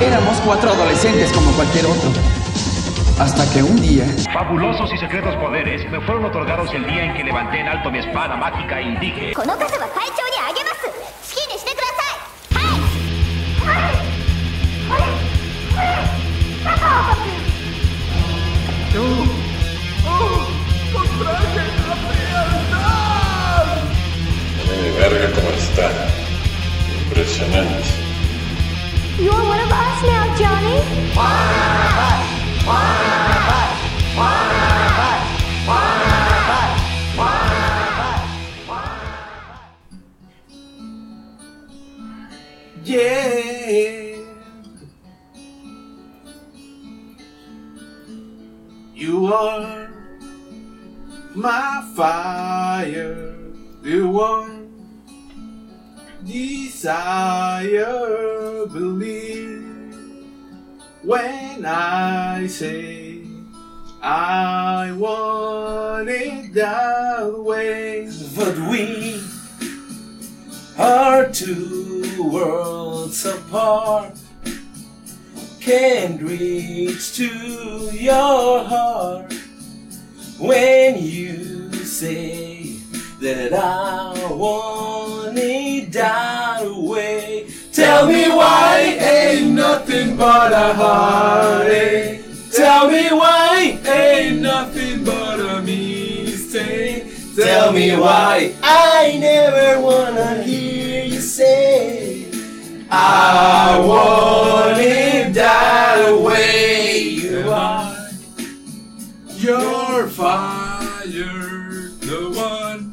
Éramos cuatro adolescentes como cualquier otro. Hasta que un día... Fabulosos y secretos poderes me fueron otorgados el día en que levanté en alto mi espada mágica y dije... この傘は会長にあげます好きにしてくださいはい Miren verga cómo está. Impresionante. You're one of us now, Johnny Yeah. You are my fire. You are desire. Believe when I say I want it that way. But we are two worlds apart. Can't reach to your heart when you say that I want it that way. Tell me why ain't nothing but a heartache. Tell me why ain't nothing but a mistake. Tell me why I never wanna hear you say I want it that way. You are your fire, the one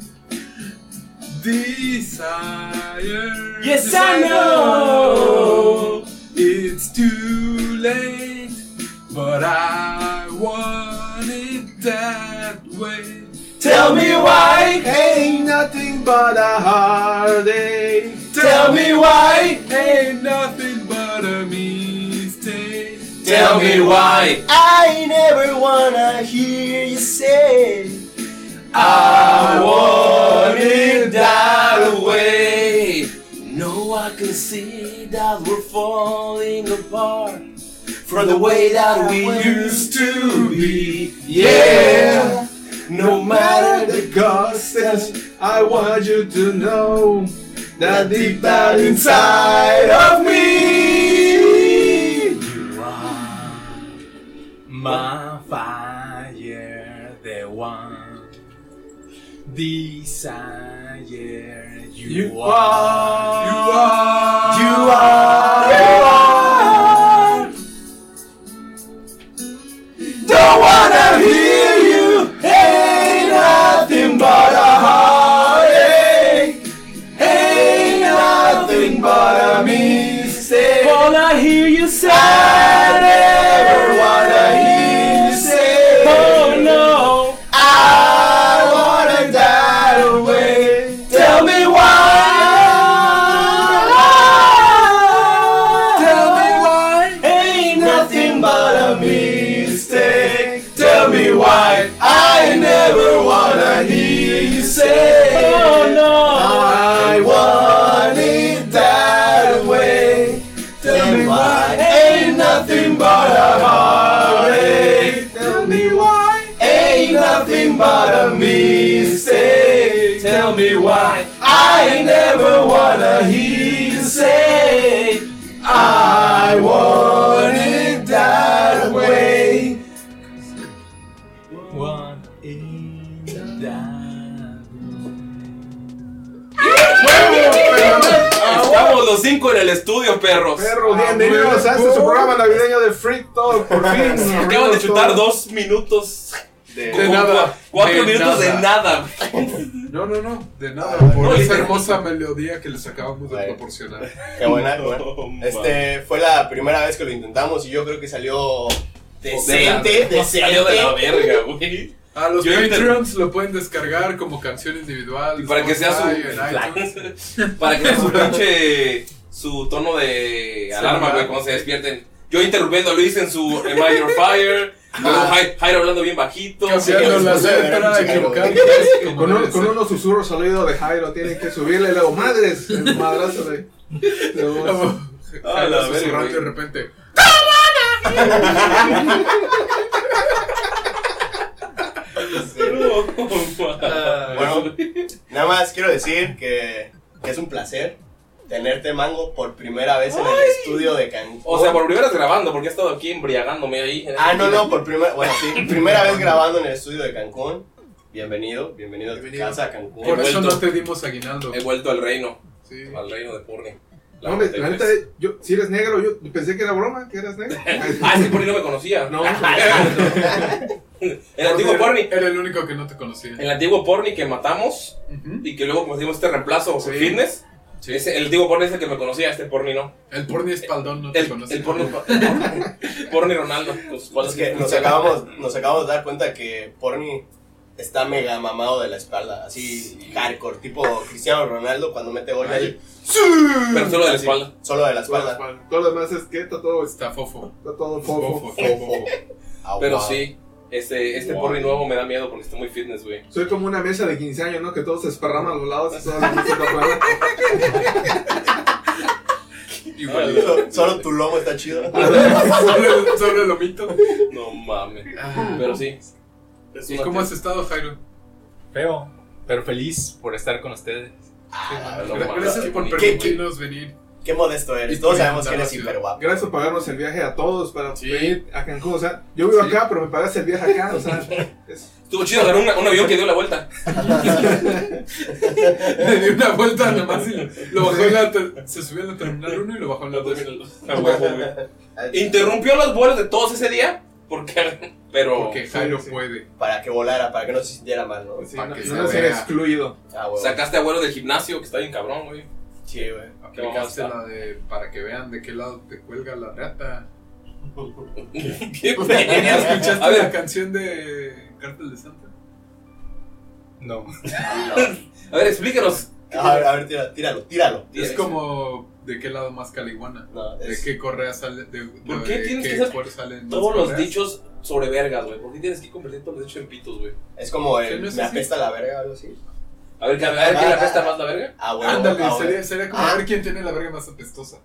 desire. Yes, I know it's too late, but I want it that way. Tell me why ain't nothing but a heartache. Tell me why ain't nothing but a mistake. Tell me why I never wanna hear you say I want it that way. No, I can see that we're falling apart from the way that we used to be. Yeah. No matter the cost, I want you to know that deep down inside of me, you are my fire, the one desire. You, are, you are, you are, you are. Don't wanna hear you. Ain't nothing but a heartache. Ain't nothing but a mistake. Wanna hear you say. I never wanna hear you say. Oh no. I wanna die away. Tell me why. Tell me why. Ain't nothing but a mistake. Tell me why. I never wanna hear you say. Oh no. I want it that way. Tell me why. Ain't nothing but a heartache. Tell me why. Ain't nothing but a mistake. Tell me why. I never wanna hear you say. I want it that way. Want it that Estamos los cinco en el estudio, perros. Perro, Bienvenidos a este su programa navideño de Free Talk. Por fin. Acaban de abrimos chutar todo. dos minutos. De De Como nada. cua- Cuatro De minutos de nada. Ah, No, no, no. De nada. no, Por esa literal. hermosa melodía que les acabamos de Güey. proporcionar. Qué buena, qué buena. No, ¿eh? man. Este, fue la primera vez que lo intentamos y yo creo que salió De decente, la- Salió de la decente. verga, güey. A los Yo inter- Patreons lo pueden descargar como canción individual. Y para que sea su- Spotify, en iTunes. Para que su pinche. su tono de alarma, Celular. güey, cuando se despierten. Yo interrumpiendo a Luis en su Am I Your Fire. Luego Jai- Jairo hablando bien bajito. Cambiando sí, la sí, sí, letra, sí, sí, equivocando. Con, un- con unos oh, susurros al oído de Jairo tienen que subirle y luego, madres, el madrazo de... de voz. Ah, la verga, susurrando güey. de repente. Ah, Bueno, nada más quiero decir que, que es un placer tenerte, Mango, por primera vez en el estudio de Cancún. O sea, por primera vez grabando, porque he estado aquí embriagándome ahí. en Ah, el- no, no, por primera... Bueno, sí, primera vez grabando en el estudio de Cancún. Bienvenido, bienvenido a tu Bienvenido. casa, a Cancún. Por eso vuelto. no te dimos aguinaldo. He vuelto al reino, Sí. al reino de Porni. No, hombre, la neta, yo, si eres negro, yo pensé que era broma, que eras negro. Ah, es que Porni no me conocía. Ah, No, El antiguo Porni. Era el único que no te conocía. El antiguo Porni que matamos Ujú. y que luego pusimos este reemplazo Sí. fitness. Sí. Ese- el antiguo Porni es el que me conocía, este Porni no. El porni espaldón no te El, conoce. el Porni, el Porni Ronaldo. Pues, ¿cuál Es que nos el- acabamos, nos acabamos de dar cuenta que Porni está mega mamado de la espalda, así hardcore, tipo Cristiano Ronaldo cuando mete gol ahí. Pero solo de la espalda. Solo de la Todo lo espalda. demás- todo lo demás es que está todo, está Está fofo. todo fofo. Fofo, fofo. Au, Pero au. sí, este, este Wow. Porni nuevo me da miedo porque está muy fitness, güey. Soy como una mesa de 15 años, ¿no? Que todos se esparraman a los lados y todos se esparraman. Igual. Solo- Solo tu lomo está chido. Solo solo el lomito. No mames. Ah. Pero sí. ¿Y cómo has estado, Jairo? Feo, pero feliz por estar con ustedes. Ah, no mames, Gracias qué por bonito. ¿Qué- qué- permitirnos venir. Qué modesto eres. Y Todos por sabemos que inventar eres la hiper ciudad. guapo. Gracias por pagarnos el viaje a todos para Sí. venir a Cancún. O sea, yo vivo Sí. acá, pero me pagaste el viaje acá. O sea, es- Estuvo chido agarrar un, un avión que dio la vuelta. Le di una vuelta nomás y lo bajó en la. ter- Se subió a la terminal 1 y lo bajó en la 2. A huevo, güey. Interrumpió los vuelos de todos ese día. Porque. Pero. Porque Jairo Sí, sí. puede. Para que volara, para que no se sintiera mal, ¿no? pues sí, Pa' no, que no se nos vea. he excluido. Ah, huevo. Sacaste a vuelo del gimnasio, que está bien cabrón, güey. Sí, güey. Aplicaste la de. Para que vean de qué lado te cuelga la rata. ¿Qué pedo? ¿Escuchaste A la ver, canción de Cártel de Santa? No. a ver, explícanos. A ver, a ver, tira- tíralo, tíralo. Es como de qué lado más caliguana. No, De es- qué correa sale. De, ¿Por qué de tienes qué que hacer cuero salen más Todos los correas? dichos sobre vergas, güey. ¿Por qué tienes que convertir todos los dichos en pitos, güey? Es como Sí, el no es me así. apesta la verga o algo así. A ver, que- a ver, ¿qué le apesta más la verga? Ah, huevo. Ándale, ah, sería, huevo. sería como a ver quién tiene la verga más apestosa.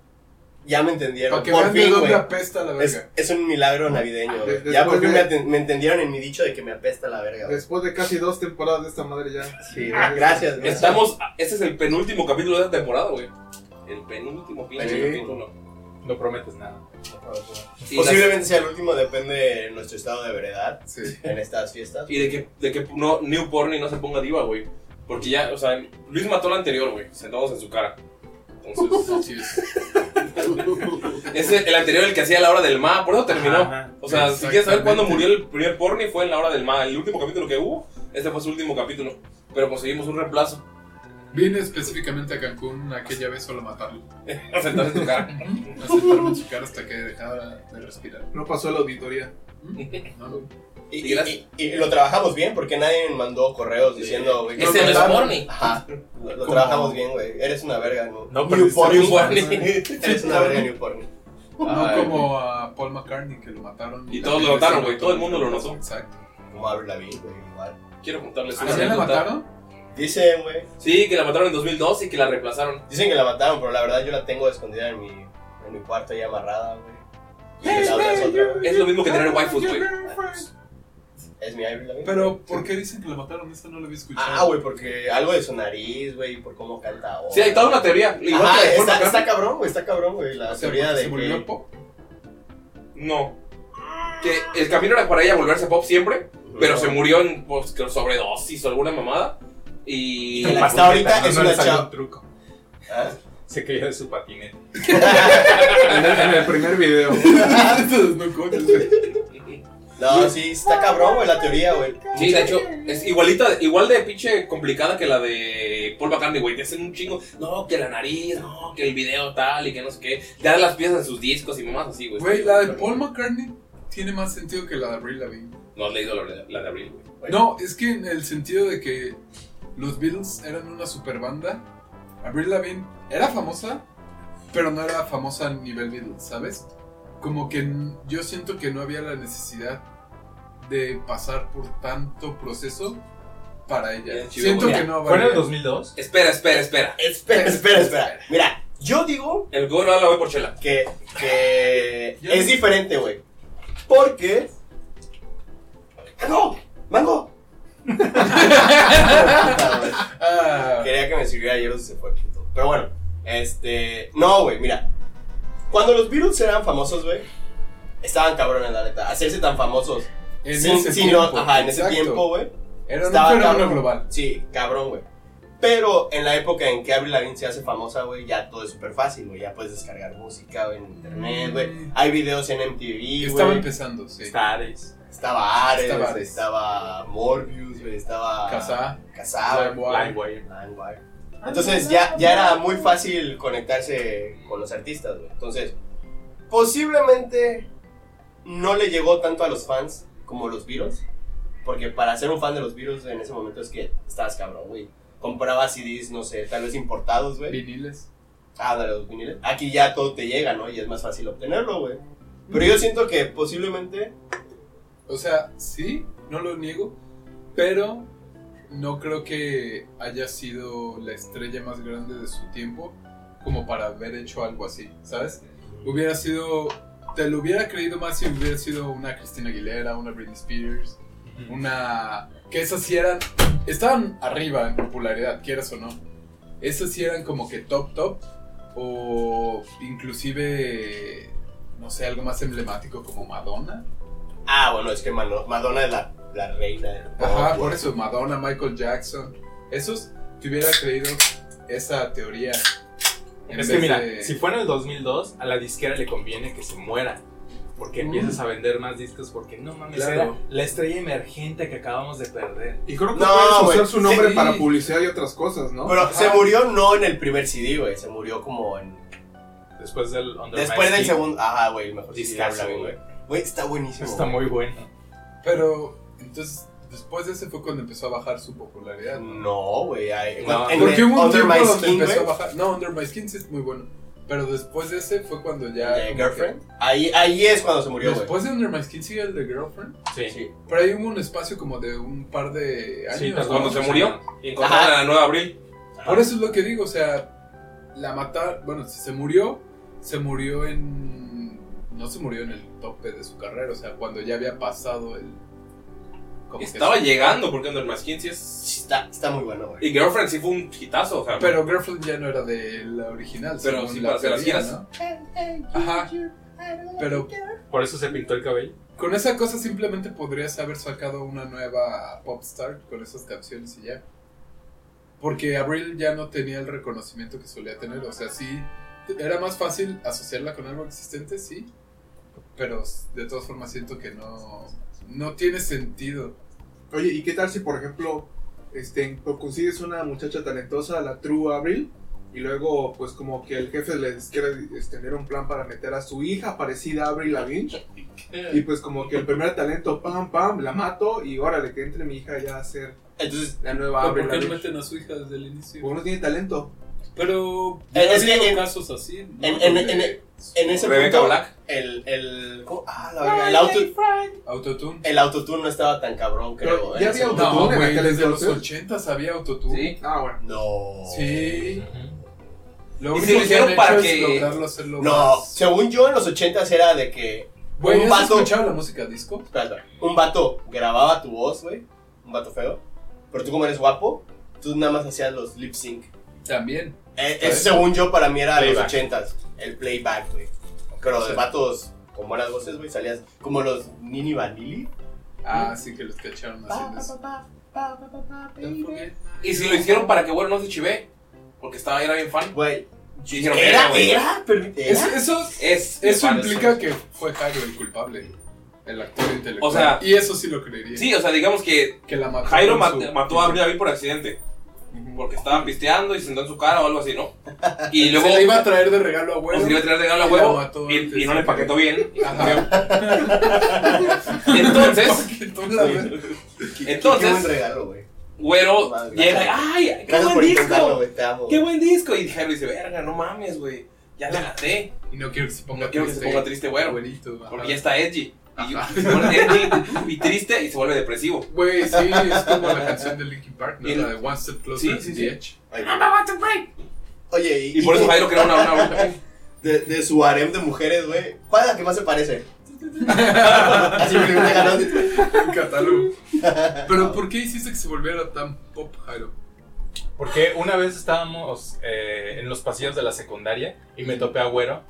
Ya me Para entendieron. que Por vean de fin, dónde güey. apesta la Es, verga. es un milagro navideño. güey. De- ya por fin me, después de- aten- me entendieron en mi dicho de que me apesta la verga. güey. Después de casi dos temporadas de esta madre ya. Sí, güey. gracias, güey. Estamos. Este es el penúltimo capítulo de esta temporada, güey. El penúltimo pinche Penúltimo. capítulo. No prometes nada. Y las- Posiblemente sea el último, depende de nuestro estado de veredad Sí. en estas fiestas. Y de que, de que no, New Porny no se ponga diva, güey. Porque ya, o sea, Luis mató al anterior, güey, sentados en su cara. Entonces, Así es. es el, el anterior el que hacía la hora del ma, por eso terminó. Ajá, o sea, si quieres saber exactamente. cuándo murió el primer Porny, fue en la hora del ma. El último capítulo que hubo, este fue su último capítulo. Pero conseguimos un reemplazo, Vine específicamente a Cancún aquella vez solo a matarlo. sentado en tu cara. A sentarme en su cara hasta que dejara de respirar. No pasó la auditoría. No, no. Y, Y y- gracias. y- y lo trabajamos bien porque nadie me mandó correos diciendo, güey. Ese no es mandaron. Porni. Ajá. Lo, lo ¿Cómo? trabajamos bien, güey. Eres una verga, ¿no? No, pero New es- Porni. New Porni. Eres una verga, New Porni. Ah, No como a Paul McCartney que lo mataron. Y todos lo mataron, güey, todo el mundo lo mató. Exacto. Como Avril Lavigne, güey, igual. Quiero contarles ¿A una quién ¿Ah, la anécdota. mataron? Dicen, güey. Sí, que la mataron en 2002 y que la reemplazaron. Dicen que la mataron, pero la verdad yo la tengo escondida en mi, en mi cuarto ahí amarrada, güey. Y la otra es otra, güey. Es lo mismo que tener waifus, güey. Es mi Avril Lavigne. Pero, ¿por qué dicen que la mataron? Esta no la había escuchado. Ah, güey, porque algo de su nariz, güey, por cómo canta ahora. Sí, hay toda una teoría. Igual Ajá, que la de Paul está, McCartney. está cabrón, güey, está cabrón, güey, la O sea, teoría porque de se volvió que... pop. No. Que el camino era para ella volverse pop siempre, pero se murió en pues, creo, sobredosis o alguna mamada. Y. Y la- Hasta ahorita es una chava. chava. truco. Ah, Se cayó de su patinete. En el, en el primer video. Entonces, no coño, güey. No, sí, está cabrón, güey, la teoría, güey. Sí, de hecho, es igualita, igual de pinche complicada que la de Paul McCartney, güey. Te hacen un chingo. No, que la nariz, no, que el video tal y que no sé qué. Te dan las piezas de sus discos y mamás así, güey. Güey, la de Paul McCartney tiene más sentido que la de Avril Lavigne. No has leído la, la de Abril, güey. No, es que en el sentido de que los Beatles eran una super banda. Avril Lavigne era famosa, pero no era famosa a nivel Beatles, ¿sabes? Como que n- yo siento que no había la necesidad de pasar por tanto proceso para ella. Bien chido, siento güey. que no ¿Fue en el valía. 2002? Espera, espera, espera. Espera, espera, espera. Mira, Yo digo El güey no la voy por chela. que, que es diferente, güey. Porque. ¡Ah, no! ¡Mango! Ah, Quería que me sirviera ayer o se fue. puto. Pero bueno, este. No, güey, mira. Cuando los Beatles eran famosos, güey, estaban cabrones, la neta. Hacerse tan famosos. En sin- ese sin lo- tiempo, ajá, en ese exacto. tiempo, güey. Era un Estaba fenómeno cabrón. global. Sí, cabrón, güey. Pero en la época en que Avril Lavigne se hace famosa, güey, ya todo es súper fácil, güey. Ya puedes descargar música güey, en internet, güey. Mm. Hay videos en MTV, Estaba güey. empezando, sí. Estaba Ares. Estaba Ares. Estaba Estaba, Ares. Morbius, güey. Estaba... Casá. Casá, güey. Wire. Blindwire. Entonces ya, ya era muy fácil conectarse con los artistas, güey. Entonces, posiblemente no le llegó tanto a los fans como los Beatles. Porque para ser un fan de los Beatles en ese momento es que estabas cabrón, güey. Comprabas CDs, no sé, tal vez importados, güey. Viniles. Ah, dale, los viniles. Aquí ya todo te llega, ¿no? Y es más fácil obtenerlo, güey. Mm. Pero yo siento que posiblemente... O sea, sí, no lo niego, pero no creo que haya sido la estrella más grande de su tiempo como para haber hecho algo así, ¿sabes? Hubiera sido, te lo hubiera creído más si hubiera sido una Cristina Aguilera, una Britney Spears, una... que esas sí eran, estaban arriba en popularidad, quieras o no. Esas sí eran como que top top o inclusive, no sé, algo más emblemático como Madonna. Ah, bueno, es que Mano- Madonna es la, la reina del pop, Ajá, güey. Oh, por eso Madonna, Michael Jackson, esos te hubiera creído esa teoría. en Es vez que mira, de- si fue en el 2002, a la disquera le conviene que se muera. Porque Mm. empiezas a vender más discos porque no mames, Claro. era la estrella emergente que acabamos de perder. Y creo que No, puedes usar güey, su nombre sí. para publicidad y otras cosas, ¿no? Pero Ajá. se murió no en el primer CD, güey. Se murió como en. Después del Under Después My del Skin. segundo. Ajá, güey. Mejor CD de Discazo, Avril Lavigne, güey. Güey, está buenísimo. Está muy bueno. Pero entonces, después de ese fue cuando empezó a bajar su popularidad. güey. No, güey. ay, No. cuando- en Porque el hubo un Mm. Under tiempo My donde Skin, empezó güey, a bajar. No, Under My Skin sí es muy bueno. Pero después de ese fue cuando ya. de como Girlfriend. Ahí, ahí es cuando se que- murió, güey. después de Under My Skin sigue el de Girlfriend. Sí. Sí. Pero ahí hubo un espacio como de un par de años. Sí, ¿no? tardó Cuando se muchos murió años. y encontraron Ajá. a la nueva Abril. Por eso es lo que digo, o sea, la matar, bueno, si se murió, se murió en no se murió en el tope de su carrera, o sea, cuando ya había pasado el como que Estaba sí. llegando porque Under My Skin sí es. Sí, Está, está muy bueno, güey. Y Girlfriend sí fue un hitazo, o sea. pero Girlfriend ya no era de la original, Pero según sí la para hacer las teoría, giras. ¿no? Ajá. Pero Por eso se pintó el cabello. con esa cosa simplemente podrías haber sacado una nueva popstar con esas canciones y ya. Porque Abril ya no tenía el reconocimiento que solía tener, o sea, sí era más fácil asociarla con algo existente, sí. Pero de todas formas siento que no no tiene sentido. Oye, ¿y qué tal si, por ejemplo, este, o consigues una muchacha talentosa, la True Abril, y luego, pues, como que el jefe les quiere extender un plan para meter a su hija parecida a Abril Lavigne, y pues, como que el primer talento, pam, pam, la mato, y órale, que entre mi hija ya a ser Entonces. la nueva Abril Lavigne. a su hija desde el inicio? Porque no tiene talento. Pero Eh, es que en- casos así. ¿no? en- en- Donde en- En ese Rebecca punto. Black. El. el ¿cómo? Ah, la verga. El, auto, Autotune. el autotune no estaba tan cabrón, creo. ¿eh? Pero en ya ese había momento. No, ¿Autotune en güey, aquel desde los entonces? 80 había autotune. Sí. Ah, bueno. No. Sí. Oh. Lo Y único si lo que hicieron han para hecho que- es lograrlo hacerlo No, más- según yo en los ochentas era de que Güey, un ¿has vato- escuchado la música disco? Espera, espera. Un vato grababa tu voz, güey. Un vato feo. Pero tú como eres guapo, tú nada más hacías los lip sync. También. Eh, eso según yo para mí era los Playback. ochentas. El playback, güey. Pero Sí. de vatos con buenas voces, güey, salías como los Nini Vanilli. Ah, sí que los cacharon haciendo eso. Don't forget. Y si lo hicieron para que, bueno, no se chivé. Porque estaba, era bien fan. Güey. Y dijeron, "Verga, ¿Era? güey". ¿Era? Pero- Es- ¿Era? eso Es, eso fan, implica es- que fue Jairo el culpable. El actor O intelectual. sea- y eso sí lo creería. Sí, o sea, digamos que Que la mató Jairo con mat- su- mató a Abril Lavigne por accidente. Porque estaban pisteando y se sentó en su cara o algo así, ¿no? Y luego. Se le iba a traer de regalo a o huevo. se le iba a traer de regalo a Y la huevo mató y, antes y no de le que- paquetó bien. y se Ajá. murió. Entonces, Paquetó la verga. Qué- entonces- Qué buen regalo, güey. Güero Madre. llega y, ¡ay! ¡Qué Gracias por buen intentarlo, disco! güey. Te amo. ¡Qué güey. buen disco! Y Jairo dice, verga, no mames, güey. Ya la maté. Y no quiero que se ponga No quiero que se ponga triste, güero. güerito, ajá. Porque ya está edgy. Y, Ajá. se vuelve edgy y triste y se vuelve depresivo. Güey, sí, es como la canción de Linkin Park, ¿no? Y- La de One Step Closer Sí, to sí, the sí. Edge. Ay, I'm about to break. Oye, Y por eso Jairo creó una, una bronca. de, de su harem de mujeres, güey. ¿Cuál es la que más se parece? Así me pregunta Ganón. Catálogo. Pero ¿por qué hiciste que se volviera tan pop, Jairo? Porque una vez estábamos eh, en los pasillos de la secundaria y me topé a Güero.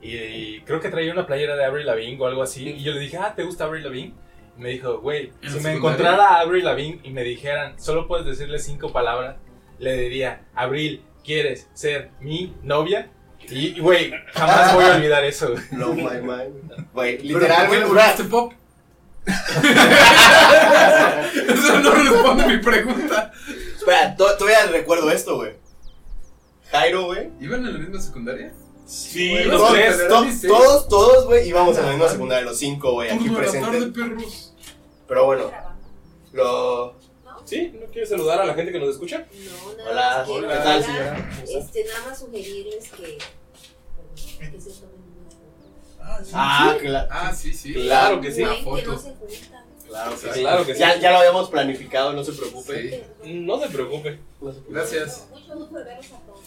Y, y creo que traía una playera de Avril Lavigne o algo así. Y yo le dije, ah, ¿te gusta Avril Lavigne? Y me dijo, güey, si ¿En la me secundaria? encontrara a Avril Lavigne y me dijeran, solo puedes decirle cinco palabras, le diría, Avril, ¿quieres ser mi novia? Y, y, güey, jamás voy a olvidar eso. güey. No, my, my. Güey, ¿Por qué literalmente. le volviste pop? Eso no responde mi pregunta. Espera, to- todavía recuerdo esto, güey. Jairo, güey. ¿Iban en la misma secundaria? Sí, Güey, los Todos- te tres. verás to- mis seis. todos, todos, güey, íbamos a la misma secundaria, los cinco, güey, aquí Ah, Turno de la tarde, presentes. perros. Pero bueno, lo. ¿Sí? ¿No quieres saludar a la gente que nos escucha? No, nada Hola, más ¿qué quiero tal, hablar, señora? Este, nada más sugerirles que, que se tomen una Ah, sí. Ah, sí. claro. Ah, sí, sí. Claro que sí. Una Ven que no foto. se juntan. Claro, Sí, claro que sí. Ya, ya lo habíamos planificado, no se preocupe. Sí. No se preocupe. Gracias. Mucho gusto de verlos a todos.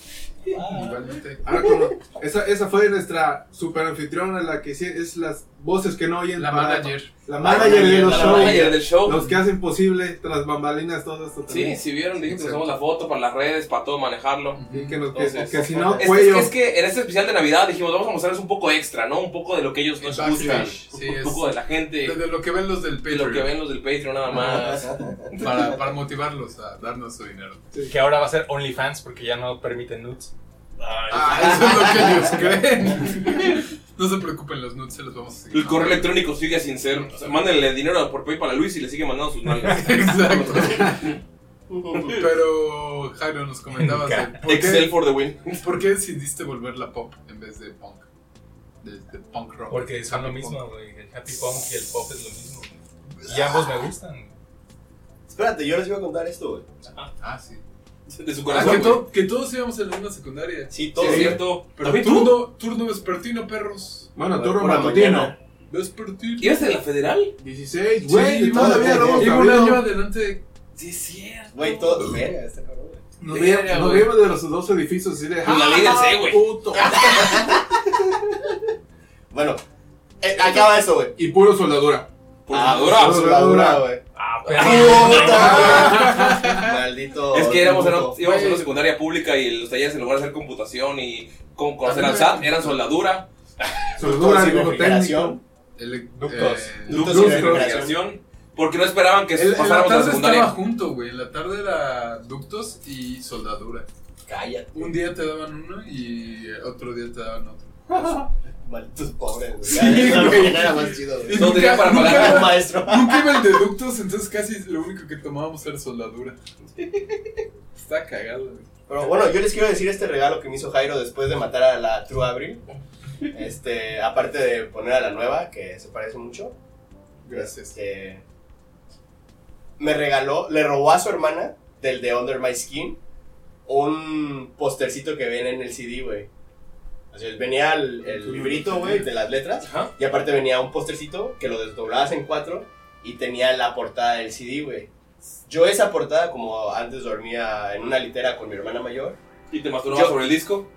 Igualmente. Ahora como Ah, esa, esa fue nuestra super anfitriona, la que sí es las voces que no oyen. La para- manager. La manager de los La shows. Manager del show. Los que hacen posible tras bambalinas todo esto. Oh. Sí, también. si vieron, dije que Exacto. usamos la foto para las redes, para todo manejarlo. Y que, nos- que- Entonces, que si no, Es, que- cuello. es que en este especial de Navidad dijimos, vamos a mostrarles un poco extra, ¿no? Un poco de lo que ellos no Exacto. escuchan. Sí, un es- poco de la gente, De de lo que ven los del Patreon. lo que ven los del Patreon nada Ah, Ah, más. Para, para motivarlos a darnos su dinero. Que ahora va a ser OnlyFans porque ya no permiten nudes. Ah, eso es lo que ellos creen. No se preocupen, los nudes se los vamos a seguir. El correo electrónico sigue sin ser. O sea, mándenle dinero por PayPal a Luis y le sigue mandando sus nalgas. Exacto. Pero, Jairo, nos comentabas de por Excel qué, for the win. por qué decidiste volverla pop en vez de punk. De, de punk rock. Porque son lo Happy mismo, punk. güey. El happy punk y el pop es lo mismo. güey. Y ambos me gustan. Espérate, yo les iba a contar esto, güey. Ah, sí. De su Ah, corazón. que, güey. to- que todos íbamos en la misma secundaria. Sí, Sí, todo. es cierto. Pero ¿También tú? turno, turno vespertino, perros. Bueno, turno Por la matutino. mañana. Vespertino. ¿Ibas en la federal? 16, Güey, güey. iba, todavía lo hemos iba un año sabido. adelante. de- Sí, es cierto. Güey, todo. Verga, está cabrón, güey. Nos Verga, veíamos- nos güey. veíamos de los dos edificios así de. ¡ah, Pues la ley del C, güey. puto. Bueno, eh, acaba eso, güey. Y puro soldadura. Por Ah, favor. pues, soldadura, güey. Ah, Puta, güey. Maldito. Es que éramos, bruto. en- íbamos en una secundaria pública y los talleres en lugar de hacer computación y con- conocer al SAT eran soldadura, Soldadura, Sin dibujo técnico. refrigeración. El, Ductos. eh, Ductos ductos y de refrigeración. refrigeración, porque no esperaban que El, en la pasáramos a la tarde estaba secundaria. junto, güey. En la tarde era ductos y soldadura. Cállate. Un día te daban uno y otro día te daban otro. Malditos pobres, güey. Sí, Cállate, güey. no, Era más chido, güey. Y No tenía nunca- para nunca- pagar. Era un maestro. Nunca iba el de ductos, entonces casi lo único que tomábamos era soldadura. Está cagado, güey. Pero bueno, yo les quiero decir este regalo que me hizo Jairo después de matar a la True Abril. Este, aparte de poner a la nueva, que se parece mucho. Gracias. Este, me regaló, le robó a su hermana del de Under My Skin un postercito que viene en el CD, güey. O sea, venía el, el librito, güey, de las letras. Ajá. Y aparte venía un postercito que lo desdoblabas en cuatro y tenía la portada del CD, güey. Yo esa portada, como antes dormía en una litera con mi hermana mayor, Y te masturbabas Yo- sobre el disco.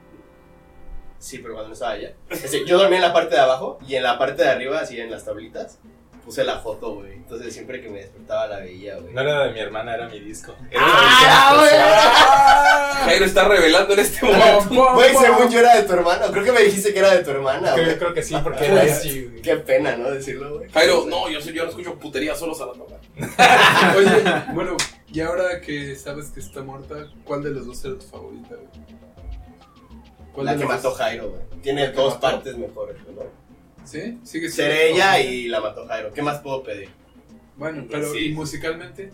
Sí, pero cuando no estaba allá. Ese, yo dormía en la parte de abajo y en la parte de arriba, así en las tablitas, puse la foto, güey. Entonces siempre que me despertaba la veía, güey. No era de mi hermana, era mi disco. Era ¡Ah! Jairo está revelando en este momento. Güey, según yo era de tu hermana. Creo que me dijiste que era de tu hermana, Creo, güey. creo que sí, porque era así, güey. Qué pena, ¿no? Decirlo, güey. Pues, Jairo, no, yo, soy- yo no escucho putería solos a la mamá. Oye, bueno, y ahora que sabes que está muerta, ¿cuál de las dos era tu favorita, güey? ¿Cuál La de que las mató dos? Jairo, güey. Tiene La que dos mató. partes mejores, güey, ¿no? ¿Sí? Sigue siendo Seré tu ella favorita. y la mató Jairo. ¿Qué más puedo pedir? Bueno, pero Sí. ¿y musicalmente?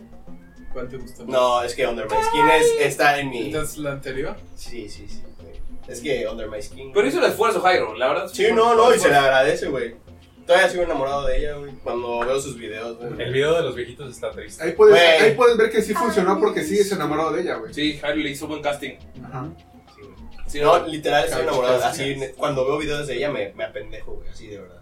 ¿Cuál te gusta más? No, es que Under My Skin es, está en mi... ¿Entonces la anterior? Sí, sí, sí, güey. Es que Under My Skin... Pero hizo el esfuerzo, Jairo, la verdad. Sí, no, no, y se le agradece, güey. Todavía sigo enamorado de ella, güey. Cuando veo sus videos, güey. El video de los viejitos está triste. Ahí puedes, Güey. ahí puedes ver que sí funcionó porque sí es enamorado de ella, güey. Sí, Jairo le hizo buen casting. Ajá. Sí, güey. Sí, No, ¿no? literal estoy enamorado. Cabrón, Así, sí. ne- cuando veo videos de ella me, me apendejo, güey. Así de verdad.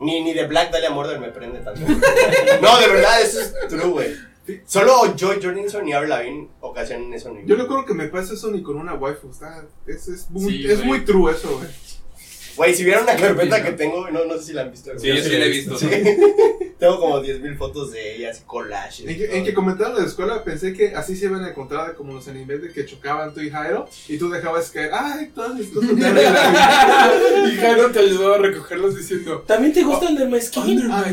Ni, ni de Black Dahlia Murder me prende tanto. no, de verdad, eso es true, güey. Solo Joy Jordanson y Avril Lavigne ocasionan eso. Yo no creo que me pase eso ni con una waifu. Está, es, es muy, Sí, es güey. muy true eso, güey. Güey, si vieran una carpeta que tengo, no, no sé si la han visto. Sí, güey. yo sí la he visto. Sí. tengo como 10.000 fotos de ellas, collages. En que, en que comentaron en la escuela pensé que así se iban a encontrar como los animes de que chocaban tú y Jairo y tú dejabas caer, ay, todas mis cosas de Avril Lavigne". Y Jairo te ayudó a recogerlos diciendo. También te gustan de mezquín. Ah,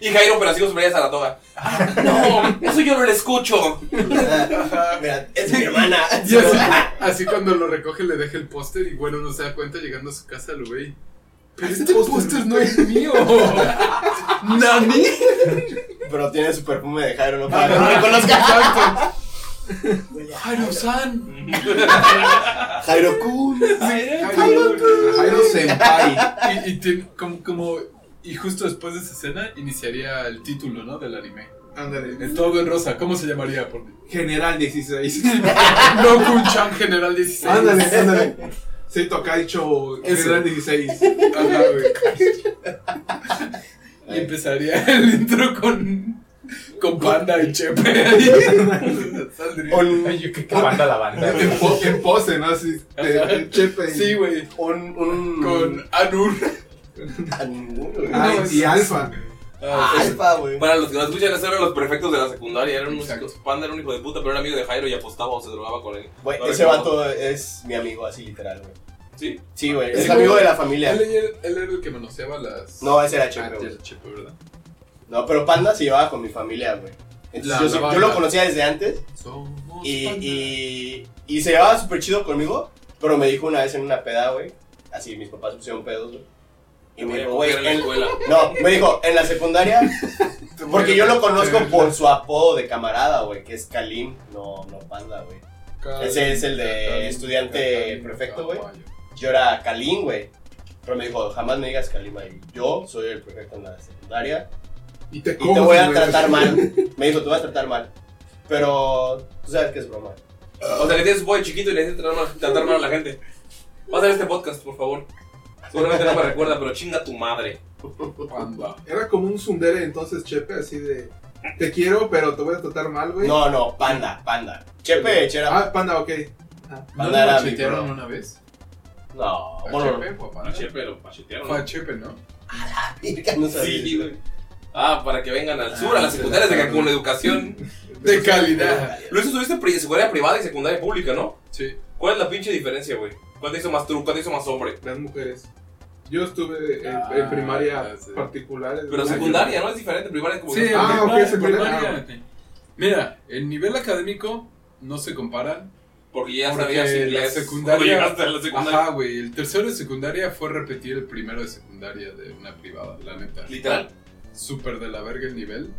Y Jairo, pero así con sus medias a la toga. Ah, no, eso yo no lo escucho. Mira, es mi hermana. Y así, así cuando lo recoge le deja el póster y bueno, no se da cuenta llegando a su casa el güey. Pero este póster no es mío. ¿Nani? Pero tiene su perfume de Jairo, no para que no Exacto. reconozca. Jairo Mm. San. Jairo Kun. Jairo Jairo Senpai. Y, y tiene como, como. Y justo después de esa escena iniciaría el título, ¿no? Del anime. Ándale. En todo en rosa, ¿cómo se llamaría? Por... General 16. No Kun-chan General 16. ándale, ándale. Sí, Tokaicho, Ese. General 16. Ajá, güey. Y empezaría el intro con. Con Panda y Chepe. ahí. Saldría. Ay, yo qué qué banda la banda. güey. En, po- en pose, ¿no? Así, de- de Chepe. y- Sí, güey. Un, un... Con Anur. Ah, Anur, Ay, No, Ah, y es- Alfa. Alfa, güey. Para los que nos escuchan, esos eran los prefectos de la secundaria. Eran unos hijos- Panda era un hijo de puta, pero era amigo de Jairo y apostaba o se drogaba con él. Güey, No ese recuerdo. vato es mi amigo, así literal, güey. Sí. Sí, güey, Ese es amigo güey- de la familia. Él, él- él era el que manoseaba las. No, ese era Ah, Chepe, güey. el Chepe, ¿verdad? No, pero Panda se llevaba con mi familia, güey. Entonces, La- yo, la sí- yo banda. lo conocía desde antes Somos y, Panda. y, y se llevaba súper chido conmigo, pero me dijo una vez en una peda, güey. Así, mis papás pusieron pedos, güey. Y me Voy a dijo, güey, coger en la en- escuela. no, me dijo, en la secundaria, porque yo lo conozco por su apodo de camarada, güey, que es Kalim, no, no Panda, güey. Ese es el de estudiante prefecto, güey. Yo era Kalim, güey. Pero me dijo, jamás me digas Kalim, güey. Yo soy el prefecto en la secundaria Y te, y te voy a comes, tratar güey. mal. Me dijo, te voy a tratar mal. Pero tú sabes que es broma. O sea, que tienes voz de chiquito y le dices tratar mal- tratar mal a la gente. Vas a ver este podcast, por favor. Seguramente no me recuerda, pero chinga tu madre. Panda. Era como un sundere entonces, Chepe, así de. Te quiero, pero te voy a tratar mal, güey. No, no, panda, panda. Chepe, chera. Ah, panda, ok. Ah. ¿No Panda lo era mi machetearon bro. una vez? No, ¿A bueno, Chepe fue a Panda? Pache, Ah, pero pachetearon. Fue a Chepe, ¿no? Virga, no sabía. Sí, güey. Ah, para que vengan al sur, a las secundarias de Cancún, la educación. De calidad. Luis, tú tuviste pri- secundaria privada y secundaria pública, ¿no? Sí. ¿Cuál es la pinche diferencia, güey? ¿Cuál te hizo más truco? ¿Cuál te hizo más hombre? Las mujeres. Yo estuve en, Ah, en primaria ya sé. particular. Pero secundaria, ¿no? Es diferente, primaria es como... Sí, que- Ah, en primaria, ok, secundaria. primaria. Mira, el nivel académico no se comparan. Porque ya porque sabías la inglés. cuando secundaria. llegaste a la secundaria. Ajá, güey. El tercero de secundaria fue repetir el primero de secundaria de una privada, la neta. Literal. Súper de la verga el nivel.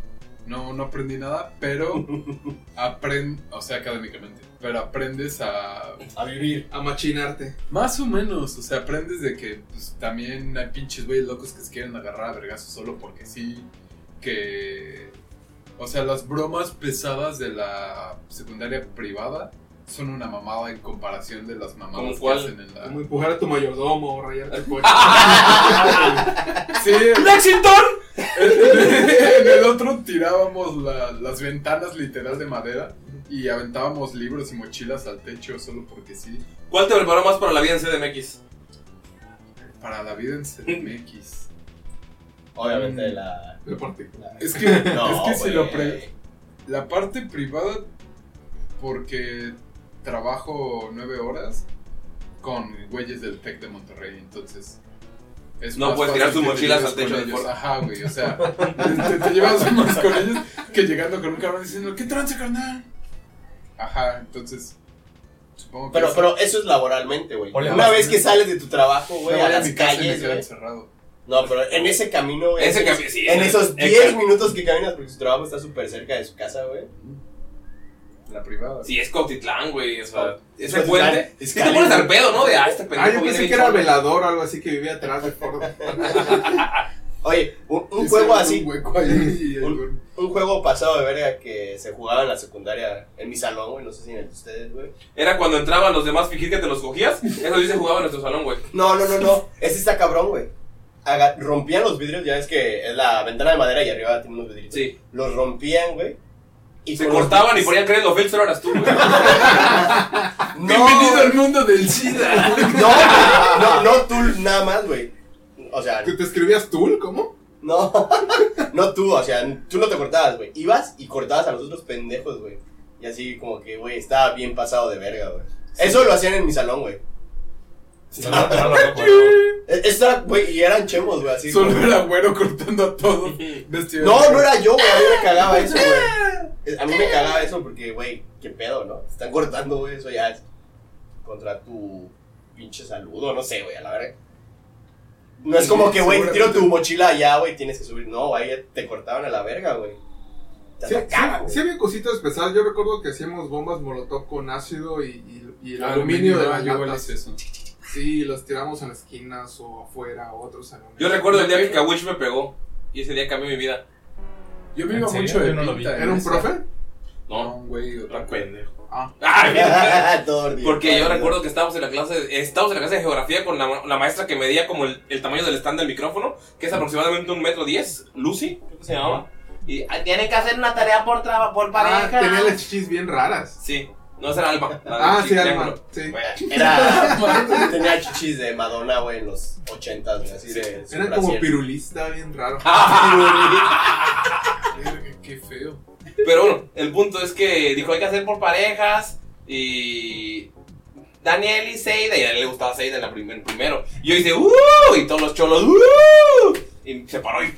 No, no aprendí nada, pero aprend, o sea, académicamente, pero aprendes a A vivir. A machinarte. más o menos, o sea, aprendes de que pues, también hay pinches güeyes locos que se quieren agarrar a vergazos solo porque sí, que... O sea, las bromas pesadas de la secundaria privada son una mamada en comparación de las ¿Cómo mamadas que cuál? hacen en Ah. la... Como empujar a tu mayordomo, rayarte el coche. Sí, en, ¡Lexington! en el otro tirábamos la- las ventanas literal de madera y aventábamos libros y mochilas al techo solo porque sí, ¿Cuál te preparó más para la vida en CDMX? para la vida en CDMX. Obviamente Mm. de la. El particular. Es que, No, es que si lo... pre- güey. La parte privada, porque trabajo nueve horas con güeyes del TEC de Monterrey, entonces... es No más puedes fácil tirar tus que te mochilas lleves al techo con de ellos. forma. Ajá, güey, o sea, te, te llevas más con ellos que llegando con un cabrón diciendo, ¿qué trance, carnal? Ajá, entonces, supongo que... Pero, esa- pero eso es laboralmente, güey. Hola. Una vez que sales de tu trabajo, me güey, a voy a las mi casa y me calles, quedo güey. encerrado. No, pero en ese camino, güey. Ese en esos- cami- sí, En ese- esos el 10 cam- minutos que caminas porque su trabajo está súper cerca de su casa, güey. La privada. Sí, este es Cautitlán, güey. O sea, ese Cautitlán, puente. es Sí te pones caliente. al pedo, ¿no? De, ah, este pendejo Ah, yo viene pensé bien que era solo. velador o algo así que vivía atrás de Ford. Oye, un, un juego Sí, se ve así, Un hueco ahí eh, y el Un- güey- un juego pasado de verga que se jugaba en la secundaria, en mi salón, güey, no sé si en el de ustedes, güey. Era cuando entraban los demás fingir que te los cogías. Eso sí se jugaba en nuestro salón, güey. No, no, no, no, ese está cabrón, güey. aga- rompían los vidrios, ya ves que es la ventana de madera y arriba tiene unos vidrios. Sí. Los rompían, güey. Y Se con los- cortaban y ponían crédito Félix, pero eras tú, güey. No, Bienvenido al mundo del SIDA. No, no, no, tú nada más, güey. O sea, ¿Te, te escribías tú? ¿Cómo? no, no tú, o sea, tú no te cortabas, güey. Ibas y cortabas a los otros pendejos, güey. Y así como que, güey, estaba bien pasado de verga, güey. Eso lo hacían en mi salón, güey. No, no, no lo recuerdo. E- Esta, güey, y eran chemos, güey, así. Solo como- era güero cortando a todos. vestido de No, negro. no era yo, güey. A mí me cagaba eso, güey. A mí me cagaba eso porque, güey, qué pedo, ¿no? Te Están cortando, güey, eso ya es contra tu pinche saludo, no sé, güey, a la verga. No es como que, güey, te tiro tu mochila allá, güey, tienes que subir. No, ahí te cortaban a la verga, güey. Te Sí, atacaban, sí, güey. sí había cositas pesadas. Yo recuerdo que hacíamos bombas molotov con ácido y, y- y el Aluminio aluminio de de las latas. eso. Sí, los tiramos a las esquinas o afuera o otros salones. Yo recuerdo el día que Kawish me pegó. Y ese día cambió mi vida. Yo me ¿En iba serio? mucho de Yo no lo vi. pinta en ¿Era un esa. profe? No, No. güey, otra Otra cosa. pendejo. Ah. Ah, Todo ordinario. Porque yo recuerdo que estábamos en la clase, estábamos en la clase de geografía con la, la maestra que medía como el, el tamaño del stand del micrófono, que es aproximadamente un metro diez, Lucy, creo que se llamaba. Y "Ah, tiene que hacer una tarea por traba- por Ah, pareja. tenía las chichis bien raras. Sí, no esa era Alba. la de Ah, sí, Chiquitriángulo. Alma. Sí. Era. tenía chichis de Madonna, güey, en los 80, güey, así de. su Era como brasier. pirulista, bien raro. Verga, Qué feo. Pero bueno, el punto es que dijo hay que hacer por parejas y Daniel y Seida, y a él le gustaba Seida en la primer, primero. Y yo hice ¡Uh! Y todos los cholos ¡Uh! Y se paró y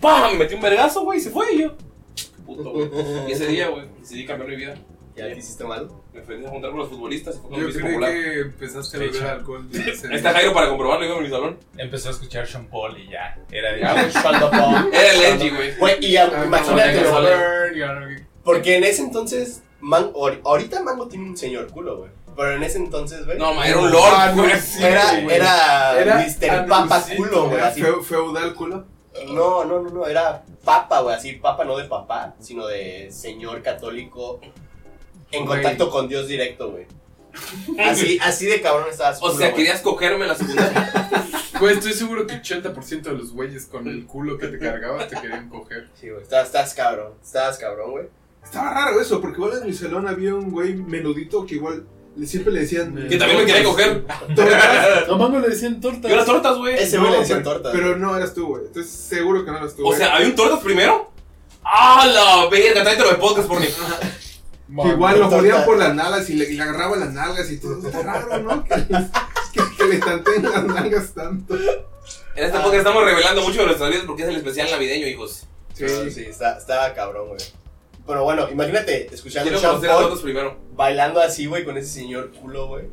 ¡Pam! Me metió un vergazo, güey, y se fue y yo. "Qué Puto, güey. Y ese día, güey, decidí cambiar mi vida. ¿Ya te hiciste mal? Me fui a juntar con los futbolistas y fue con Yo mi creí popular. que empezaste a beber Fecha. alcohol. Ahí Está Ah, Jairo para comprobarlo, iba en mi salón. Empezó a escuchar Sean Paul y ya. Era de. Ya, Ah, güey, shut the fuck. Era el Edgy, güey. Güey, y Ah, no, ya, no, imagínate, no, güey. no, Porque en ese entonces, man, ahor- ahorita Mango tiene un señor culo, güey. Pero en ese entonces, güey. No, ma, era un lord, güey. sí, era, güey. era, Era Mr. Papa Anuncito, culo, Ah, güey. Era así. feo, feudal culo. No, no, no, no, era papa, güey. Así, papa no de papá, sino de señor católico en Güey. contacto con Dios directo, güey. Así, así de cabrón estabas. O sea, querías cogerme en la secundaria. Güey, estoy seguro que 80% de los güeyes con el culo que te cargabas te querían coger. Sí, güey. Estabas, estabas cabrón, estabas cabrón, güey. Estaba raro eso, porque igual en mi salón había un güey menudito que igual le- siempre le decían. Que también me quería coger. Tortas. No mames, le decían torta. Yo las tortas, güey. Ese No, güey le decían pero- torta. Pero güey. no eras tú, güey. Entonces seguro que no eras tú. O güey. sea, ¿hay un tortas primero? ¡Ah, la verga! Tráetelo de podcast, por Pero Que igual lo Torta. jodían por las nalgas y le, y le agarraba las nalgas y todo. Está raro, ¿no? Que, que- que le tanteen las nalgas tanto. En este podcast estamos revelando mucho de nuestras vidas porque es el especial navideño, hijos. Sí. Sí, sí, está- estaba cabrón, güey. Pero bueno, imagínate escuchando Quiero Sean conocer a Paul todos primero. bailando así, güey, con ese señor culo, güey.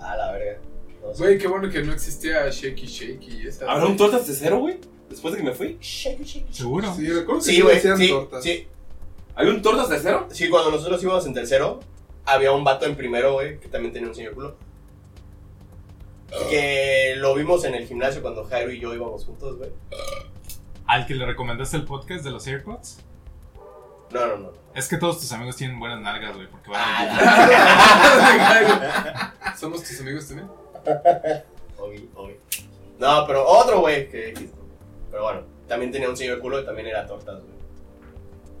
A la verga. No sé. Güey, qué bueno que no existía Shaky Shaky y esa. ¿Habrá un tortas de cero, güey? Después de que me fui. Seguro. Sí, recuerdo que Sí, güey, hacían sí, tortas. sí, ¿Hay un tortas de cero? sí, cuando nosotros íbamos en tercero, había un vato en primero, güey, que también tenía un señor culo. Que lo vimos en el gimnasio cuando Jairo y yo íbamos juntos, güey. Al que le recomendaste el podcast de los AirPods. No, no, no. Es que todos tus amigos tienen buenas nalgas, güey, porque van a Ah, ¿Somos tus amigos también? la- Obi, obi. No, pero otro, güey, que X, güey. Pero bueno, también tenía un señor culo y también era tortas, güey.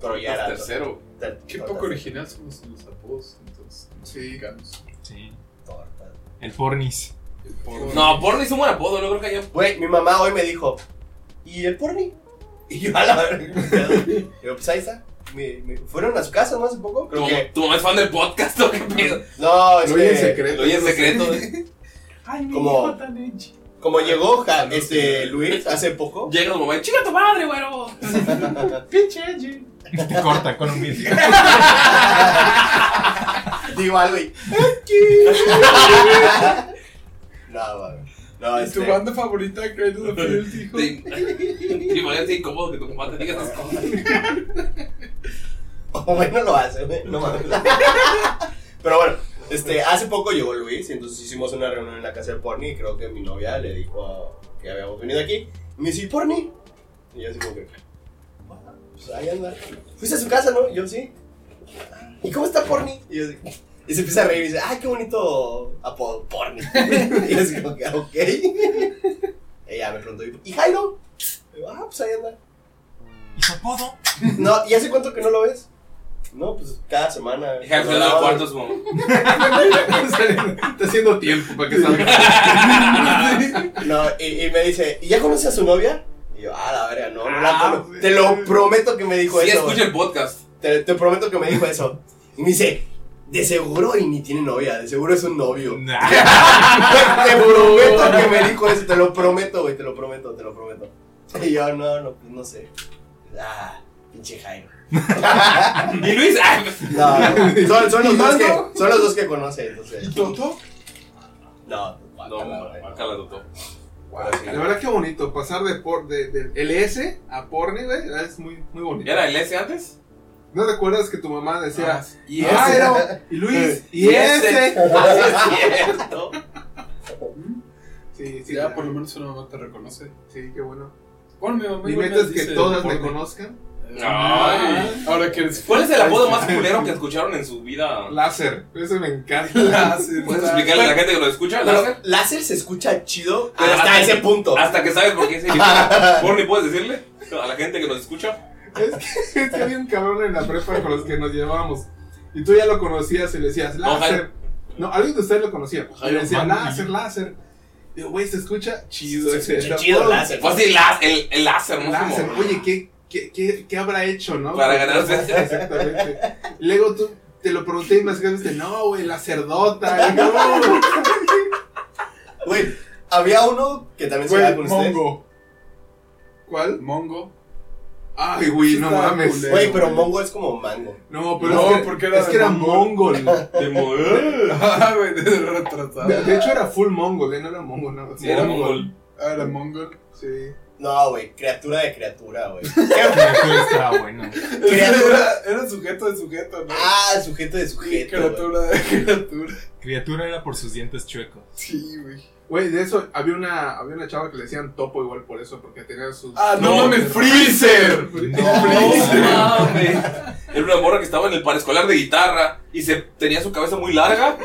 Pero ya era. Hasta tercero. tor- Qué tortas, poco original somos los apodos, entonces. Sí. mexicanos. Sí. tortas. El pornis. El porno. No, porno es un buen apodo, no creo que haya. Güey, mi mamá hoy me dijo, ¿y el porni? Y yo a la verga. Yo, pues ahí está. Me, me- fueron a su casa, ¿no? Hace poco. Creo ¿Tu, que. tu mamá es fan del podcast o qué pedo? No, es Lo oye en que. secreto. Lo oye en secreto. Como, como llegó ja, este, Luis hace poco. Llega tu mamá y chica tu madre, güero. Y te corta con un vídeo. Digo algo y. no, güey. No, ¿Y tu este. banda favorita de Cradle of Filth, hijo? Te- Imagínate incómodo que tu mamá te diga esas cosas. O bueno, lo hace, güey. No mames. Pero bueno, este, hace poco llegó Luis y entonces hicimos una reunión en la casa del Porni y creo que mi novia le dijo a- que habíamos venido aquí. Y me dice, "¿Y Porni? Y yo así como que, "Ah, pues ahí anda. Fuiste a su casa, ¿no? Y yo sí. ¿Y cómo está Porni? Y yo así, y se empieza a reír y "Ah, dice, ¡ay, qué bonito apodo, Porni! Y yo así como que, ok. Ella me preguntó, ¿y Jairo? Y yo, ah, pues ahí anda. ¿Y su apodo? No, ¿y hace cuánto que no lo ves? No, pues cada semana. Y Jairo se da al cuarto a su mamá. Está haciendo tiempo para que salga. No, y, y me dice, ¿y ya conoces a su novia? Y yo, ah, la verga, no, no la Ah, conozco. Te lo prometo que me dijo Sí, eso. escucha güey. el podcast. Te, te prometo que me dijo eso. Y me dice, de seguro y ni tiene novia, de seguro es un novio. te prometo que me dijo eso, te lo prometo, güey, te lo prometo, te lo prometo. Y yo, no, no, pues no sé. Ah, pinche Jairo. ¿Y Luis? ah. No, no, son, son ¿Y los dos que, Toto? son los dos que conoce, entonces. ¿Toto? No, No, la Toto. La verdad que bonito, pasar de, por, de, de LS a porni, güey, es muy, muy bonito. ¿Era el S antes? ¿No te acuerdas que tu mamá decía, Ah, y ese". Jairo, y Luis, y Y ese. ese? Sí, es cierto. Sí, sí, Ya, la- por lo menos una mamá te reconoce. sí, qué bueno. Bueno, mi mamá Mi igual meta me es que dice todas por me mí. conozcan. Ay. Ahora que eres- ¿Cuál es el apodo más culero que escucharon en su vida? Láser, eso me encanta. Láser. ¿Puedes explicarle a la gente que lo escucha? Láser? Láser se escucha chido, pero Ah, hasta hasta- ese punto. Hasta que sabes por qué se llama. Borny, ¿puedes decirle a la gente que nos escucha? Es que, es que había un cabrón en la prepa con los que nos llevábamos. Y tú ya lo conocías y le decías, láser. No, alguien de ustedes lo conocía. Y le decía, Jairo Mann. láser, láser. Digo, güey, se escucha chido. Se ese, escucha ¿no? chido, Pues Todo- láser. Fue así, la- el, el láser, ¿no? láser. Como- Oye, ¿qué, qué, qué, qué habrá hecho, no? Pues, Para ganarse. Exactamente. Luego tú te lo pregunté y me dijiste, no, güey, lacerdota. No, Güey, había uno que también se Güey, veía con ustedes. Mongo. ¿Cuál? Mongo. Ay, güey, no Está mames. culero. Güey, pero Mongo es como mango. No, pero No, es que, porque era es de que era mongol. mongol. De mover. Ah, güey, de retrasado. De, de hecho era full mongol, eh, no era mongo, nada. más. Sí, era mongol. Ah, la mongol. Sí. No, güey, criatura de criatura, güey. Está bueno. Criatura- Era, era sujeto de sujeto, ¿no? ah, sujeto de sujeto. güey. criatura de criatura. Criatura era por sus dientes chuecos. Sí, güey. Güey, de eso había una, había una chava que le decían topo igual por eso, porque tenía sus. Ah, no, No, mames, Freezer. No mames. Era una morra que estaba en el paraescolar de guitarra y se tenía su cabeza muy larga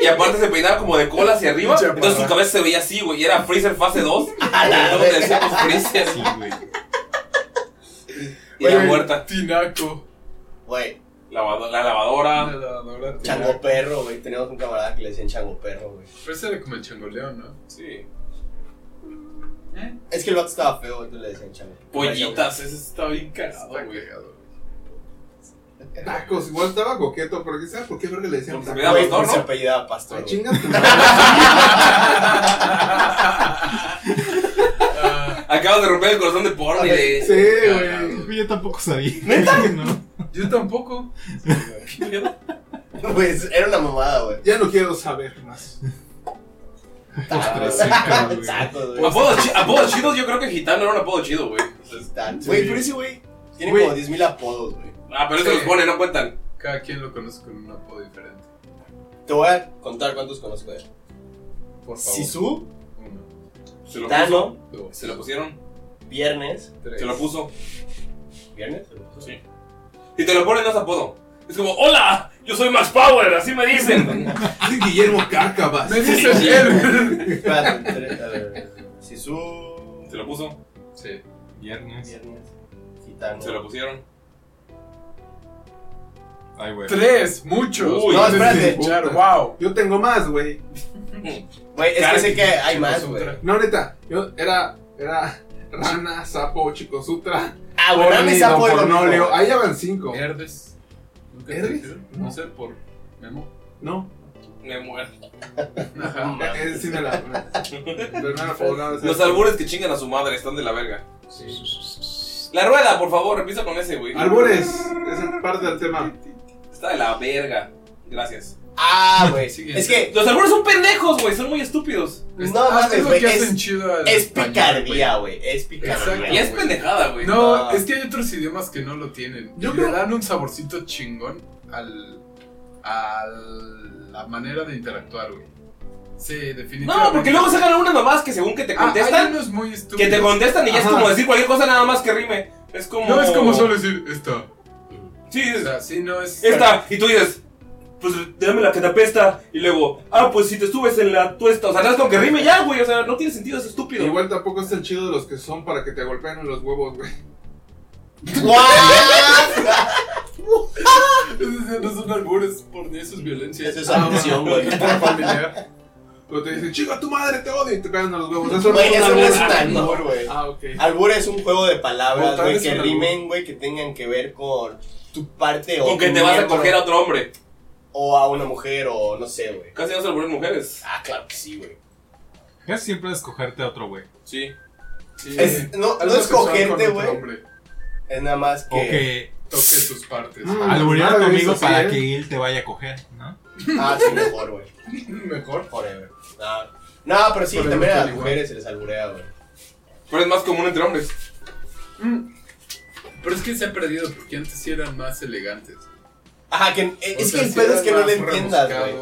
y aparte se peinaba como de cola hacia arriba. Chaparra. Entonces su cabeza se veía así, güey. Y era Freezer fase 2. A la Entonces le decíamos Freezer. Sí, güey. Y era Güey, muerta. Tinaco. Güey, Lavado- la lavadora. La lavadora chango Tinaco. perro, güey. Teníamos un camarada que le decían chango perro, güey. Pero ese era como el changoleón, ¿no? Sí. Es que el vato estaba feo, entonces le decían chango. Pollitas. Ese está bien cagado, Está güey. cagado, Tacos, igual estaba coqueto, porque ¿sabes por qué verga le decían Porque se tacos? Güey, veía- Pastor, pues se ¿no? apellidaba Ay, Pastor. güey. chinga tu madre. Acabas de romper el corazón de Porni. de- Sí, güey. Yo tampoco sabía. ¿Neta? No. Yo tampoco. Pues era una mamada, güey. Ya no quiero saber más. Tacos, güey. Apodos, chi- apodos chidos, yo creo que gitano era un apodo chido, güey. Entonces- Tan- Güey, pero ese güey tiene Güey. como 10.000 apodos, güey. Ah, pero eso Sí. los pone, no cuentan. Cada quien lo conoce con un apodo diferente. Te voy a contar cuántos conozco de él. Por favor. Uno, Sisu, Se lo puso. Tano, dos, Se lo pusieron. Viernes. tres. Se lo puso. ¿Viernes? Sí. Y te lo ponen, no es apodo. Es como, hola, yo soy Max Power, así me dicen. Es Guillermo Cárcavas. Me dices él. Espérate, tres, a ver, Sisu, Se lo puso, Sí. Viernes. Viernes, Gitano. se lo pusieron. Ay, güey. Tres, muchos. Uy, no, espérate. Escuchar, wow. Yo tengo más, güey. Güey, es que Cara- sé que hay más, Chico güey. Sutra. No, neta, yo era, era rana, sapo, chico sutra, Ah, güey, dame esa don por lo mismo. Cornolio. Ahí ya van cinco. Herdes. ¿Nunca te ¿Herdes? dijeron? No sé, por Memo. No, Me muero. Ajá. eh, eh, sí me la. me- pero no era por nada, o sea, Los albures que chingan a su madre están de la verga. La rueda, por favor, empieza con ese, güey. Albures, es parte del tema. Está de la verga. Gracias. Eh, Ah, güey. Siguiente. Es que, Los albures son pendejos, güey, son muy estúpidos. no Ah, mames, es lo güey. que hacen Es, chido al es español, picardía, güey. Es picardía. Exacto. Y es güey. pendejada, güey. güey. No, Ah. es que hay otros idiomas que no lo tienen. Yo Yo creo- Le dan un saborcito chingón al, a la manera de interactuar, güey. Sí, definitivamente. No, porque luego sacan unas mamás que según que te Ah, hay contestan, unos muy estúpidos. que te contestan y ya es Ajá. como decir cualquier cosa nada más que rime. Es como. No es como solo decir esta. Sí, O es- sea, sí, no es. esta. Y tú dices, pues dame la que te apesta. Y luego, ah, pues si te subes en la tuesta. O sea, no es como que rime ya, güey. O sea, no tiene sentido, es estúpido. Igual tampoco es el chido de los que son para que te golpeen en los huevos, güey. Ese no son albures, por eso es violencia. Eso es adicción, güey. Pero te dicen, chica tu madre, te odio y te caen a los huevos. Eso Güey, es eso no es un albur. albur, güey. Ah, ok. Albur es un juego de palabras, O tal güey, vez que un albur. rimen, güey, que tengan que ver con tu parte o. Con que tu te vas a miembro. coger a otro hombre. O a una mujer, o no sé, güey. Casi no se alburean mujeres. Ah, claro que sí, güey. Casi siempre es cogerte a otro güey. Sí. Es- no, no es cogerte, güey. Es nada más O que. que Toque tus partes. Mm. Ah, alburear a tu madre, amigo eso sí, para ¿eh? que él te vaya a coger, ¿no? Ah, sí, mejor, güey. Mejor. Forever. No, no pero sí, Forever también a las está igual. mujeres se les alburea, güey. Pero es más común entre hombres. Pero es que se han perdido porque antes sí eran más elegantes. Ajá, que es que el pedo es que no le entiendas, güey.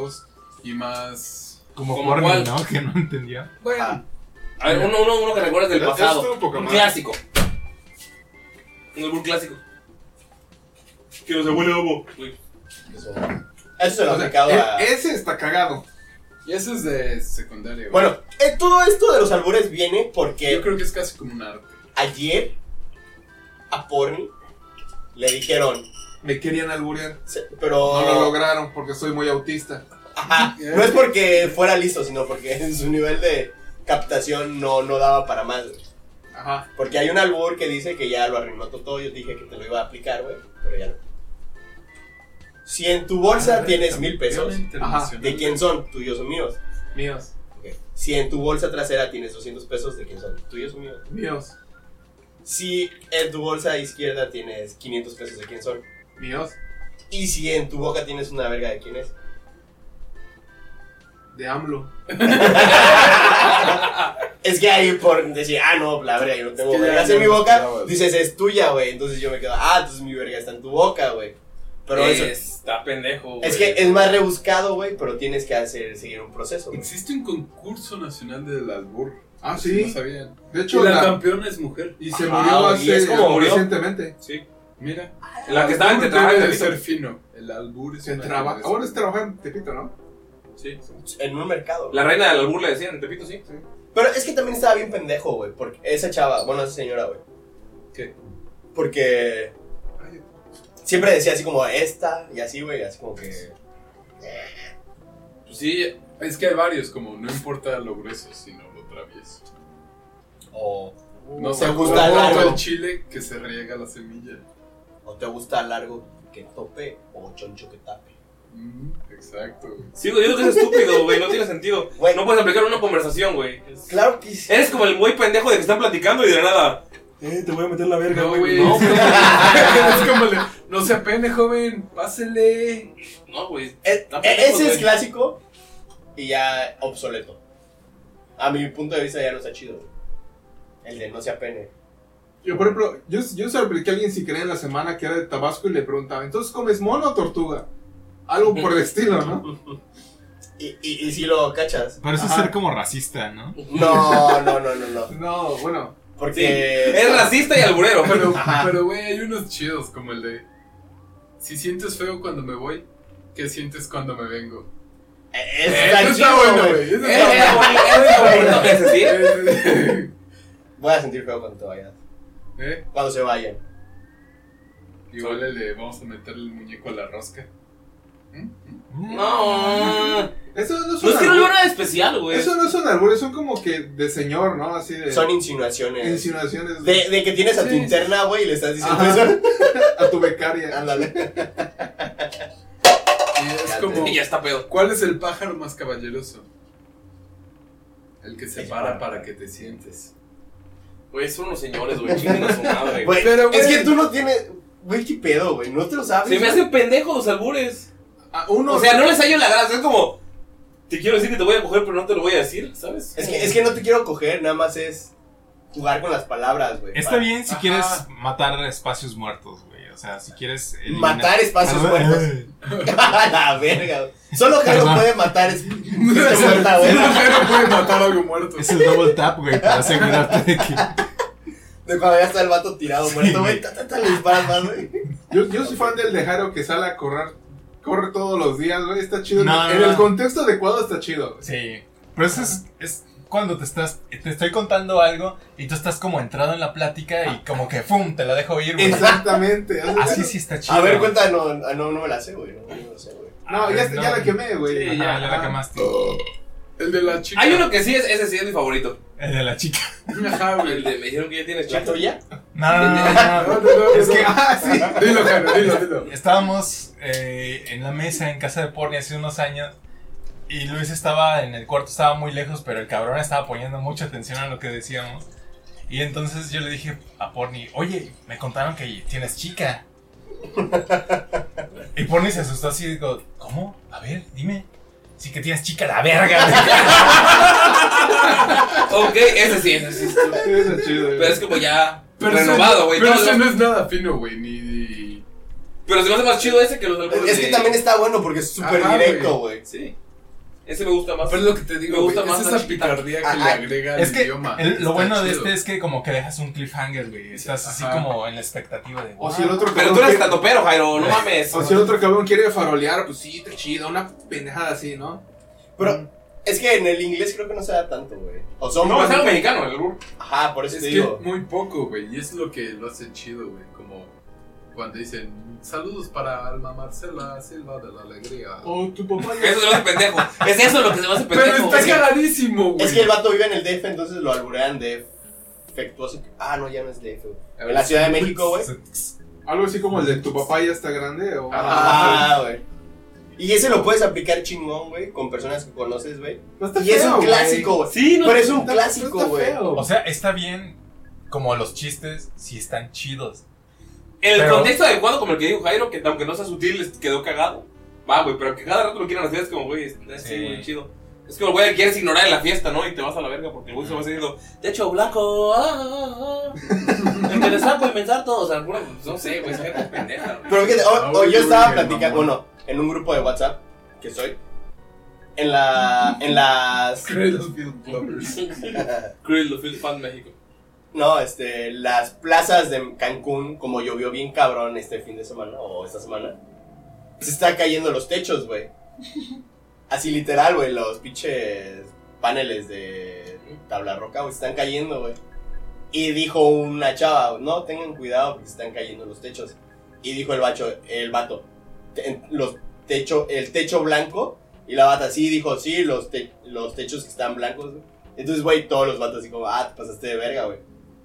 Y más. Como ¿Como Corny, cuál? ¿no? Que no entendió. Bueno. Ah. A ver, uno, uno, uno que recuerdas del Es- pasado. estuvo poca Un madre. clásico. Un albur clásico. Que los abuelos lobo. Eso se lo O sea, aplicaba a- e- Ese está cagado. Y eso es de secundaria. güey. Bueno, eh, todo esto de los albures viene porque. Yo creo que es casi como un arte. Ayer, a Porni le dijeron. Me querían alburear. pero- No lo lograron porque soy muy autista. Ajá, no es porque fuera listo, sino porque en su nivel de captación no, no daba para más, güey. Ajá. Porque hay un albur que dice que ya lo arruinó todo. Yo dije que te lo iba a aplicar, güey, pero ya no. Si en tu bolsa Ah, tienes mil pesos, Ajá. ¿de quién son? ¿Tuyos o míos? Míos. Ok. Si en tu bolsa trasera tienes 200 pesos, ¿de quién son? ¿Tuyos o míos? Míos. Si en tu bolsa izquierda tienes 500 pesos, ¿de quién son? Míos. Y si en tu boca tienes una verga, ¿de quién es? De AMLO. Es que ahí por decir, ah, no, la verga, yo no tengo Es que ya- vergas ya en mi no boca, esperaba, güey. dices, es tuya, güey. Entonces yo me quedo, ah, entonces mi verga está en tu boca, güey. Pero eso. Está pendejo, Es güey. que es más rebuscado, güey, pero tienes que hacer, seguir un proceso. güey. Existe un concurso nacional del albur. Ah, Si sí. No sabían. De hecho, Y la, la- campeona es mujer. Ah, Y se murió hace recientemente. Sí. Mira. La que estaba en albur Tetrapack, debe de ahorita. ser fino. El albur es Se una traba- cosa. Ahora es trabajar en Tepito, ¿no? Sí. En un mercado. La reina del albur le decían, en Tepito, sí. Pero es que también estaba bien pendejo, güey. Porque esa chava, bueno, esa señora, güey. ¿Qué? Porque. Siempre decía así como esta y así, güey. Así como que. Pues sí, es que hay varios, como no importa lo grueso, sino lo travieso. O. No te se gusta gusta largo. el chile que se riega la semilla. O te gusta largo que tope o choncho que tape. Mm, exacto. güey. Sí, güey, yo creo que es estúpido, güey, no tiene sentido. No puedes aplicar una conversación, güey. Claro que Eh, sí. Eres como el güey pendejo de que están platicando y de la nada. Eh, te voy a meter la verga, No, güey. No, güey. es como le- no se apene, joven. Pásele. No, güey. E- ese es clásico y ya obsoleto. A mi punto de vista ya no está chido. güey. El de no se apene. Yo, por ejemplo, yo, yo se lo apliqué a alguien si quería en la semana que era de Tabasco y le preguntaba, ¿entonces comes mono o tortuga? Algo por el estilo, ¿no? Y, y, y si lo cachas. Parece Ajá. ser como racista, ¿no? No, no, no, no, no. No, bueno. Porque. Sí, es racista y alburero. Pero, Ajá. pero, güey, hay unos chidos como el de. Si sientes feo cuando me voy, ¿qué sientes cuando me vengo? ¿eh? Eso Ese está chido, güey. Ese Ese está está bueno. bonito, Ese ese sí. Ese sí. Voy a sentir feo cuando te vayas. ¿Eh? Cuando se vayan. Igual el de vamos a meterle el muñeco a la rosca. ¿Mm? No. Eso no No es es un que no pues. albur. le veo nada especial, güey. Eso no es un albur, son como que de señor, ¿no? Así de... Son insinuaciones. Insinuaciones. De, de que tienes a tu Sí. interna, güey, y le estás diciendo Ajá. eso. A tu becaria. Ándale. Y es como. Y ya está pedo. ¿Cuál es el pájaro más caballeroso? El que se para para que te sientes. Güey, son unos señores, güey. Chinguen a su madre. Güey, Pero, es güey. que tú no tienes. Güey, qué pedo, güey. No te lo sabes. Se me güey. hacen pendejos los albures. Ah, uno, O sea, no les hallo la gracia. Es como. Te quiero decir que te voy a coger, pero no te lo voy a decir, ¿sabes? Es que, es que no te quiero coger, nada más es jugar con las palabras, güey. Está Para- bien si quieres matar espacios muertos, güey. O sea, si quieres. eliminar- Matar espacios Ah, muertos. eh. A la verga, güey. Solo Jaro Perdón. puede matar. Es... Ese- muerta, güey. ese pájaro puede matar a algo muerto. Es el double tap, güey, para asegurarte de que. De cuando ya está el vato tirado, muerto, güey. Ta, ta, ta, le disparas más, güey. Yo, yo soy fan del de Jaro que sale a correr, corre todos los días, güey, está chido. No, en no, el no. contexto adecuado está chido. Ah. Sí. Pero eso es, es cuando te estás, te estoy contando algo y tú estás como entrado en la plática y como que ¡fum! te la dejo ir. güey. Exactamente. Así sí está chido. A ver, cuenta, no, no, no me la sé, güey. No, no me la sé, güey. No, ya, ya la quemé, güey. Sí, ya, ya la quemaste. El de la chica. Hay uno que sí, es, ese sí es mi favorito. El de la chica. Ajá, güey. El de me dijeron que ya tienes ¿La chato. tuya? No, no, no, no, No, no, no. no, Es no. que- Ah, sí. Dilo, Jano, dilo, dilo. Estábamos eh, en la mesa en casa de Porni hace unos años y Luis estaba en el cuarto, estaba muy lejos, pero el cabrón estaba poniendo mucha atención a lo que decíamos. Y entonces yo le dije a Porni, oye, me contaron que tienes chica. Y Porni se asustó así y dijo, ¿cómo? A ver, dime. Sí que tienes chica la verga. Ok, ese sí, ese sí. Sí, está chido, güey. Pero Pues, es como ya Pero renovado, eso, güey. pero Todos eso los- no es nada fino, güey. Ni, ni- Pero se me hace más chido ese que los algunos Es que de- también está bueno porque es súper Ajá, directo, güey. Sí. Ese me gusta más. Pero es lo que te Me digo, gusta güey, más Es la esa chiquita. picardía que Ajá. le agrega Ah, es el que idioma. el- lo Está bueno de chido. este es que como que dejas un cliffhanger, güey. Estás así Ajá. como en la expectativa de... O si el otro Pero cabrón tú eres quiere- tatopero, Jairo, no mames. O si el otro cabrón quiere farolear, pues sí, está chido. Una pendejada así, ¿no? Pero es que en el inglés creo que no se da tanto, güey. O son No, es algo mexicano, el burro. Ajá, por eso Es te que digo. muy poco, güey. Y es lo que lo hace chido, güey. Como cuando dicen saludos para Alma Marcela Silva de la Alegría. Oh. O tu papá ya- Eso se me hace pendejo. Es eso lo que se me hace Pero pendejo. está cagadísimo, güey. Es que el vato vive en el DF, entonces lo alburean de Fectuoso. Ah, no, ya no es DF, güey. En la Ciudad de México, güey. Algo así como el de tu papá ya está grande. O... Ah, güey. Y ese lo puedes aplicar chingón, güey, con personas que conoces, güey. No está Y es feo, un güey. clásico, güey. Sí, no. Pero es un Está- clásico, no está güey. feo. O sea, está bien como los chistes si están chidos. El Pero- contexto adecuado, como el que dijo Jairo, que aunque no sea sutil, les quedó cagado. Va, güey, pero que cada rato lo quieran hacer es como, güey, es Sí. muy chido. Es como, güey, quieres ignorar en la fiesta, ¿no? Y te vas a la verga porque el güey se va diciendo, te echo blanco, ah, ah, ah. el que le saco y me salto. O sea, bueno, pues, no sé, güey, es gente pendeja. güey. Pero fíjate, Ah, o- o güey, yo güey, estaba el platicando, mamón. bueno, en un grupo de WhatsApp que soy. En la. En las. Cradlefield Lovers. Cruel, lo feel fan México. No, este, las plazas de Cancún, como llovió bien cabrón este fin de semana o esta semana, se está cayendo los techos, güey. Así literal, güey, los pinches paneles de tabla roca, güey, se están cayendo, güey. Y dijo una chava, no, tengan cuidado porque se están cayendo los techos. Y dijo el bacho, el vato, "Te- los techo, el techo blanco. Y la bata sí dijo, sí, los, te- los techos que están blancos, güey. Entonces, güey, todos los vatos así como, ah, te pasaste de verga, güey.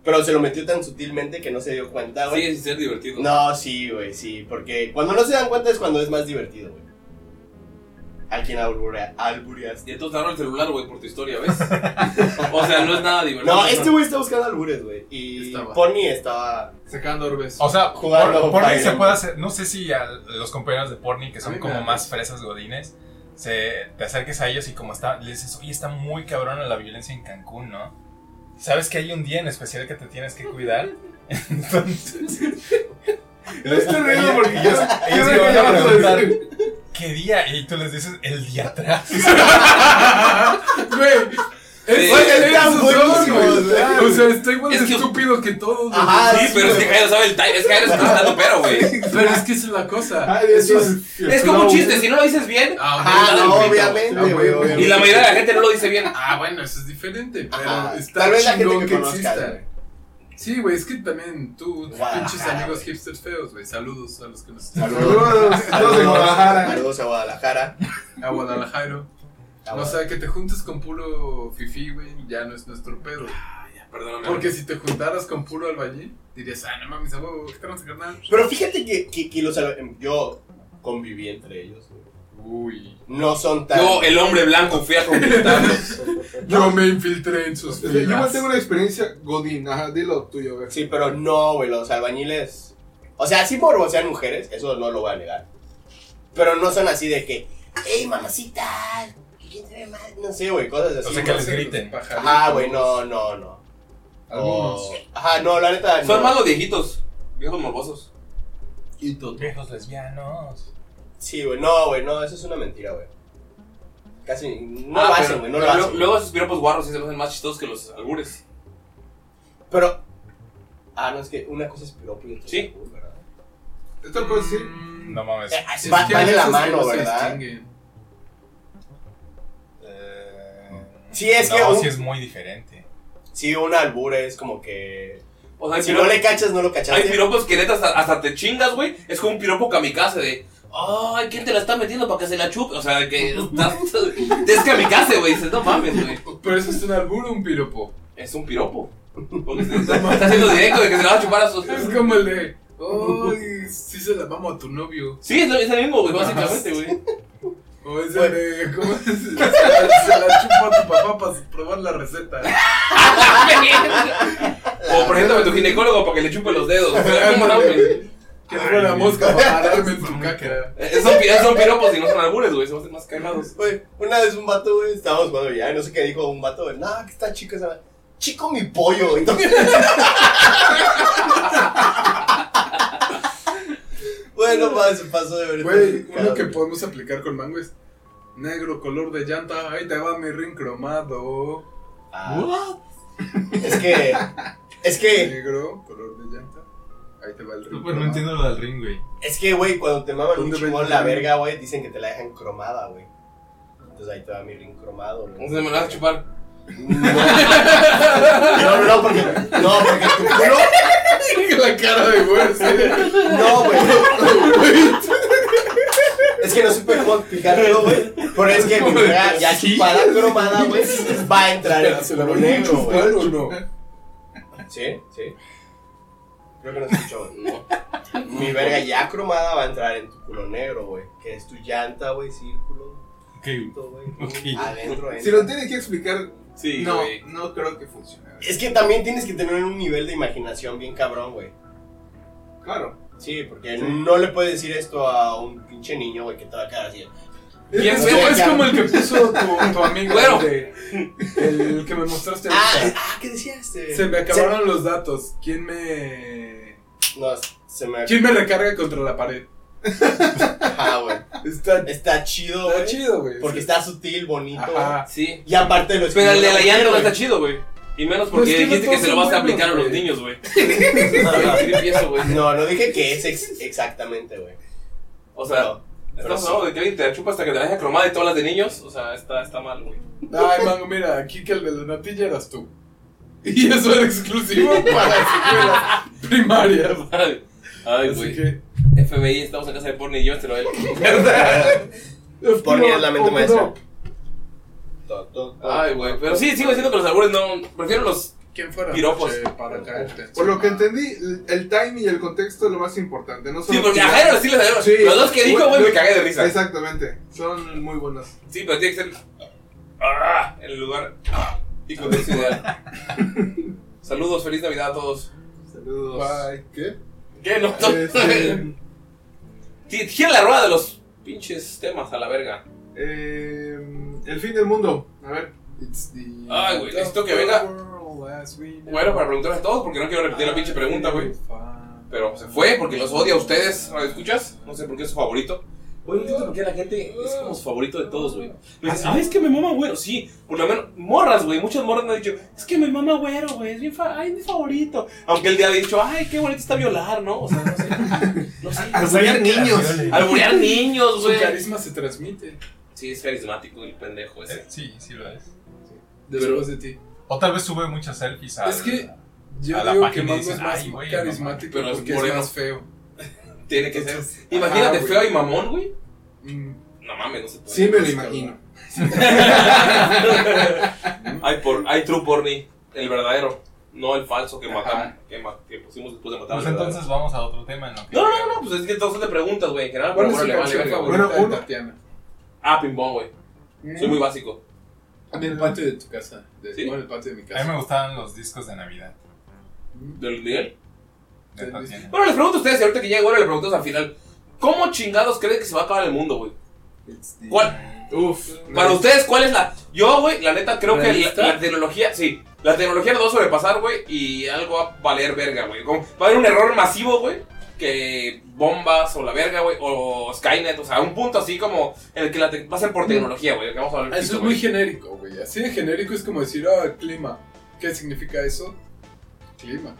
Pero se lo metió tan sutilmente que no se dio cuenta, Ah, güey. Sigue sin ser divertido. No, sí, güey, sí. Porque cuando no se dan cuenta es cuando es más divertido, güey. Al quien alburea, albureas. Y entonces daron el celular, güey, por tu historia, ¿ves? o sea, no es nada divertido. No, este güey está buscando albures, güey. Y Estaba. Pony estaba. Sacando orbes. Oh. O sea, Jugando Fire por- Porni se Emblem. puede hacer. No sé si a los compañeros de Porni, que A son mí me como da más fresas godines, se, te acerques a ellos y como está, le dices, oye, está muy cabrón la violencia en Cancún, ¿no? Sabes que hay un día en especial que te tienes que cuidar. Entonces. No estoy riendo porque yo. Ellos, ellos yo te van ya a vas a preguntar, decir. ¿qué día? Y tú les dices, el día atrás. Güey. Es, Oye, es están esos dos, buenísimos, güey. güey. O sea, está igual Es de que- estúpido que todos. Ajá, Sí, pero es que Jairo sabe el time. Es que Jairo es un pero, güey. güey. Pero es que esa es la cosa. Ay, Dios, Eso es- Dios. Es como un No, chiste, si no lo dices bien. Ah, Ah, Ajá, güey, no, güey, ah, obviamente, güey, güey, güey. obviamente. Y la mayoría de la gente no lo dice bien. Ah, bueno, eso es diferente, pero Ajá. está Tal vez la gente chingón que que, conozca, exista. güey. Sí, güey, es que también tú, tus Guadalajara, pinches amigos güey. hipsters feos, güey. Saludos a los que nos están Saludos. Saludos de Guadalajara. Saludos a Guadalajara. Ah, a Guadalajara. A O sea, que te juntes con puro fifi, güey, ya no es nuestro pedo. Perdóname. Porque si te juntaras con puro albañil, dirías, ah, no mames, a huevo, ¿qué tranza, carnal? Pero fíjate que, que, que los alba- yo conviví entre ellos. güey. Uy. No son tan. Yo, el hombre blanco, fui a conquistarlos. Yo me infiltré en sus Yo igual filas. tengo una experiencia godín. Ajá, dilo tuyo, güey. Sí, pero no, güey, los albañiles. O sea, sí morbosean mujeres, eso no lo voy a negar. Pero no son así de que, hey, mamacita, ¿quién te ve mal? No sé, güey, cosas así. O sea, que güey. les Ah, griten. Pajaritos. Ajá, güey, no, no, no. Algunos. O- Ajá, no, la neta. Son no. más los viejitos, viejos morbosos. Viejos lesbianos. Sí, güey, no, güey, no, eso es una mentira, güey. Casi. No Ah, lo pero- hacen, güey, no lo pero hacen. Luego esos piropos guarros sí se me hacen más chistosos que los albures. Pero. Ah, no, es que una cosa es piropo y otra Sí. es albur, ¿verdad? Esto puede decir. Mm, No mames. Eh, va- va de la mano, ¿verdad? Si es que No, un- sí es muy diferente. si un albur es como que. O sea, hay si piropos- no le ¿eh? cachas, no lo cachas. Hay piropos que neta hasta, hasta te chingas, güey. Es como un piropo kamikaze de. Ay, ¿quién te la está metiendo para que se la chupe? O sea, que. estás- es kamikaze, güey. Dices, no mames, güey. Pero eso es un albur o un piropo. Es un piropo. Porque se está, está haciendo directo de que se la va a chupar a sus. Es como el de. Ay, sí se la mamo a tu novio. Sí, es lo, es lo mismo, güey, básicamente, güey. O es el de. ¿Cómo es? Se la, se la chupo a tu papá para probar la receta. Ah, O preséntame a tu ginecólogo para que le chupe los dedos. O sea, ¿cómo no, güey? Que fue la mosca para pararme en tu caca. Eh, Son, pi- son piropos y no son albures, güey. Se hacen más cagados. Güey, una vez un vato, güey, estábamos jugando ya, no sé qué dijo un vato, güey, nah, que está chico esa. Chico mi pollo, güey. bueno, más pasó de ver. este Güey, uno que podemos aplicar con mango es. Negro, color de llanta, ahí te va mi ring cromado. Mm. Ah. Es que. Es que. Negro, color de llanta, ahí te va el ring No, pues no entiendo lo del ring, güey. Es que, güey, cuando te maman un ¿Dónde chingón ven la el ring? verga, güey, dicen que te la dejan cromada, güey. Entonces ahí te va mi ring cromado, güey. Entonces me la vas a chupar. No, no, no, porque. No, porque tu culo. La cara de güey, sí. No, güey. Es que no supe cómo explicártelo, güey. Pero es que mi verga ya chupada, cromada, güey, va a entrar en ¿Se su la culo voy a negro, güey. chupar o no? Sí, sí. Creo que no escuchó, güey. Mi verga ya cromada va a entrar en tu culo negro, güey. Que es tu llanta, güey, círculo, Ok. todo, güey. Ok. Adentro, Si entra. lo tienes que explicar, Sí, no, güey. no creo que funcione. Es que también tienes que tener un nivel de imaginación bien cabrón, güey. Claro. Sí, porque no le puedes decir esto a un pinche niño, güey, que te va a quedar así. Bien, es, güey. como, es como el que puso tu, tu amigo Bueno. de- el que me mostraste Ah, ahorita. ah, ¿qué decías? Eh, Se me acabaron los datos. ¿Quién me se- No, se me. quién me recarga contra la pared? Ajá, güey. Está, Está chido, está güey. chido, güey. Porque está sutil, bonito. Ajá. Sí. Y aparte lo Pero el de la escribió, llanta no güey. está chido, güey. Y menos Pues porque es que no dijiste que se todos lo son vas a aplicar a buenos, los güey. niños, güey. Qué creepy eso, güey. No, no dije que es ex- exactamente, güey. O sea, No, pero estamos sí. hablando de que alguien te la chupa hasta que te la deja cromada y todas las de niños. O sea, está, está mal, güey. Ay, mango, mira, aquí que el de la natilla eras tú. Y eso era exclusivo para escuelas primarias. Ay, Así güey. que. FBI, estamos en casa de Porni y yo, te lo Por mí es la mente Open maestra. up. Ay, güey. Pero sí, sigo diciendo que los albures no. Prefiero los. ¿Quién fuera? Piropos. Che, Para este, caerte. Por lo que entendí, el- el time y el contexto es lo más importante. No Sí, solo- porque a Jairo sí les salieron. Sí. Los dos que dijo, güey, me cagué de risa. Exactamente, son muy buenos. Sí, pero tiene que ser. Ah, en el lugar. Ah, y con eso ideal. Saludos, feliz Navidad a todos. Saludos. Bye. ¿Qué? ¿Qué? No, Este, Sí, Gira la rueda de los pinches temas a la verga. eh, el fin del mundo. A ver. It's the- Ay, güey, necesito que venga- Bueno, para preguntarles a todos, porque no quiero repetir la pinche pregunta, güey. Pero se fue porque los odia a ustedes. ¿No escuchas? No sé por qué es su favorito. Güey, no entiendo por qué la gente es como su favorito de todos, güey. Me dicen, ay, es que me mama güero. Sí, por lo menos, morras, güey. Muchas morras me han dicho, es que me mama güero, güey. Es mi, fa- ay, mi favorito. Aunque el día había dicho, ay, qué bonito está violar, ¿no? O sea, no sé. No sé. Alburear niños. Alburear niños, Su güey. carisma se transmite Sí, es carismático el pendejo ese. Sí, sí lo es. después de ti. O tal vez sube muchas selfies a. Es que yo a la digo que página Mango dicen, es más "Ay, güey, carismático mamá". Pero es porque es moreno. más feo. Tiene que ser. Entonces, Imagínate ajá, güey. feo y mamón, güey. Mm, Pues, No mames, no se puede. Sí, me lo imagino. Hay, por, hay True Porny, el verdadero, no el falso que matamos, que, ma- que pusimos después de matar Pues al verdadero. entonces vamos a otro tema en lo que. No, no, no, no, pues es que entonces le preguntas, güey, en general, pero ¿Cuál es bueno, su le vale canción verga, güey. favorita Bueno, de uno- Tatiana? Ah, pimbón, güey. Soy muy básico. En el patio de tu casa. De, Sí. no, en el patio de mi A mí casa. Mm, me gustaban los discos de Navidad. ¿De Luis Miguel? De Sí, Tatiana. Bueno, les pregunto a ustedes, y ahorita que llegue, güey, le preguntas al final. ¿Cómo chingados creen que se va a acabar el mundo, güey? este, ¿Cuál? Uf. Para ustedes, ¿cuál es la...? Yo, güey, la neta, creo que la, ¿Realista? la tecnología... Sí, la tecnología nos va a sobrepasar, güey, y algo va a valer verga, güey. Como- Va a haber un error masivo, güey, que bombas o la verga, güey, o Skynet, o sea, un punto así como en el que la te- va a ser por tecnología, güey, que vamos a hablar Mm. Eso pito, es güey. muy genérico, güey. Así de genérico es como decir, ah, clima. ¿Qué significa eso? Clima.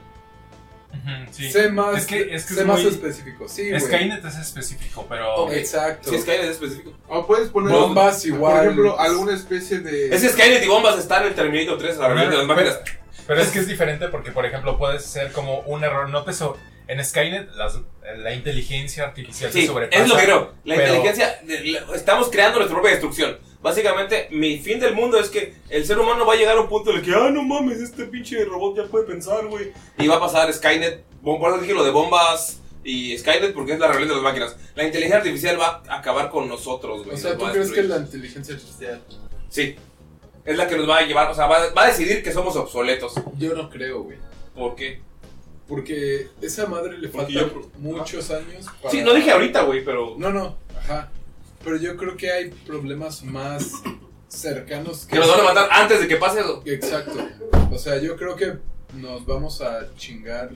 Ujú, sí. Sé más, Es que- es que sé es más muy- específico. Sí, güey. Skynet es específico, pero. Ok, Exacto. Si Skynet es específico. O puedes poner Bombas igual. Por ejemplo, alguna especie de. Es que Skynet y bombas están en Terminator 3, la reunión de las máquinas. Pero es que es diferente porque, por ejemplo, puede ser como un error. No te so- En Skynet, las- la inteligencia artificial Sí, te sobrepasa. es lo que creo. La pero- inteligencia, de- la- estamos creando nuestra propia destrucción. Básicamente, mi fin del mundo es que el ser humano va a llegar a un punto en el que, ah, no mames, este pinche robot ya puede pensar, güey. Y va a pasar Skynet, bom- por eso dije lo de bombas y Skynet porque es la rebelión de las máquinas. La inteligencia artificial va a acabar con nosotros, güey. O sea, nos ¿tú va a crees que destruir. la inteligencia artificial? Sí. Es la que nos va a llevar, o sea, va, va a decidir que somos obsoletos. Yo no creo, güey. ¿Por qué? Porque esa madre le Porque falta yo- Ah. muchos años para... Sí, no dije ahorita, güey, pero... No, no, ajá. Pero yo creo que hay problemas más cercanos Que nos van a matar antes de que pase eso. Exacto. O sea, yo creo que nos vamos a chingar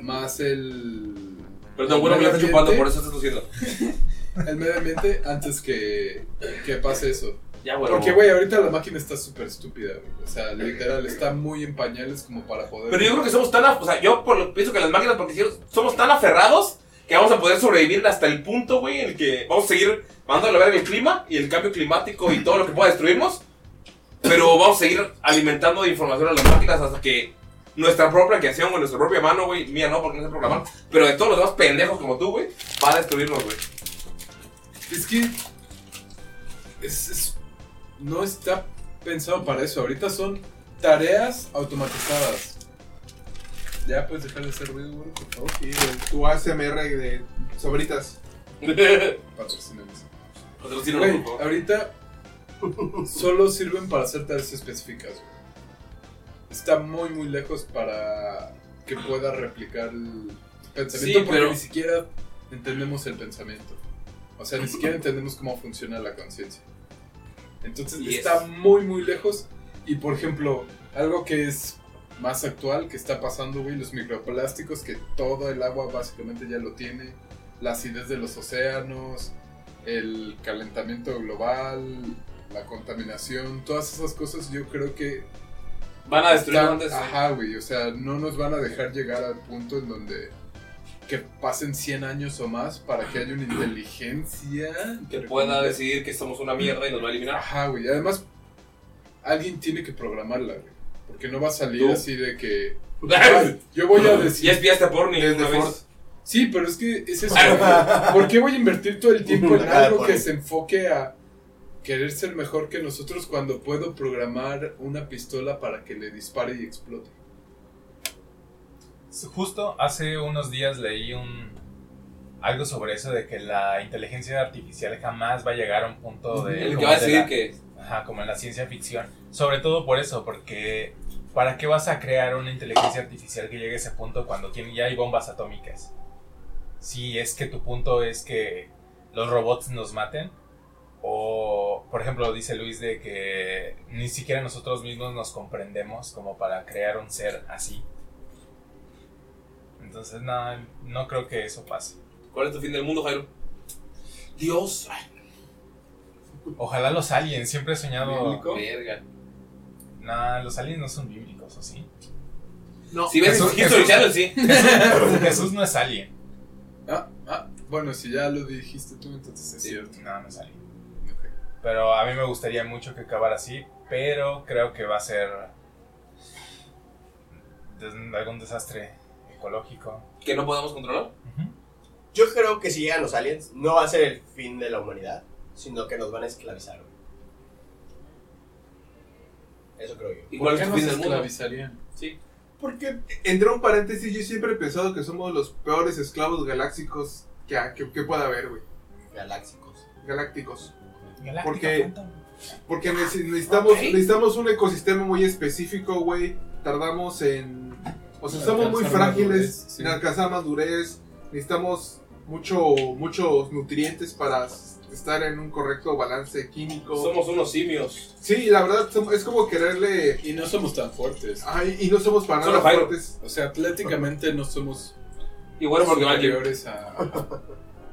más el. Perdón, bueno, me la está medio chupando, ambiente. por eso estás tosiendo. El medio ambiente antes que, que pase eso. Ya, bueno. Porque, güey, ahorita la máquina está súper estúpida, güey. O sea, literal, está muy en pañales como para poder. Pero yo creo que somos tan. af- O sea, yo por lo- pienso que las máquinas porque si- somos tan aferrados que vamos a poder sobrevivir hasta el punto, güey, en el que vamos a seguir mandando a la verga el clima y el cambio climático y todo lo que pueda destruirnos. Pero vamos a seguir alimentando de información a las máquinas hasta que nuestra propia creación, güey, nuestra propia mano, güey, mía no, porque no sé programar, pero de todos los demás pendejos como tú, güey, va a destruirnos, güey. Es que. es- es- no está pensado para eso. Ahorita son tareas automatizadas. Ya puedes dejar de hacer ruido, güey, por favor. Tu ASMR de sobritas. Patrocinamos. Patrocínanos, Güey, por favor. ahorita solo sirven para hacer tareas específicas. güey. Está muy, muy lejos para que pueda replicar el pensamiento Sí, porque pero- ni siquiera entendemos el pensamiento. O sea, ni siquiera entendemos cómo funciona la conciencia. Entonces Y está muy, muy lejos. Y por ejemplo, algo que es más actual, que está pasando, güey, los microplásticos, que todo el agua básicamente ya lo tiene, la acidez de los océanos, el calentamiento global, la contaminación, todas esas cosas yo creo que... Van a destruir están- Ah, antes, ¿no? Ajá, güey, o sea, no nos van a dejar llegar al punto en donde que pasen 100 años o más para que haya una inteligencia Que pueda decidir que somos una mierda y nos va a eliminar. Ajá, güey. Además, alguien tiene que programarla, güey. Porque no va a salir Tú. así de que. "Ay, Yo voy a decir. Ya espiaste a Porni una vez. Sí, pero es que es eso. güey. ¿Por qué voy a invertir todo el tiempo en Una cara de algo que Porni. se enfoque a querer ser mejor que nosotros cuando puedo programar una pistola para que le dispare y explote? Justo hace unos días leí un algo sobre eso de que la inteligencia artificial jamás va a llegar a un punto de En el que como va de a decidir la- que- ajá, como en la ciencia ficción. Sobre todo por eso, porque ¿para qué vas a crear una inteligencia artificial que llegue a ese punto cuando tiene ya hay bombas atómicas? Si es que tu punto es que los robots nos maten o por ejemplo dice Luis de que ni siquiera nosotros mismos nos comprendemos como para crear un ser así. Entonces, no, no creo que eso pase. ¿Cuál es tu fin del mundo, Jairo? Dios. Ojalá los aliens, siempre he soñado. ¿Bíblico? Verga. Nah, los aliens no son bíblicos, ¿o sí? No. Si ves History Channel, sí. Jesús, Jesús no es alien. Ah, ah, bueno, si ya lo dijiste tú, entonces es cierto. No, no es alien. Pero a mí me gustaría mucho que acabara así, pero creo que va a ser des- algún desastre ecológico. ¿Que no podamos controlar? Yo creo que si llegan los aliens, no va a ser el fin de la humanidad, sino que nos van a esclavizar. güey. Eso creo yo. ¿Y cuál ¿Por qué es tu nos fin del mundo? esclavizarían? Sí. Porque, entre un paréntesis, yo siempre he pensado que somos los peores esclavos galácticos que, que, que pueda haber, güey. Galácticos. Galácticos. Galáctica, Porque, porque nece- necesitamos, Ok. necesitamos un ecosistema muy específico, güey. Tardamos en... O sea, somos muy Alcanzar frágiles, madurez, sí. en alcanzar madurez. Necesitamos mucho, muchos nutrientes para s- estar en un correcto balance químico. Somos unos simios. Sí, la verdad, som- es como quererle... Y no somos tan fuertes. Ay, y no somos para Solo nada Jairo. fuertes. O sea, atléticamente no somos Igual porque va superiores a,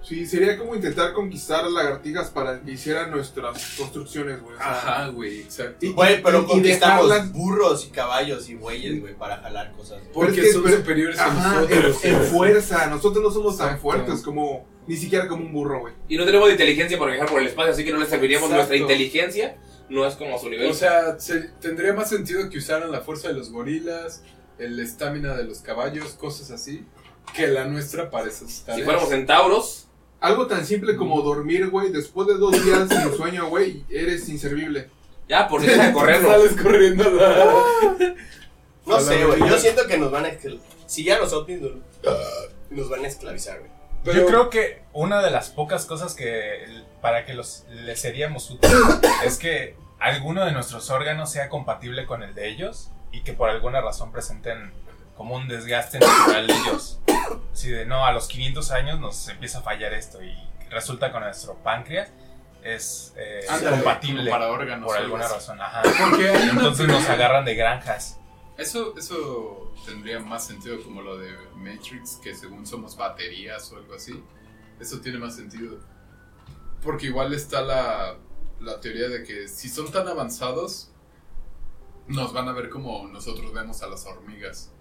Sí, sería como intentar conquistar lagartijas para que hicieran nuestras construcciones, güey. o sea, Ajá, güey, exacto. Y- Güey, y- pero y conquistamos dejarlas- burros y caballos y bueyes, güey, para jalar cosas. güey. Pero es que- pero- ajá, En, en fuerza, nosotros no somos tan fuertes como. Ni siquiera como un burro, güey. Y no tenemos inteligencia para viajar por el espacio, así que no les serviríamos Exacto. nuestra inteligencia. No es como su nivel. eh, O sea, se- tendría más sentido que usaran la fuerza de los gorilas, el estamina de los caballos, cosas así, que la nuestra para esas tareas. centauros. Algo tan simple como dormir, güey. Después de dos días sin sueño, güey, eres inservible. Ya, por si a Sales corriendo. a la- No Hola, sé, güey. güey. Yo siento que nos van a. esclav- Si ya los ovnis no- nos van a esclavizar, güey. Yo creo que una de las pocas cosas que el- para que los, les seríamos útiles es que alguno de nuestros órganos sea compatible con el de ellos y que por alguna razón presenten como un desgaste natural de ellos. Así de, no, a los 500 años nos empieza a fallar esto y resulta con nuestro páncreas es eh, Ándale, compatible como para órganos por o algo alguna así. razón. Ajá. Porque hay una Entonces nos teoría- agarran de granjas. Eso, eso tendría más sentido como lo de Matrix, que según somos baterías o algo así. Eso tiene más sentido. Porque igual está la, la teoría de que si son tan avanzados, nos van a ver como nosotros vemos a las hormigas.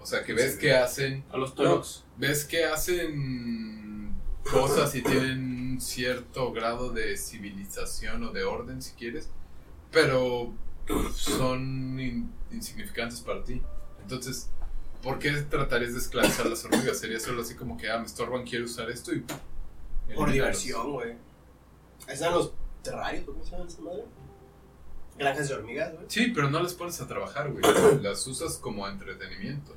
O sea, que ves Sí. que hacen... A los toros. No, ves que hacen cosas y tienen un cierto grado de civilización o de orden, si quieres pero son in- insignificantes para ti. Entonces, ¿por qué tratarías de esclavizar las hormigas? Sería solo así como que, ah, me estorban, quiero usar esto y... Por eliminarlos. diversión, güey. Ahí están los terrarios, ¿cómo se llama esa madre? Granjas de hormigas, güey. Sí, pero no las pones a trabajar, güey. Las usas como entretenimiento.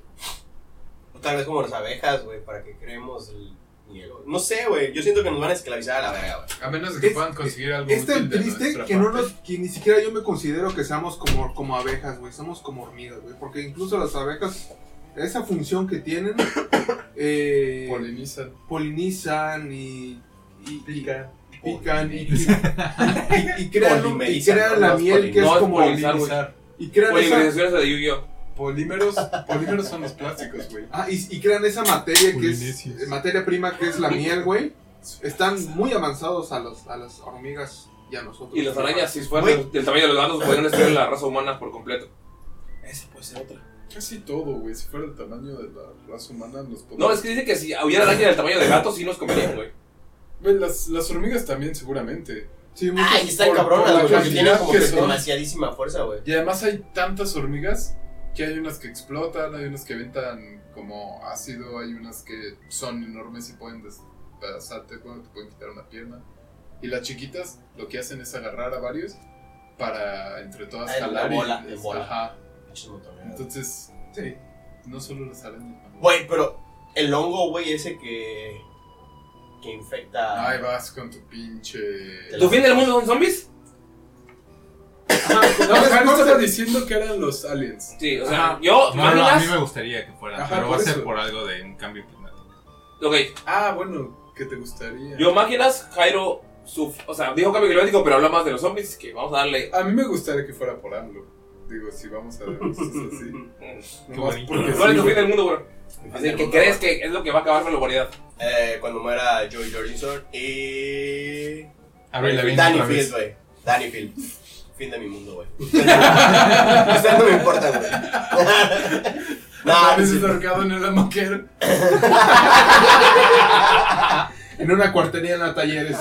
O tal vez como las abejas, güey, para que creemos el miel. güey. No sé, güey. Yo siento que nos van a esclavizar a la verga, güey. A menos de que Es- puedan conseguir algo Es tan útil de triste nuestra que, no parte. nos, que ni siquiera yo me considero que seamos como, como abejas, güey. Somos como hormigas, güey. Porque incluso las abejas, esa función que tienen, eh, Polinizan. polinizan y. y- y- pican. y, y- y crean, un- y Polimerizan, crean no la es miel que es No es como. polinizar, güey. polinizar. Y crean Polimerización esa, es la de Yu-Gi-Oh! Polímeros, polímeros son los plásticos, güey. ah, y, y crean esa materia que es. eh, Materia prima que es la miel, güey. Están muy avanzados a, los, a las hormigas y a nosotros. Y las arañas, si fueran del- del tamaño de los gatos, podrían destruir la raza humana por completo. Esa puede ser otra. Casi todo, güey. Si fuera el tamaño de la raza humana, nos podemos... No, es que dice que si hubiera araña del tamaño de gatos, sí nos comerían, güey. Güey, las, las hormigas también, seguramente. Sí, Ah, y están Por- por cabronas, güey. la Porque cantidad tienen como que, que son. demasiadísima fuerza, güey. Y además hay tantas hormigas que hay unas que explotan, hay unas que ventan como ácido, hay unas que son enormes y pueden despedazarte, bueno, te pueden quitar una pierna. Y las chiquitas lo que hacen es agarrar a varios para entre todas Ah, en jalar la bola, y en bola. Ajá. Pinches montoneras. Entonces, sí, no solo las arañas. ¿no? Güey, pero el hongo, güey, ese que. que infecta. Ahí vas con tu pinche. ¿Tu fin del mundo son zombies? No, Hans estaba diciendo que eran los aliens. Sí, o sea, yo. No, no, a mí Máquinas. me gustaría que fuera, Ajá, pero va a por ser eso. por algo de un cambio climático. Ok, Ah, bueno, que te gustaría. yo máquinas, Jairo. su- o sea, dijo cambio climático, pero habla más de los zombies. Que vamos a darle. A mí me gustaría que fuera por AMLO. Digo, si vamos a ver cosas Mm, así. Nomás bonito. porque ¿Cuál es sí, tu fin del güey. mundo, güey? Así que crees que es lo que va a acabar con la humanidad. Eh, cuando muera Joey Jorgensen y. Avril Lavigne Danny otra vez. Field, güey. Danny Field. Fin de mi mundo, güey. Ustedes no me importa, güey. Ah, no, no, ese sí. es ahorcado en el amaquero. En una cuartería en la talleres.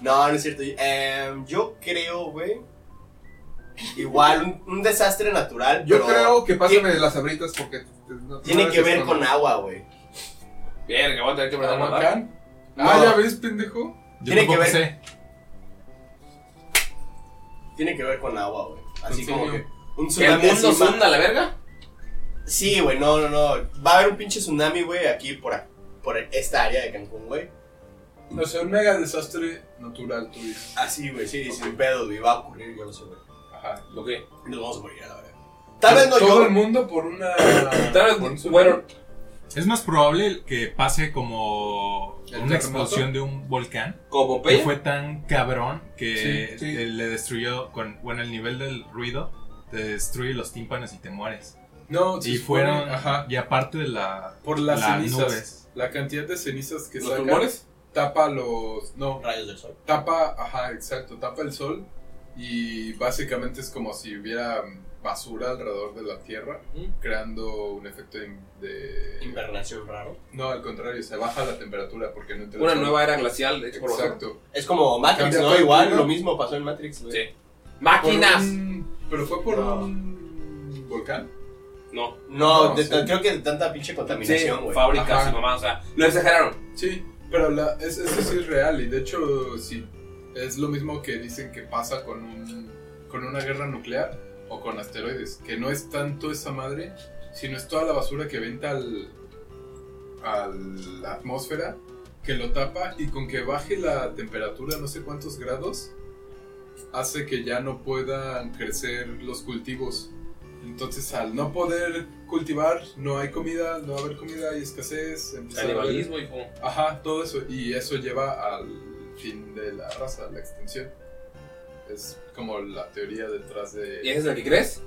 no, no es cierto. Em, yo creo, güey. Igual un, un desastre natural. Yo pero creo que pásame las abritas porque. no- Tiene no que es ver eso, con ¿no? agua, güey. Verga, voy a tener que aprender a nadar. ¿Amacan? Ah, No. ya ves, pendejo. Yo Tiene que tampoco ver. sé. Tiene que ver con agua, güey. Así ¿En como serio? que. Un ¿Que el tsunami así mundo se ma- hunda a la verga? Sí, güey, no, no, no. Va a haber un pinche tsunami, güey, aquí por, a- por esta área de Cancún, güey. No sé, un mega desastre natural, tú dices. Así, güey, sí, sin pedos, güey. Va a ocurrir, yo lo sé, güey. Ajá. ¿Lo qué? Y Nos vamos a morir, a la verdad. Tal vez no Todo yo. el mundo por una. Tal por un vez, tsunami. bueno, Es más probable que pase como ¿El una terremoto? explosión de un volcán como que Popeye. fue tan cabrón que Sí, sí. eh, le destruyó con bueno el nivel del ruido te destruye los tímpanos y te mueres. No, se y supone- fueron Ajá. y aparte de la Por las las cenizas. nubes. La cantidad de cenizas que ¿Los sacan pulmones? tapa los. No. Rayos del sol. Tapa, ajá, exacto, tapa el sol y básicamente es como si hubiera basura alrededor de la Tierra, creando un efecto de- de... Invernación raro. No, al contrario, se baja la temperatura porque no entra el Una sol. nueva era glacial, de hecho, por lo Exacto. tanto. Es como Matrix, Cambia ¿no? todo el Igual, clima. lo mismo pasó en Matrix, güey. Sí. Máquinas. Por un- Pero fue por No. un volcán. No. No, No, de- sí. creo que de tanta pinche contaminación, Sí, güey. fábricas Ajá. y mamás, o sea, lo exageraron. Sí, pero la, es- eso sí es real y de hecho sí, es lo mismo que dicen que pasa con, un, con una guerra nuclear o con asteroides, que no es tanto esa madre, sino es toda la basura que venta al, a la atmósfera que lo tapa y con que baje la temperatura no sé cuántos grados hace que ya no puedan crecer los cultivos. Entonces al no poder cultivar no hay comida, no va a haber comida, hay escasez. empieza a haber- Canibalismo, hijo. Ajá, todo eso. Y eso lleva al fin de la raza, a la extinción. Es como la teoría detrás de... ¿Y ese es el que crees?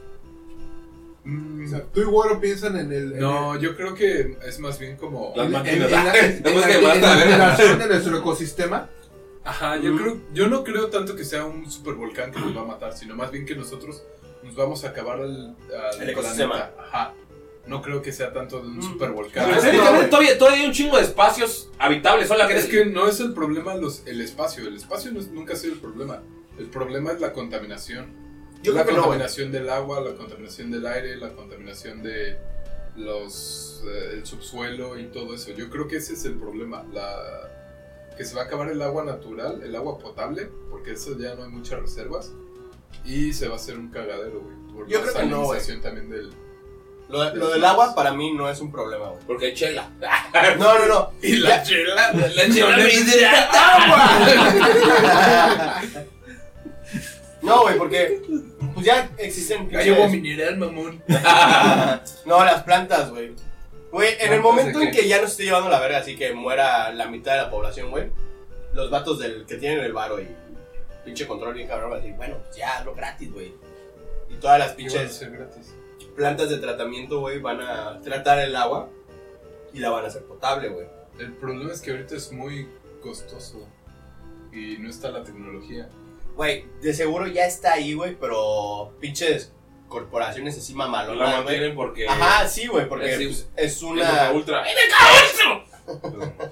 Mm, O sea, tú y Güero piensan en el. en no, yo creo que es más bien como... Las el- en- máquinas. en la- en- Nada más que en la- en ¿eh? mata, a la ver. alteración de nuestro ecosistema. Ajá, yo, creo, yo no creo tanto que sea un supervolcán que nos va a matar, sino más bien que nosotros nos vamos a acabar al, al El ecosistema. planeta. Ajá. No creo que sea tanto de un supervolcán. Pero Es que- técnicamente Pues todavía, todavía hay un chingo de espacios habitables. Solo que es que no es el problema los, el espacio. El espacio no es- nunca ha sido el problema. El problema es la contaminación. Yo la creo que no, güey. contaminación del agua, la contaminación del aire, la contaminación de los eh, el subsuelo y todo eso. Yo creo que ese es el problema. La, que se va a acabar el agua natural, el agua potable, porque eso ya no hay muchas reservas. Y se va a hacer un cagadero, güey. Por Yo la creo que no, güey. salinización también del. Lo, de- lo del agua para mí no es un problema, güey. Porque hay chela. No, no, no. Y la chela. La chela No me necesitas hidrata. No, güey, porque pues ya existen Ya pinches- llevo mineral, mamón. No, las plantas, güey. Güey, en el ¿Plantas momento de en qué? que ya nos esté llevando la verga, así que muera la mitad de la población, güey. Los vatos del que tienen el varo y pinche control bien cabrón van a decir, bueno, pues ya, lo gratis, güey. Y todas las Y van a pinches ser gratis. plantas de tratamiento, güey, van a tratar el agua y la van a hacer potable, güey. El problema es que ahorita es muy costoso y no está la tecnología. Güey, de seguro ya está ahí, güey, pero pinches corporaciones así No la mamalonas, güey. mantienen porque. Ajá, sí, güey, porque Es- pues, es Es una... ultra.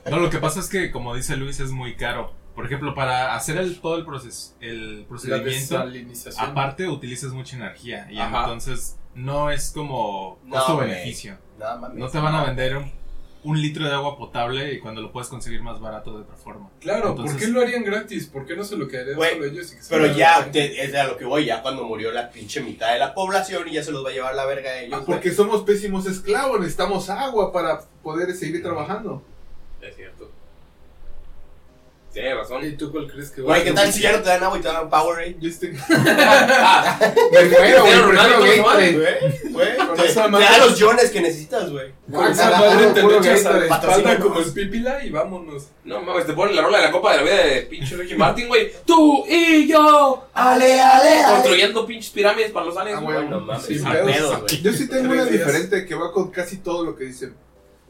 No, lo que pasa es que, como dice Luis, es muy caro. Por ejemplo, para hacer el, todo el, proces, el Pues La procedimiento, desalinización. aparte utilizas mucha energía. Y Ajá. entonces no es como No, costo-beneficio. No, mames. No te van a vender un, un litro de agua potable y cuando lo puedes conseguir más barato de otra forma. Claro, Entonces- ¿por qué lo harían gratis? ¿Por qué no se lo quedarían Güey, solo ellos? y que se Pero lo ya, hagan? te- es a lo que voy, ya cuando murió la pinche mitad de la población y ya se los va a llevar la verga a Ah, ellos. Porque güey. somos pésimos esclavos, necesitamos agua para poder seguir trabajando. Es cierto. Tienes razón. ¿Y tú cuál crees que Güey, va ¿qué a Este, tal ser? si ya no te dan agua y te dan eh? Powerade? Yo estoy- Ah, Güey, Cristiano Ronaldo, ¿cómo se güey, güey, Con te, te esa dan madre. los yones que necesitas, güey. Con esa madre te lo Puro echas a la Gatorade, espalda patrocínanos. como el pipila y vámonos. No mames, te ponen la rola de la Copa de la Vida de pinche Ricky Martin, güey. Tú y yo. Ale, ale, ale. Construyendo pinches pirámides para los aliens. Ah, güey. güey, No mames, Sí, sin pedos. pedos, güey. Yo sí tengo Tres una días. diferente que va con casi todo lo que dicen.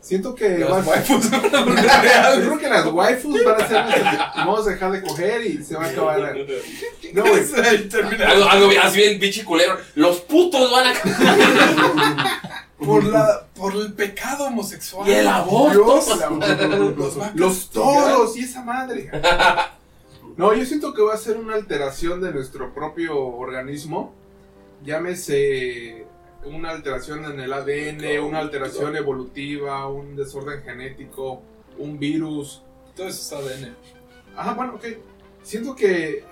Siento que Las vas- waifus son las Yo reales. creo que las waifus van a ser nuestras- Vamos a dejar de coger y se va a acabar la... No, güey. Ahí termina. Algo, algo bien- así bien pinche culero. Los putos van a. Por, la, por el pecado homosexual. Y el aborto. Dios, la- los, los toros y esa madre. No, yo siento que va a ser una alteración de nuestro propio organismo. Llámese una alteración en el ADN, una alteración evolutiva, un desorden genético, un virus. Todo eso es ADN. Ajá, bueno, ok. Siento que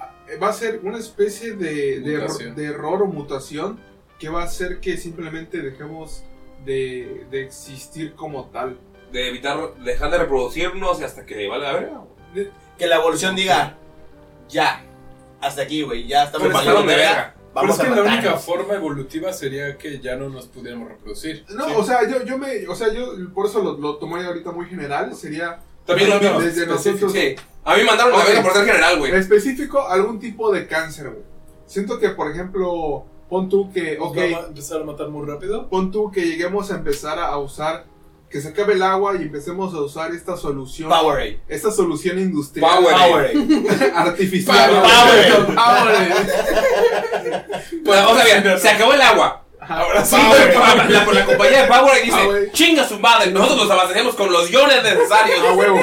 va a ser una especie de, de, Mutación. de error o mutación que va a hacer que simplemente dejemos de, de existir como tal. De evitar, dejar de reproducirnos y hasta que vale la verga. Que la evolución diga, ya, hasta aquí, güey, ya Pues estamos Se valiendo pasaron de verga. Vamos Pero es a que la única matarnos. forma evolutiva sería que ya no nos pudiéramos reproducir. No, o sea, yo, yo me, o sea, yo por eso lo, lo tomé ahorita muy general, sería También lo mismo. desde nosotros Sí. A mí me mandaron la Ok. verga por ser general, güey. en específico algún tipo de cáncer, güey. Siento que, por ejemplo, pon tú que, Nos Pues ok, va a ma- empezar a matar muy rápido. pon tú que lleguemos a empezar a, a usar que se acabe el agua y empecemos a usar esta solución. Powerade. Esta solución industrial. Powerade. Artificial. Powerade. Powerade. Pues, o sea, bien, se acabó el agua. Ahora sí, la, la- la compañía de Power dice, chinga su madre, nosotros nos abastecemos con los iones necesarios. A Ah, huevo.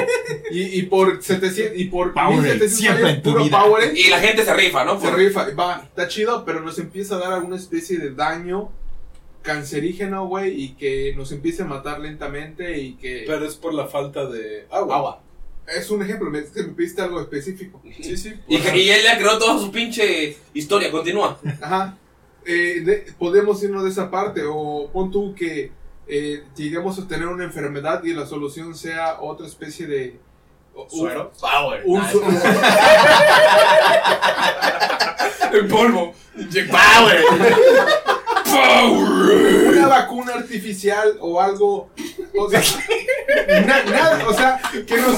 Y, y por 700 y por Powerade, 1700 siempre dólares, en tu puro ¿eh? vida. Powerade. Y la gente se rifa, ¿no? Se rifa, va, está chido, pero nos empieza a dar alguna especie de daño cancerígeno, güey, y que nos empiece a matar lentamente y que... Pero es por la falta de agua. Es un ejemplo, me, es que me pediste algo específico. Sí, sí. Y, que- y él ya creó toda su pinche historia, continúa. Ajá. Eh, de- podemos irnos de esa parte, o pon tú que eh, lleguemos a tener una enfermedad y la solución sea otra especie de... o- un- Suero. Power. Un Ah, su- En polvo. una vacuna artificial o algo. O sea, na- nada, o sea, que no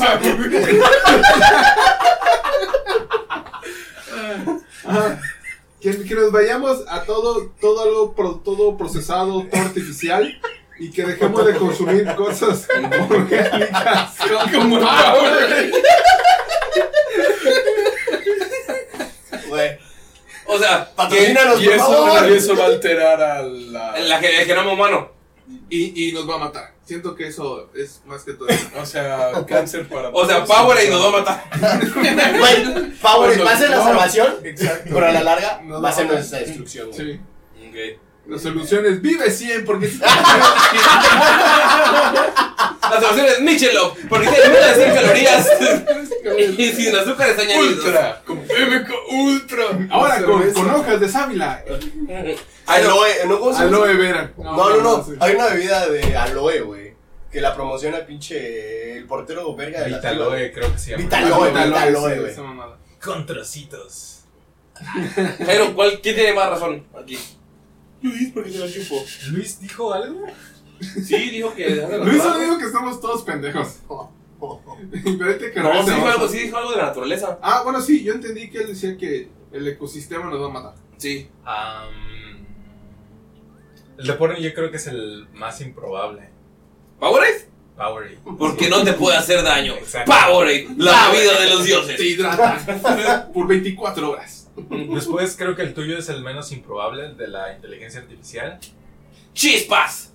Ajá. que, que nos vayamos a todo, todo algo, pro- todo procesado, todo artificial. Y que dejemos de consumir cosas orgánicas. Ah, Como el Powerade. O sea, y, eso, y eso va a alterar a la... el genoma humano. Y, y nos va a matar. Siento que eso es más que todo. O sea, cáncer para O sea, todos. Power nos va a matar. Güey, Powerade va a ser la No, salvación, exacto. pero a la larga Nos va a ser matar. nuestra destrucción. güey. Sí. Ok. La solución es vive 100 porque si La solución es Michelob, porque tiene menos de 100 calorías y sin azúcares añadidos. Ultra, con PBK Ultra. Ahora con, Cerveza. con hojas de sábila. Aloe, ¿no? ¿Cómo se llama? Aloe vera. No, no, no. sí. Hay una bebida de aloe, güey. Que la promociona pinche el portero verga de la Vitaloe, tribu, güey. creo que se llama. Vitaloe, Vitaloe, Vitaloe, sí, güey. esa mamada. Con trocitos. Jairo, ¿cuál, ¿quién tiene más razón aquí? Luis, porque se la chupó. ¿Luis dijo algo? Sí, dijo que. Luis solo dijo que estamos todos pendejos. Pero este que No, sí se dijo va. algo, sí dijo algo de la naturaleza. Ah, bueno, sí, yo entendí que él decía que el ecosistema nos va a matar. Sí. Am, el de Porno yo creo que es el más improbable. ¿Powerade? Powerade. Porque no te puede hacer daño. Exacto. Powerade, la bebida de los dioses. Te hidrata por 24 horas. Después creo que el tuyo es el menos improbable, el de la inteligencia artificial. ¡Chispas!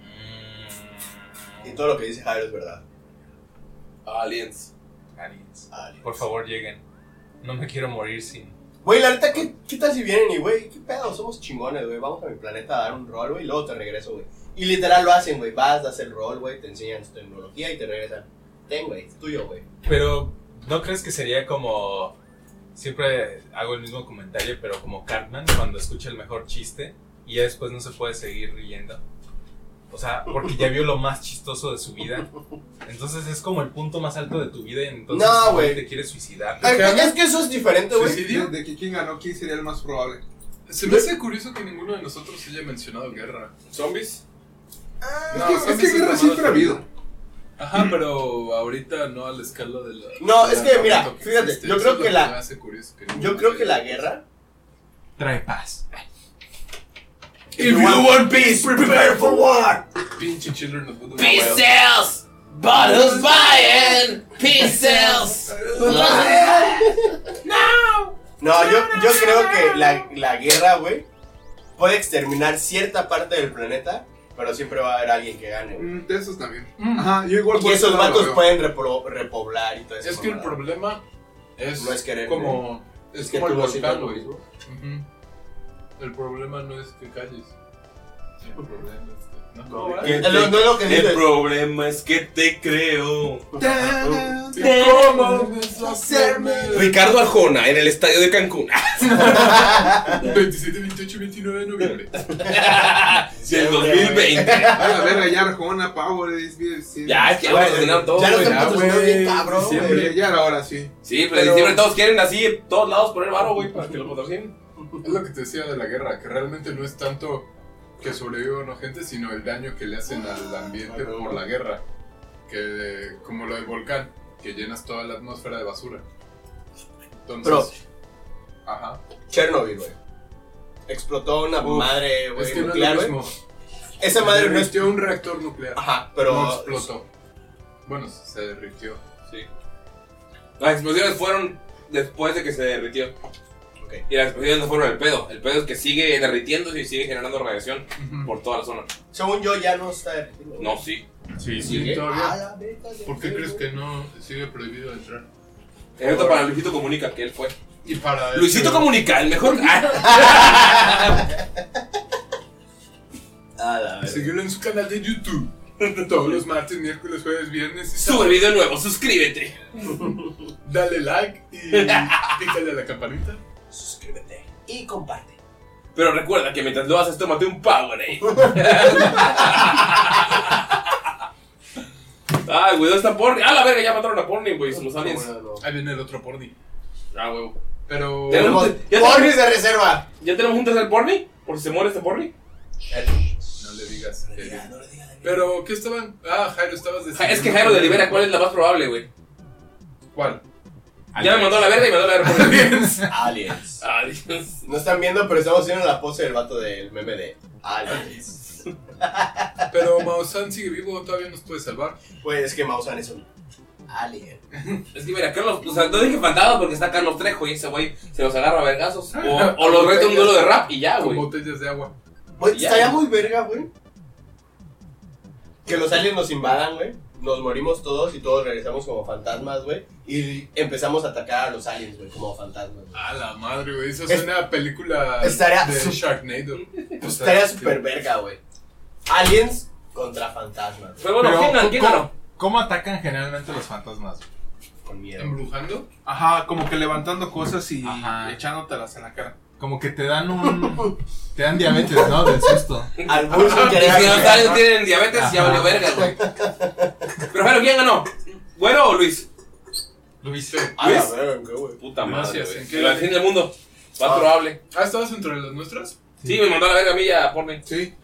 Mm, Y todo lo que dice Jairo es verdad. Aliens. Aliens. Aliens. Por favor, lleguen. No me quiero morir sin. Güey, la neta, ¿qué, ¿qué tal si vienen y, güey, qué pedo? Somos chingones, güey. Vamos a mi planeta a dar un rol, güey, y luego te regreso, güey. Y literal lo hacen, güey. Vas, das el rol, güey, te enseñan su tecnología y te regresan. Ten, güey, es tuyo, güey. Pero, ¿no crees que sería como... Siempre hago el mismo comentario, pero como Cartman cuando escucha el mejor chiste y ya después no se puede seguir riendo. O sea, porque ya vio lo más chistoso de su vida. Entonces es como el punto más alto de tu vida y entonces No, güey, güey. te quieres suicidar. Ay, güey, es que eso es diferente, güey. ¿De, ¿Suicidio? de que quién ganó, quién sería el más probable. Se me hace curioso que ninguno de nosotros haya mencionado guerra. ¿Zombies? No, es que, es zombies que guerra mamadas siempre ha de- habido. Ajá, pero ahorita no a la escala de la. Mm. No, de es la que, guerra mira, que fíjate, existe. yo Este, Eso creo es lo que la- me hace curioso, que Yo creo que la guerra. Trae paz. If you want peace, prepare for war. Pinche children of Bodom. Peace cells. Bottles buying. Peace cells. No, yo, yo creo que la, la guerra, güey, puede exterminar cierta parte del planeta, pero siempre va a haber alguien que gane, güey. Mm, De esos también. Ajá, yo igual Y por ese esos lado lo vatos veo. pueden repro- repoblar y todo eso. Es que el problema es. No es querer, Como. Es, Es que como el tú vas a ir volcán, lo güey. mismo. Ujú. El problema no es que calles. El problema es que. No, No, ¿verdad? que- No, no es lo que dices. El problema es que te creo. ¿Cómo deshacerme? Ricardo Arjona en el estadio de Cancún. 27, 28, 29 de noviembre. Del 2020. A la verga, ya Arjona, Power, es bien. sí. Ya, es que vamos a terminar todo. Ya lo güey. están patrocinando bien cabrón, güey. Siempre, ya era ahora sí. Sí, pero en diciembre todos quieren así, en todos lados poner varo, güey, para que lo patrocinen. Es lo que te decía de la guerra, que realmente no es tanto que sobreviva o no gente, sino el daño que le hacen al ambiente por la guerra. Que como lo del volcán, que llenas toda la atmósfera de basura. Entonces, ajá. Chernobyl, güey. Explotó una Uf, madre, güey, es que no es nuclear, lo güey. mismo. Esa madre no es. un reactor nuclear. Ajá, pero- No explotó. Bueno, se derritió. Sí. Las explosiones fueron después de que se derritió. Y las explosiones no fueron el pedo. El pedo es que sigue derritiéndose y sigue generando radiación por toda la zona. Según yo, ya no está derretido. No, sí. Sí, ¿Sigue? sí, todavía. A Ah, la verga, yo ¿Por qué creo. crees que no sigue prohibido entrar? Excepto para Luisito Comunica, que él fue. Ah. Y para él, Luisito pero- Comunica, el mejor. Seguirlo en su canal de YouTube. Todos los martes, miércoles, jueves, viernes. y Sube sábado. video nuevo, suscríbete. Dale like y pícale a la campanita. Suscríbete. Y comparte. Pero recuerda que mientras lo haces, tómate un eh. Powerade. Ay, güey, ¿dónde está Porni? Ah, la verga, ya mataron a Porni, güey, los aliens. Ahí viene el otro porni. Ah, huevo. Pero. Tenemos- ya Porni tenemos- de reserva. ¿Ya tenemos un tercer Porni? ¿Por si se muere este Porni? No le digas. eh. Pero, ¿qué estaban? Ah, Jairo, estabas Ja- Es que Jairo delibera cuál es la más probable, güey. ¿Cuál? Ya me mandó a la verga y me mandó a la verga. Aliens. Aliens. Aliens. No están viendo, pero estamos haciendo la pose del vato del meme de Aliens. Pero Mausan sigue vivo, todavía nos puede salvar. Pues es que Mausan es un alien. Es que mira, Carlos, o sea, no dije fantasma porque está Carlos Trejo y ese güey se los agarra a vergazos. O, o los reta un duelo de rap y ya, Con güey. botellas de agua. Güey, Ya. estaría muy verga, güey. Que los aliens nos invadan, güey. Nos morimos todos y todos regresamos como fantasmas, güey. Y empezamos a atacar a los aliens, güey, como fantasmas. güey. A la madre, güey. Esa Es- es una película Estaría de su- Sharknado. O sea, Estaría que- súper verga, güey. Aliens contra fantasmas. Pero bueno, Finland, ¿quién ganó? ¿Cómo atacan generalmente los fantasmas? Con miedo. ¿Embrujando? Ajá, como que levantando cosas y echándotelas en la cara. Como que te dan un. Te dan diabetes, ¿no? Del susto. Algún sin Y querer si Ah, los activar, aliens ¿no? tienen diabetes, ya Ajá. valió verga, güey. Pero Jairo, ¿quién ganó? ¿Güero o Luis? Luis. A la ¿Luis? verga, güey. Puta madre, Gracias, güey. ¿en qué? Pero al fin del mundo, más Ah. probable. Ah, ¿estabas entre las nuestras? Sí, me mandó a la verga a mí ya por mí. Sí.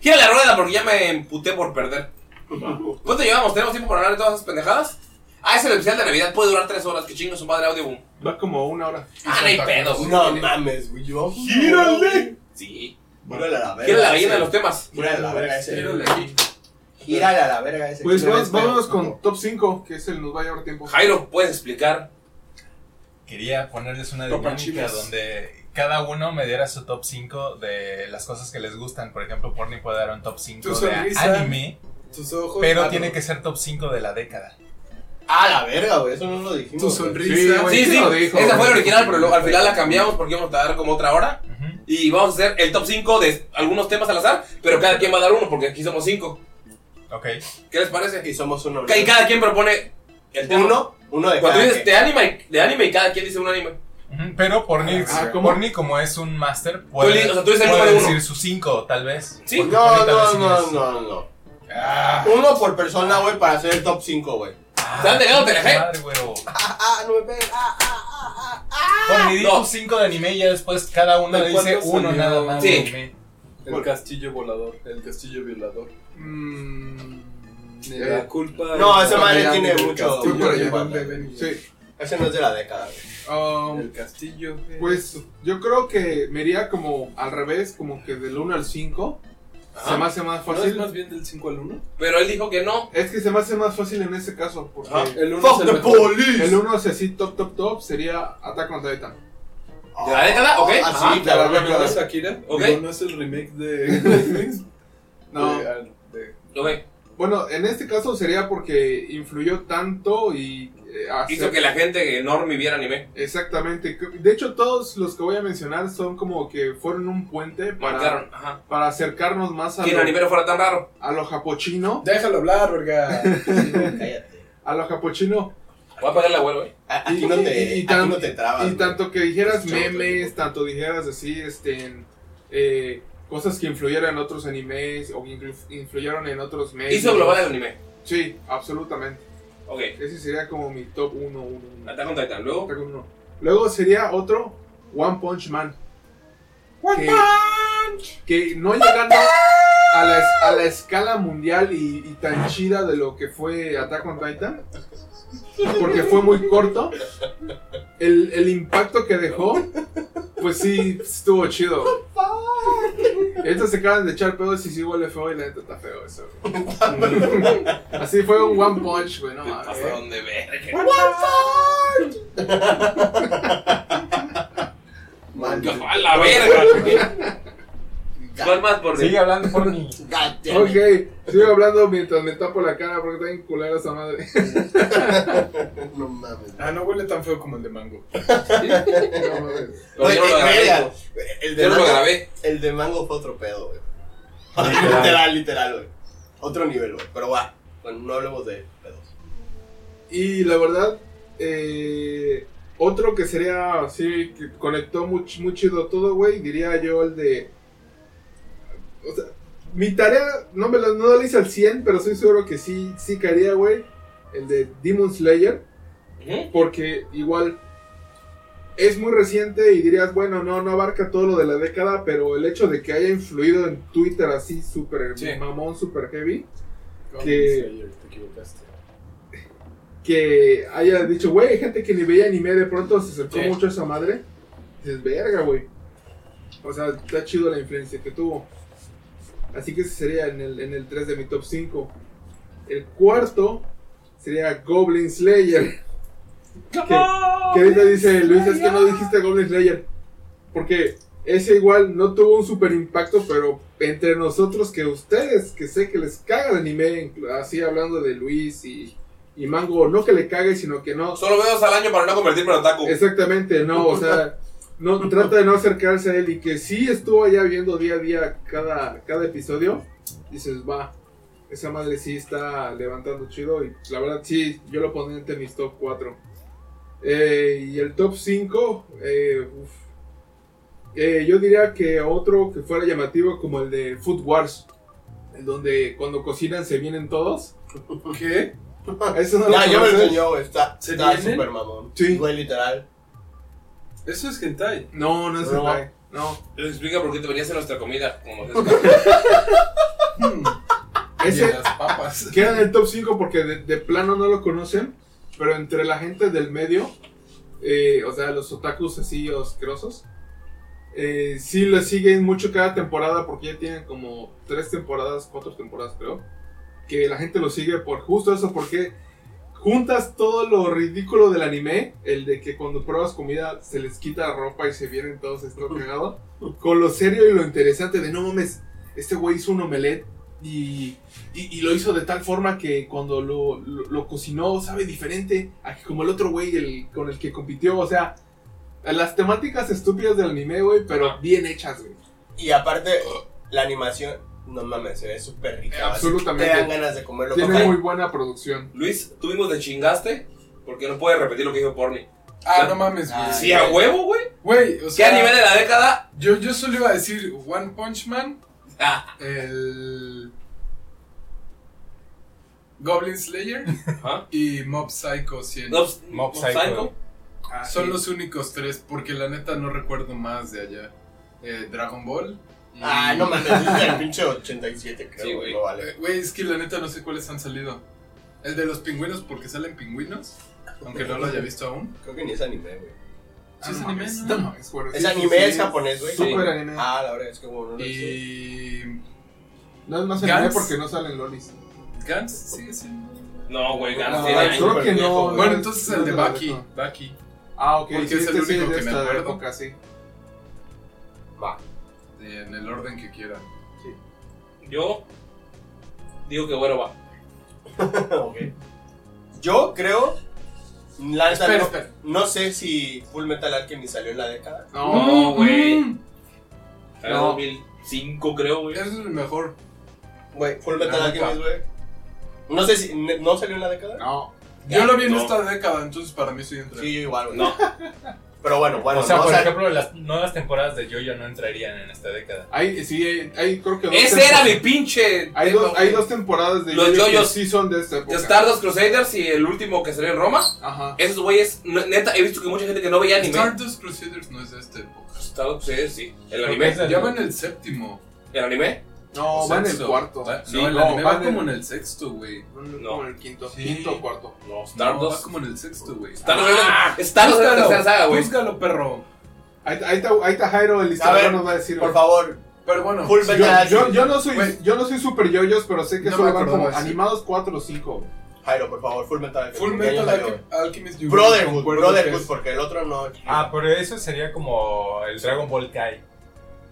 Gira la rueda porque ya me emputé por perder. ¿Cuánto llevamos? ¿Tenemos tiempo para hablar de todas esas pendejadas? Ah, es el especial de Navidad, puede durar tres horas, que chingo su madre audio boom. Va como una hora. Ah, no hay pedo, güey. No mames, güey. Yo. ¡Gírale! Sí. Gírale a la verga. Gira la ese. gallina de los temas. Gírale a la verga ese. Pero aquí. Gírale este a la verga ese. Pues No vamos, les veo. vámonos con top 5, que es el nos va a llevar tiempo. Jairo, ¿puedes explicar? Quería ponerles una Topan dinámica chiles. donde cada uno me diera su top 5 de las cosas que les gustan. Por ejemplo, Porni puede dar un top 5 Tu de sonrisa. anime, Tus ojos. pero Ah, tiene no. que ser top 5 de la década. A la verga, güey. Eso no lo dijimos. Tu güey. sonrisa. Pues güey. Sí, ¿Quién sí, lo dijo? esa fue la original, pero luego al final la cambiamos porque íbamos a dar como otra hora. Ujú. Y vamos a hacer el top 5 de algunos temas al azar, pero cada quien va a dar uno porque aquí somos 5. Ok. ¿Qué les parece? Y somos uno. Y cada quien propone el tema. Uno, uno de Cuando cada dices que- de anime, de anime y cada quien dice un anime. Ujú, Pero Porni, Ah, ¿cómo? Porni, como es un máster, puede, li- o sea, tú eres el puede número uno. decir su 5, tal vez. Sí. Porque No, Porni tal no, vez no, sí no, no. es- Ah, Uno por persona, güey, para hacer el top 5, güey. ¿Están dejando Telefe? madre, güero. Ah, ah, no me pegues. Ah, ah, ah, ah, Porni, di No. top 5 de anime y ya después cada uno ¿De le dice cuántos uno salió? nada más. de Sí. anime. El castillo volador. El castillo violador. La Mmm. culpa. No, de- esa madre del tiene castillo mucho- Fui por allá. volador. Sí. ah. Ese no es de la década, güey. Um, El castillo. pues yo creo que me iría como al revés, como que del 1 al 5. Ajá. Se me hace más ¿No es fácil. más bien del 5 al 1? Pero él dijo que no. Es que se me hace más fácil en ese caso, porque Ajá. El 1 Fuck es the el mejor. police. el 1 si así top top top sería Attack on Titan. ¿De la década? Ok. Ah, Ajá. sí, claro, ¿No claro. es Akira? Ok. Digo, ¿No es el remake de Netflix? No. De- ah, de- Ok. Bueno, en este caso sería porque influyó tanto y eh, Ah, hace- Hizo que la gente enorme viera anime. Exactamente. De hecho, todos los que voy a mencionar son como que fueron un puente Ah. para, Marcaron. Ajá. para acercarnos más a Que el lo, anime no fuera tan raro. a lo japochino. Déjalo hablar, verga. Cállate. A lo japochino. Voy a pagarle a güero, eh. A- Aquí no te, y aquí tan- no te trabas. Y güey. tanto que dijeras Chavo, memes, chavo. tanto dijeras así, este, en, eh, cosas que influyeran en otros animes o que influ- influyeron en otros medios. Hizo global el anime. Sí, absolutamente. Ok. Ese sería como mi top 1. uno, uno. Attack on Titan. Luego. Attack on uno. Luego sería otro One Punch Man. que, que no llegando a la, es- a la escala mundial y, y tan chida de lo que fue Attack on Titan, porque fue muy corto, el, el impacto que dejó, pues sí, estuvo chido. Estos se acaban de echar pedos y sí huele feo y la neta está feo eso. güey. Así fue un one Ah, punch, güey, no mames. ¿Hasta dónde verga? Maldito. ¡A la verga! ¿Cuál más por Sigue hablando por mí. Ok, sigo hablando mientras me tapo la cara porque está bien culera esa madre. No mames. Ah, no huele tan feo como el de mango. No mames. Güey, Yo lo eh, grabé, verga, güey. El de Yo lo mango, grabé. El de mango fue otro pedo, güey. Literal. literal, literal, güey. Otro nivel, güey. Pero va. Bueno, no hablemos de pedos. Y la verdad, eh, otro que sería así, que conectó muy, ch- muy chido todo, güey, diría yo el de... O sea, mi tarea, no me lo, no lo hice al 100, pero soy seguro que sí, sí caería, güey, el de Demon Slayer, Ujú. porque igual es muy reciente y dirías, bueno, no, no abarca todo lo de la década, pero el hecho de que haya influido en Twitter así súper Sí. mamón, súper heavy, Goblin Que- Slayer, te equivocaste. que haya dicho, güey, hay gente que ni veía anime, de pronto se acercó Sí. mucho a esa madre. Dices, verga, güey. O sea, está chido la influencia que tuvo. Así que ese sería en el, en el 3 de mi top 5. El cuarto sería Goblin Slayer. Que, que ahorita dice Luis, es que no dijiste Goblin Slayer. Porque ese igual no tuvo un super impacto, pero entre nosotros que ustedes, que sé que les caga el anime, inclu- así hablando de Luis y, y Mango, no que le cague, sino que no. Solo veo dos al año para no convertirme en otaku. Exactamente, no, o sea, no trata de no acercarse a él y que sí estuvo allá viendo día a día cada, cada episodio, dices, va, esa madre sí está levantando chido y la verdad sí, yo lo pondría entre mis top 4. y el top 5, Eh, yo diría que otro que fuera llamativo como el de Food Wars, en donde cuando cocinan se vienen todos. ¿Qué? Eso no Ah, ya, yo lo me lo conoces. enseñó, güey. Está ¿Se está vienen? súper mamón. Sí. Güey, literal. Eso es hentai. No, no es No. hentai, no. Les explica por qué te venías en nuestra comida. Como los Ah, Y a Ese, las papas. Queda en el top 5 porque de, de plano no lo conocen, pero entre la gente del medio, eh, o sea, los otakus así asquerosos, eh, sí lo siguen mucho cada temporada porque ya tienen como tres temporadas, cuatro temporadas creo, que la gente lo sigue por justo eso, porque juntas todo lo ridículo del anime, el de que cuando pruebas comida se les quita la ropa y se vienen todos estropeados, con lo serio y lo interesante de no mames, este güey hizo un omelette y y, y lo hizo de tal forma que cuando lo, lo, lo cocinó sabe diferente a que como el otro güey el, con el que compitió. O sea, las temáticas estúpidas del anime, güey, Ah. pero bien hechas, güey. Y aparte, la animación, no mames, se ve súper rica. Eh, así absolutamente. Te dan ganas de comerlo. Tiene papá. muy buena producción. Luis, tuvimos de chingaste porque no puedes repetir lo que dijo Porni. Ah, no mames, güey. Ah, Sí, a huevo, güey. Güey, o ¿Qué sea. a nivel de la década? Yo, yo solo iba a decir One Punch Man, Ah, el. Goblin Slayer Ajá. y Mob Psycho 100. Mob, Mob Mob Psycho. pues, Psycho. Son los únicos tres, porque la neta no recuerdo más de allá. Eh, Dragon Ball. y- Ah, no mames, es el pinche 87, creo. Sí, güey. güey. No Eh, vale. Güey, es que la neta no sé cuáles han salido. El de los pingüinos, porque salen pingüinos, aunque no lo haya visto aún. Creo que ni es anime, güey. Sí, es Ah, no anime, mames, ¿no? no mames, güey. Es Sí, anime, sí, es sí. japonés, güey. Súper anime. Ah, la verdad es que bueno, no lo sé. Y. No es más anime Gans. porque no salen lolis. Gans sigue siendo. No, güey, Ah, Gans tiene era creo años. súper que viejo, no. güey. Bueno, entonces no el te de la Baki. dejo. Baki. Ah, ok. Porque sí, es el este sí único de que me esta acuerdo. época, sí. Va. En el orden que quieran. Yo digo que güero va. Ok. Yo creo. La neta, Espera, no, espera. no sé si Full Metal Alchemist salió en la década. No, güey. Mm, Era No. 2005, creo, güey. Mm, Es el mejor. Güey, Full Metal Nunca. Alchemist, güey. No sé si. ne- ¿No salió en la década? No. Yo lo vi en No. esta década, entonces para mí soy entre. Sí, yo igual, güey. No. Pero bueno, bueno. o sea, no, por ejemplo, las nuevas temporadas de Jojo no entrarían en esta década. Hay, sí, hay, hay- creo que dos Ese temporadas. era mi pinche. Hay tema, dos, hay güey. dos temporadas de Los Yoyos que yoyos. sí son de esta época. The Stardust Crusaders y el último que salió en Roma. Ajá. Esos güeyes, no- neta, he visto que mucha gente que no veía anime. Stardust Crusaders no es de esta época. Stardust Crusaders, sí. El Creo que anime. es de- Ya va en el séptimo. El anime. No, O va en el sexto. cuarto. Va- Sí, no, el no, anime va va en como el- en el sexto, güey. No, no, como en el quinto, quinto o cuarto. No, Stardust- va como en el sexto, güey. Stardust es es la- Stardust es la tercera saga, güey. Búscalo, perro. Ahí, ahí está, ahí está Jairo, el historiador nos va a decir. por güey. favor. Pero bueno, Full Metal yo, Alchemist. yo, yo no soy, yo no soy super yoyos, pero sé No que me solo van acordaba como de eso. animados 4 o 5. Jairo, por favor, Full Metal Alchemist. Full Ya Metal salió, Alchem- Alchemist güey. Brother Brotherhood, Brotherhood, porque el otro no. Ah, pero eso sería como el Dragon Ball Kai,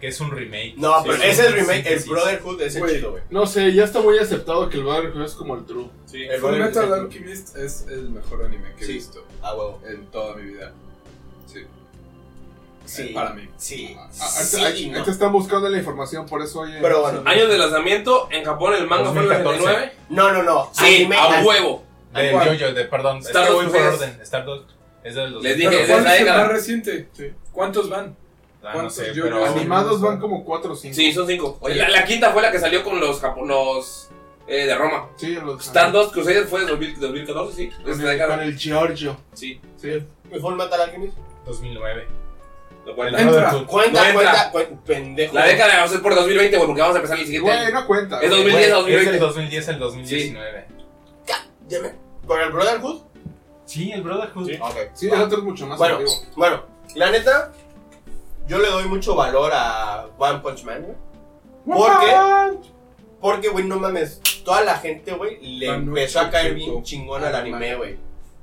que es un remake. No, Sí, pero sí, ese es sí, remake, sí, el sí. Brotherhood es el chido, güey. No sé, ya está muy aceptado que el Brotherhood es como el true. Sí, El Full Metal Alchemist es el mejor anime que he Sí. visto Ah, huevo. en toda mi vida. Sí. Sí. Eh, Para mí. Sí. Ah, Ah, Sí, ahorita- ahí- no. ahí te están buscando la información, por eso oye. Pero bueno. Años de lanzamiento, en Japón el manga fue en el 2014. 99. No, no, no. Sí, Anime- a huevo. Del ¿Cuál? Jojo, de, perdón. es que Stardust voy por es- orden. Stardust es de los. Les dije, ah, Pero es ¿cuál la es el década. más reciente? ¿Cuántos van? Ah, no ¿Cuántos sé, yo- pero. Animados van como 4 o 5. Sí, son cinco. Oye, la, la quinta fue la que salió con los japonos de Roma. Sí, los- Stardust Crusader fue en 2000 2014, sí. con Es la el, con década. el Giorgio. Sí. Sí. ¿El Full Metal Alchemist? 2009. Lo cual- El Brotherhood. Cuenta, No cuenta, entra. cuenta, pendejo. La década vamos a hacer por 2020, güey, porque vamos a empezar el siguiente Güey, año. no cuenta. Es güey. 2010 a Es del 2020. 2010 al 2019. Ya me- ¿Con el Brotherhood? Sí, el Brotherhood. Ok. Sí, el otro es mucho más Bueno, arriba. bueno, la neta, yo le doy mucho valor a One Punch Man, güey. ¿Por qué? Porque, güey, no mames, toda la gente, güey, le Manu empezó a caer Chikeko. bien chingón al anime, güey.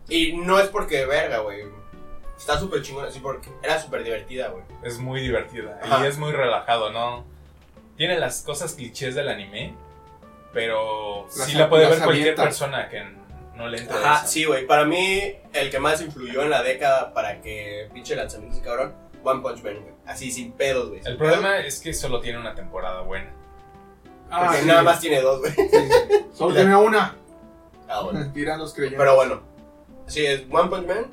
Y no es porque, verga, güey. Está súper chingón así porque era súper divertida, güey. Es muy divertida. Ajá. Y es muy relajado, ¿no? Tiene las cosas clichés del anime, pero Las sí a- la puede las ver cualquier avienta. persona que no le entre. Ajá, eso. sí, güey. Para mí, el que más influyó en la década para que pinche lanzamiento ese cabrón, One Punch Man, güey. Así sin pedos, güey. El problema es que solo tiene una temporada buena. Ah, Porque sí. nada más tiene dos, güey. Sí. Solo tiene una. Ah, bueno. Tiranos creyentes. Pero bueno, sí, es One Punch Man,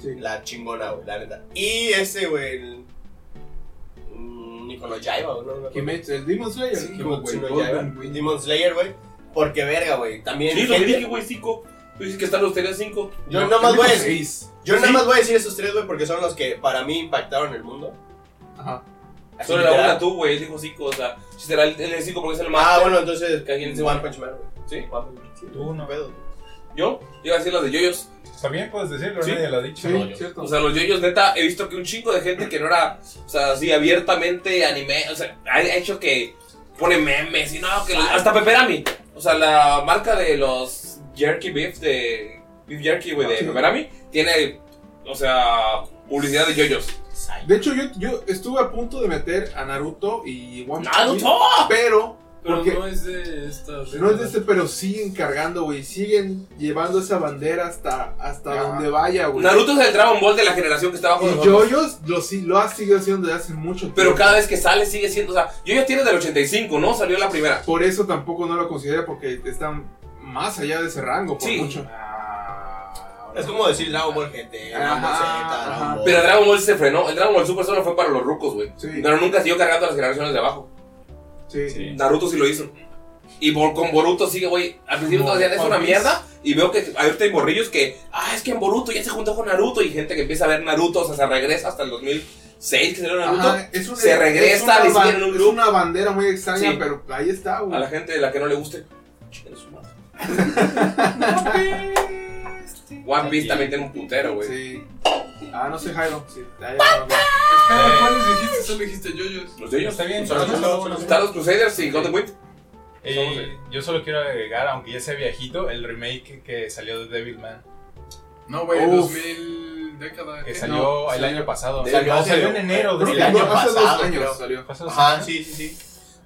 Sí. la chingona, güey, la neta. Y ese, güey, el. mm, Nicolas Jaiba, güey, no me acuerdo. Kimetsu, el Demon Slayer. Sí, Kimetsu güey, no Golden Yaiba, Wing. Demon Slayer, güey. Porque verga, güey. También. Sí, lo que gente- dije, güey, cinco. Tú dices que Stardust tenía cinco. yo nada más voy a decir. seis. Yo nada Sí. más voy a decir esos tres, güey, porque son los que para mí impactaron el mundo. Ajá. Así Solo la literal. una tú, güey, él dijo cinco. O sea, si será el, el cinco porque es el más. Ah, bueno, entonces. Que alguien se One une. Punch Man, güey. Sí, One Punch Man. Sí, Tú no. pedo. Yo, yo iba a decir las de yoyos. También puedes decirlo, Sí. nadie lo ha dicho. Sí, No, yo- cierto. O sea, los yoyos, neta, he visto que un chingo de gente que no era, o sea, así abiertamente anime, o sea, ha hecho que pone memes y no, que los- hasta Pepperami. O sea, la marca de los Jerky Beef de. Beef Jerky, güey, de Ah, Sí. Pepperami, tiene, o sea, publicidad de yoyos. de hecho, yo, yo estuve a punto de meter a Naruto y One Piece, ¡Naruto! Pero, Pero Ah, porque no es de esta. no es de este, pero siguen cargando, güey. Siguen llevando esa bandera hasta, hasta Ajá. donde vaya, güey. Naruto es el Dragon Ball de la generación que está bajo Y nosotros. Yoyos lo, sí- lo ha seguido haciendo desde hace mucho tiempo. Pero cada vez que sale sigue siendo, o sea, yoyos tiene del 85, ¿no? Salió la primera. Por eso tampoco no lo considero porque están más allá de ese rango, por Sí. mucho. Es como decir Dragon Ball GT, Dragon Ball Ajá, Z, Dragon ajá. Ball. Pero Dragon Ball se frenó. El Dragon Ball Super solo fue para los rucos, güey. Sí. Pero nunca siguió cargando a las generaciones de abajo. Sí. Naruto sí lo hizo. Y Bol- con Boruto sigue, güey. Al principio todos decían, es una mierda. Y veo que ahorita hay morrillos que, ah, es que en Boruto ya se juntó con Naruto. Y gente que empieza a ver Naruto, o sea, se regresa hasta el 2006 que salió Naruto. Ajá, es una- se regresa, es le una, hicieron ban- un es loop. una bandera muy extraña, Sí. pero ahí está, A güey. la gente de la que no le guste, chinguen su madre. One Piece también tiene un puntero, güey. Sí. Ah, no sé, Jairo. Sí, ahí- Espera, ¿cuáles dijiste? Solo dijiste yoyos. Los de ellos. Está bien, Son los- no, no, no. Están los Crusaders y Golden Whip. Eh, yo solo quiero agregar, aunque ya sea viejito, el remake que salió de Devilman, No, güey, Uf. 2000 década. ¿eh? Eh, que ¿qué? salió No, el salió- año pasado. salió No, hace- salió en enero Creo del que año no, hace dos pasado, años creo. salió. Pasó- Ajá, sí, sí, sí.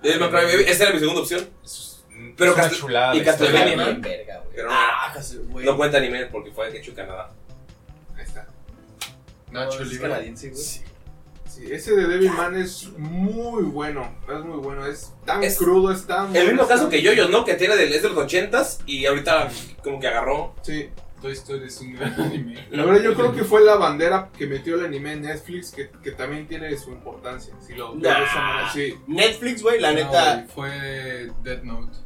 Devil May Cry Baby. Eh, Esa era mi segunda opción. es- es Pero una Castel- chulada. y la historia. Castlevania, Bien, bien, ¿no? verga, güey. Pero no. Ah, casi, güey. No cuenta anime porque fue hecho en Canadá. Ahí está. Nacho es Libre. canadiense, güey. Sí, ese de Devilman es muy bueno. Es muy bueno. Es tan Es crudo, es tan. El bueno, mismo es tan- caso que Yoyos, ¿no? Que tiene del, es de los 80s y ahorita como que agarró. Sí. Toy Story es un gran anime. La verdad, yo creo que fue la bandera que metió el anime en Netflix, que, que también tiene su importancia. Si lo ves de esa manera. Sí. Netflix, güey, la No, neta. güey, fue Dead Note.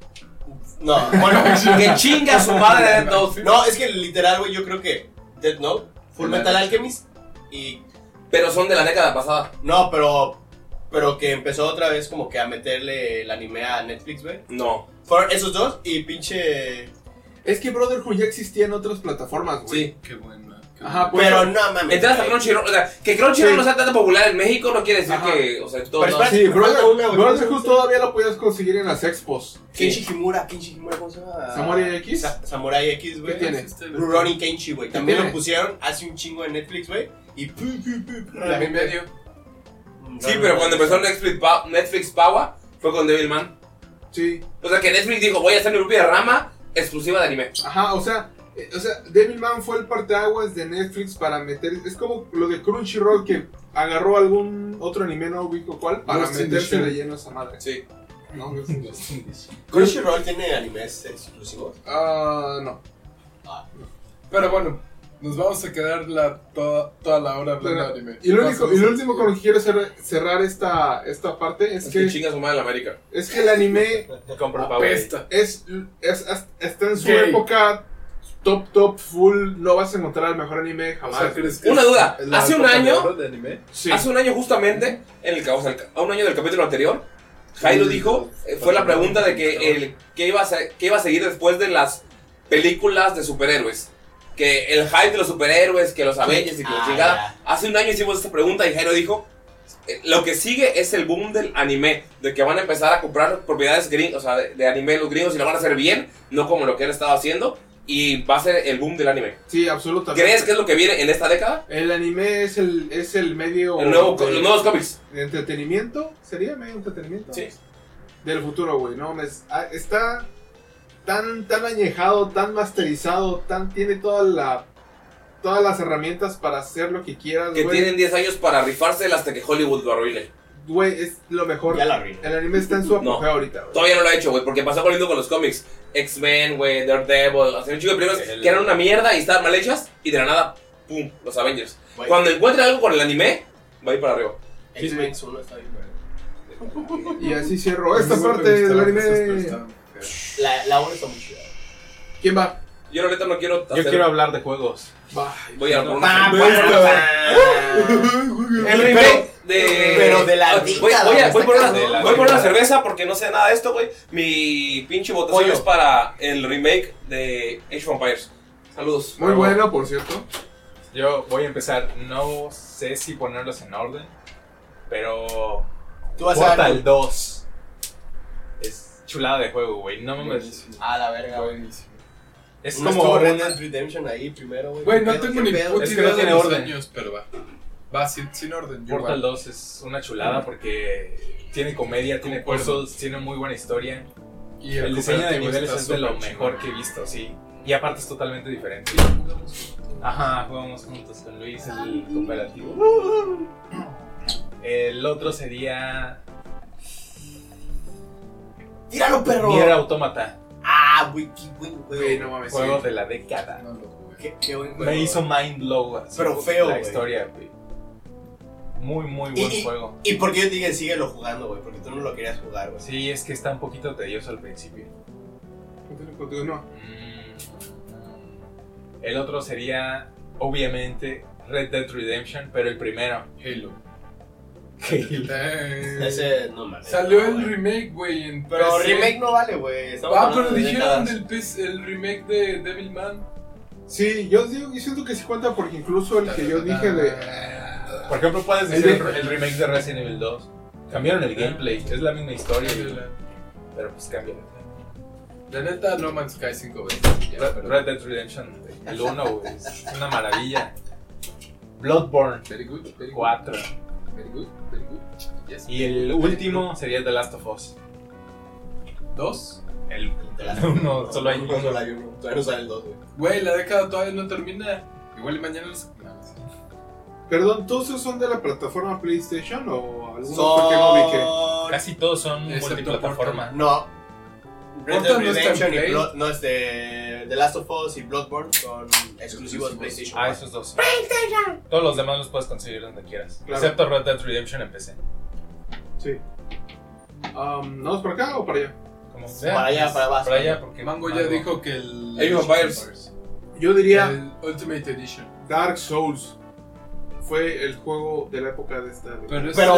No, bueno, Que chinga su madre de dos. no, es que literal, güey, yo creo que Death Note, Full Metal Alchemist y. Pero son de la década pasada. No, pero Pero que empezó otra vez como que a meterle el anime a Netflix, güey. No. Fueron esos dos y pinche. Es que Brotherhood ya existía en otras plataformas, güey. Sí. Qué buena. Ajá, pues- Pero no mames. Entonces hasta Crunchyroll, o sea, que Crunchyroll Sí. no sea tan popular en México no quiere decir Ajá. que, o sea, todo Pero no- espérate, Sí, Brotherhood, una, güey. Brotherhood todavía lo podías conseguir en las expos. Kenshi Kimura, Kenshi Kimura, ¿cómo se llama? ¿Samurai X? Sa- Samurai X, güey. Este, ¿Qué tiene? Rurouni Kenshi, güey. También tiene? lo pusieron hace un chingo en Netflix, güey. Y pu, pu, pu, pu, La mi medio. Sí, pero cuando empezó Netflix, Pa- Netflix Power fue con Devilman. Sí. O sea, que Netflix dijo, voy a hacer mi propia rama exclusiva de anime. Ajá, o sea, eh, o sea, Devilman fue el parteaguas de Netflix para meter. Es como lo de Crunchyroll que agarró algún otro anime, no ubico cuál, para Ghost in the meterse Shell. de lleno a esa madre. Sí. No, Ghost in the Shell. Crunchyroll tiene animes exclusivos. Ah, no. Pero bueno, nos vamos a quedar la, toda, toda la hora hablando de anime. Y lo, único- y lo último con lo que quiero cerrar, cerrar esta, esta parte es, Es que que, Ah, chinga su madre la América. es que el anime Compra Apesta. es, es- es- está en su Gay. época top, top, full. No vas a encontrar el mejor anime O jamás. sea, Ah, ¿crees que Una es duda, la hace un época de año- oro de anime? Sí. Hace un año justamente, en el, ca- o sea, el- a un año del capítulo anterior, Jairo dijo, eh, fue la pregunta de que el qué iba, a, se- qué iba a seguir después de las películas de superhéroes. Que el hype de los superhéroes, que los Avengers y que la Ah, chingada. Hace un año hicimos esta pregunta y Jairo dijo, eh, lo que sigue es el boom del anime, de que van a empezar a comprar propiedades gringos, o sea, de, de anime los gringos y lo van a hacer bien, no como lo que han estado haciendo, y va a ser el boom del anime. Sí, absolutamente. ¿Crees que es lo que viene en esta década? El anime es el, es el medio. El nuevo, de- los nuevos cómics. de entretenimiento, sería medio entretenimiento. Sí. Del futuro, güey, no mames, ah, está tan tan añejado, tan masterizado, tan tiene toda la todas las herramientas para hacer lo que quieras, Que güey. tienen 10 años para rifársela hasta que Hollywood lo arruine. Güey, es lo mejor. Ya la arruiné. El anime está en su apogeo No. ahorita, güey. Todavía no lo ha hecho, güey, porque pasó corriendo con los cómics. X-Men, güey, Daredevil, hacer un chico de películas El- que eran una mierda y estaban mal hechas y de la nada, pum, los Avengers. Güey. Cuando encuentre algo con el anime, va a ir para arriba. X-Men solo está bien, güey. Y así cierro esta Muy parte buenas del tardes, anime. hasta luego. La, la hora está muy chida. ¿Quién va? Yo la neta no quiero hacer... Yo quiero hablar de juegos. Va. Ah, Voy a por una... Pa, pa, pa, El remake de... pero de la Ah, voy, década, voy a- me está voy por cagando. una, voy por una cerveza porque no sé nada de esto, güey. Mi pinche votación Pollo. es para el remake de Age of Empires. Saludos. Muy Ah, bueno, por cierto. Yo voy a empezar. No sé si ponerlos en orden, pero. pa. Tú vas a Portal 2. Es chulada de juego, güey. No mames. Ah, Buenísimo. A la verga, güey. Buenísimo. Es No como. estuvo Red Dead Redemption ahí primero, güey. Güey, ¿Qué no pedo? tengo ¿Qué ni pedo? puta Es que idea no de tiene los orden. años, pero va. Va sin, sin orden. yo Portal va. 2 es una chulada porque tiene comedia, tiene Concuerdo. puzzles, tiene muy buena historia. Y El diseño de cooperativo niveles está es de lo súper mejor que he chingón. visto, sí. Y aparte es totalmente diferente. Ajá, jugamos juntos con Luis el cooperativo. El otro sería ¡Tíralo, perro! Nier Automata, Ah, güey, qué buen juego. Güey, no mames. juego sí. de la década. No lo jugué. Qué, qué buen juego. Me hizo mind blow. así, Pero feo, La güey. historia, güey. Muy, muy Y- buen y- juego. ¿Y por qué yo te dije síguelo jugando, güey? Porque tú no lo querías jugar, güey. Sí, es que está un poquito tedioso al principio. Continúa, continúa. Mm. El otro sería, obviamente, Red Dead Redemption, pero el primero. Halo. Eh, Ese no mames. Salió no, el güey. remake, güey, en Pero PC. remake no vale, güey. Estamos Ah, hablando pero de dijeron décadas. del PC, el remake de Devilman. Sí, yo digo, yo siento que sí cuenta porque incluso el que yo dije de Por ejemplo, puedes El decir el, de- el remake de Resident Evil 2. Cambiaron el gameplay, es la misma historia, pero pues cambia. La neta, No Man's Sky 5 veces. ya, Red, pero- Red Dead Redemption, güey, el 1, güey, es una maravilla. Bloodborne Very good, very good. 4. Very good, very good. Yes. Y el último sería The Last of Us. ¿Dos? El, uno, solo hay uno. Solo hay uno. Todavía no sale el dos, güey. Güey, la década todavía no termina. Igual y mañana los... No, no sé. Perdón, ¿todos esos son de la plataforma PlayStation o algunos porque no vi que Son... Casi todos son Excepto multiplataforma. No. Red Dead Portal no está en Redemption y Play. Blood... No, este... The Last of Us y Bloodborne son exclusivos Exclusivos. de PlayStation. Ah, güey. esos dos. Todos los demás los puedes conseguir donde quieras. Claro. Excepto Red Dead Redemption en PC. Sí. Um, ¿No es para acá o para allá? Como sea. Para allá, para abajo. Para allá, porque Mango ya dijo que el... Age of Empires. Eh, Yo diría El Ultimate Edition. Dark Souls. fue el juego de la época de esta. Pero eso Pero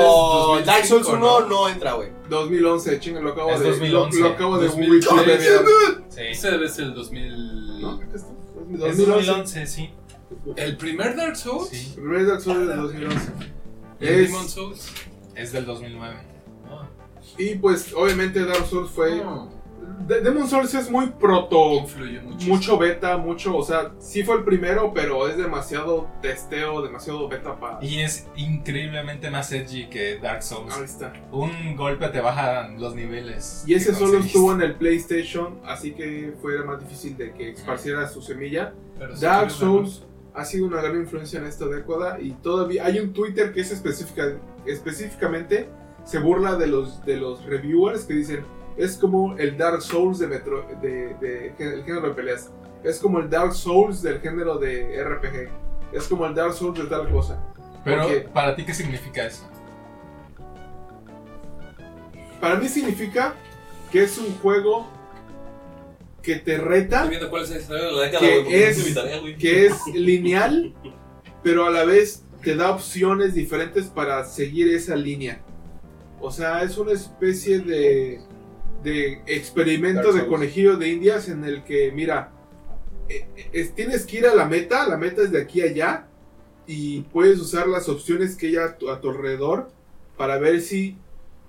es 2005, Dark Souls 1 ¿no? no entra, güey. 2011, chinga, lo acabo Es de 2011. Lo, lo acabo de 2011. Wikipedia. Sí. Ese debe ser el 2000. ¿No? ¿Qué está? Es 2011, sí. ¿El primer Dark Souls? El primer Dark Souls del 2011. ¿Y el Es- Demon Souls? Es del 2009. Y pues, obviamente, Dark Souls fue. De- Demon Souls es muy proto. Mucho beta, mucho. O sea, sí fue el primero, pero es demasiado testeo, demasiado beta para. Y es increíblemente más edgy que Dark Souls. Ahí está. Un golpe te bajan los niveles. Y ese que solo conseguiste. estuvo en el PlayStation, así que fue más difícil de que esparciera su semilla. Pero sí Dark tiene Souls ha sido una gran influencia en esta década y todavía hay un Twitter que es específica, específicamente se burla de los, de los reviewers que dicen es como el Dark Souls de Metro, de, de- gen- el género de peleas, es como el Dark Souls del género de RPG, es como el Dark Souls de tal cosa. Pero, Porque- ¿para ti qué significa eso? Para mí significa que es un juego que te reta. viendo cuál es el escenario de la década, güey, porque que, hice mi es, tarea, güey. que es lineal, pero a la vez te da opciones diferentes para seguir esa línea. O sea, es una especie de, de experimento Dark de Souls. conejillo de indias en el que, mira, eh, es- tienes que ir a la meta, la meta es de aquí a allá, y puedes usar las opciones que hay a tu, a tu alrededor para ver si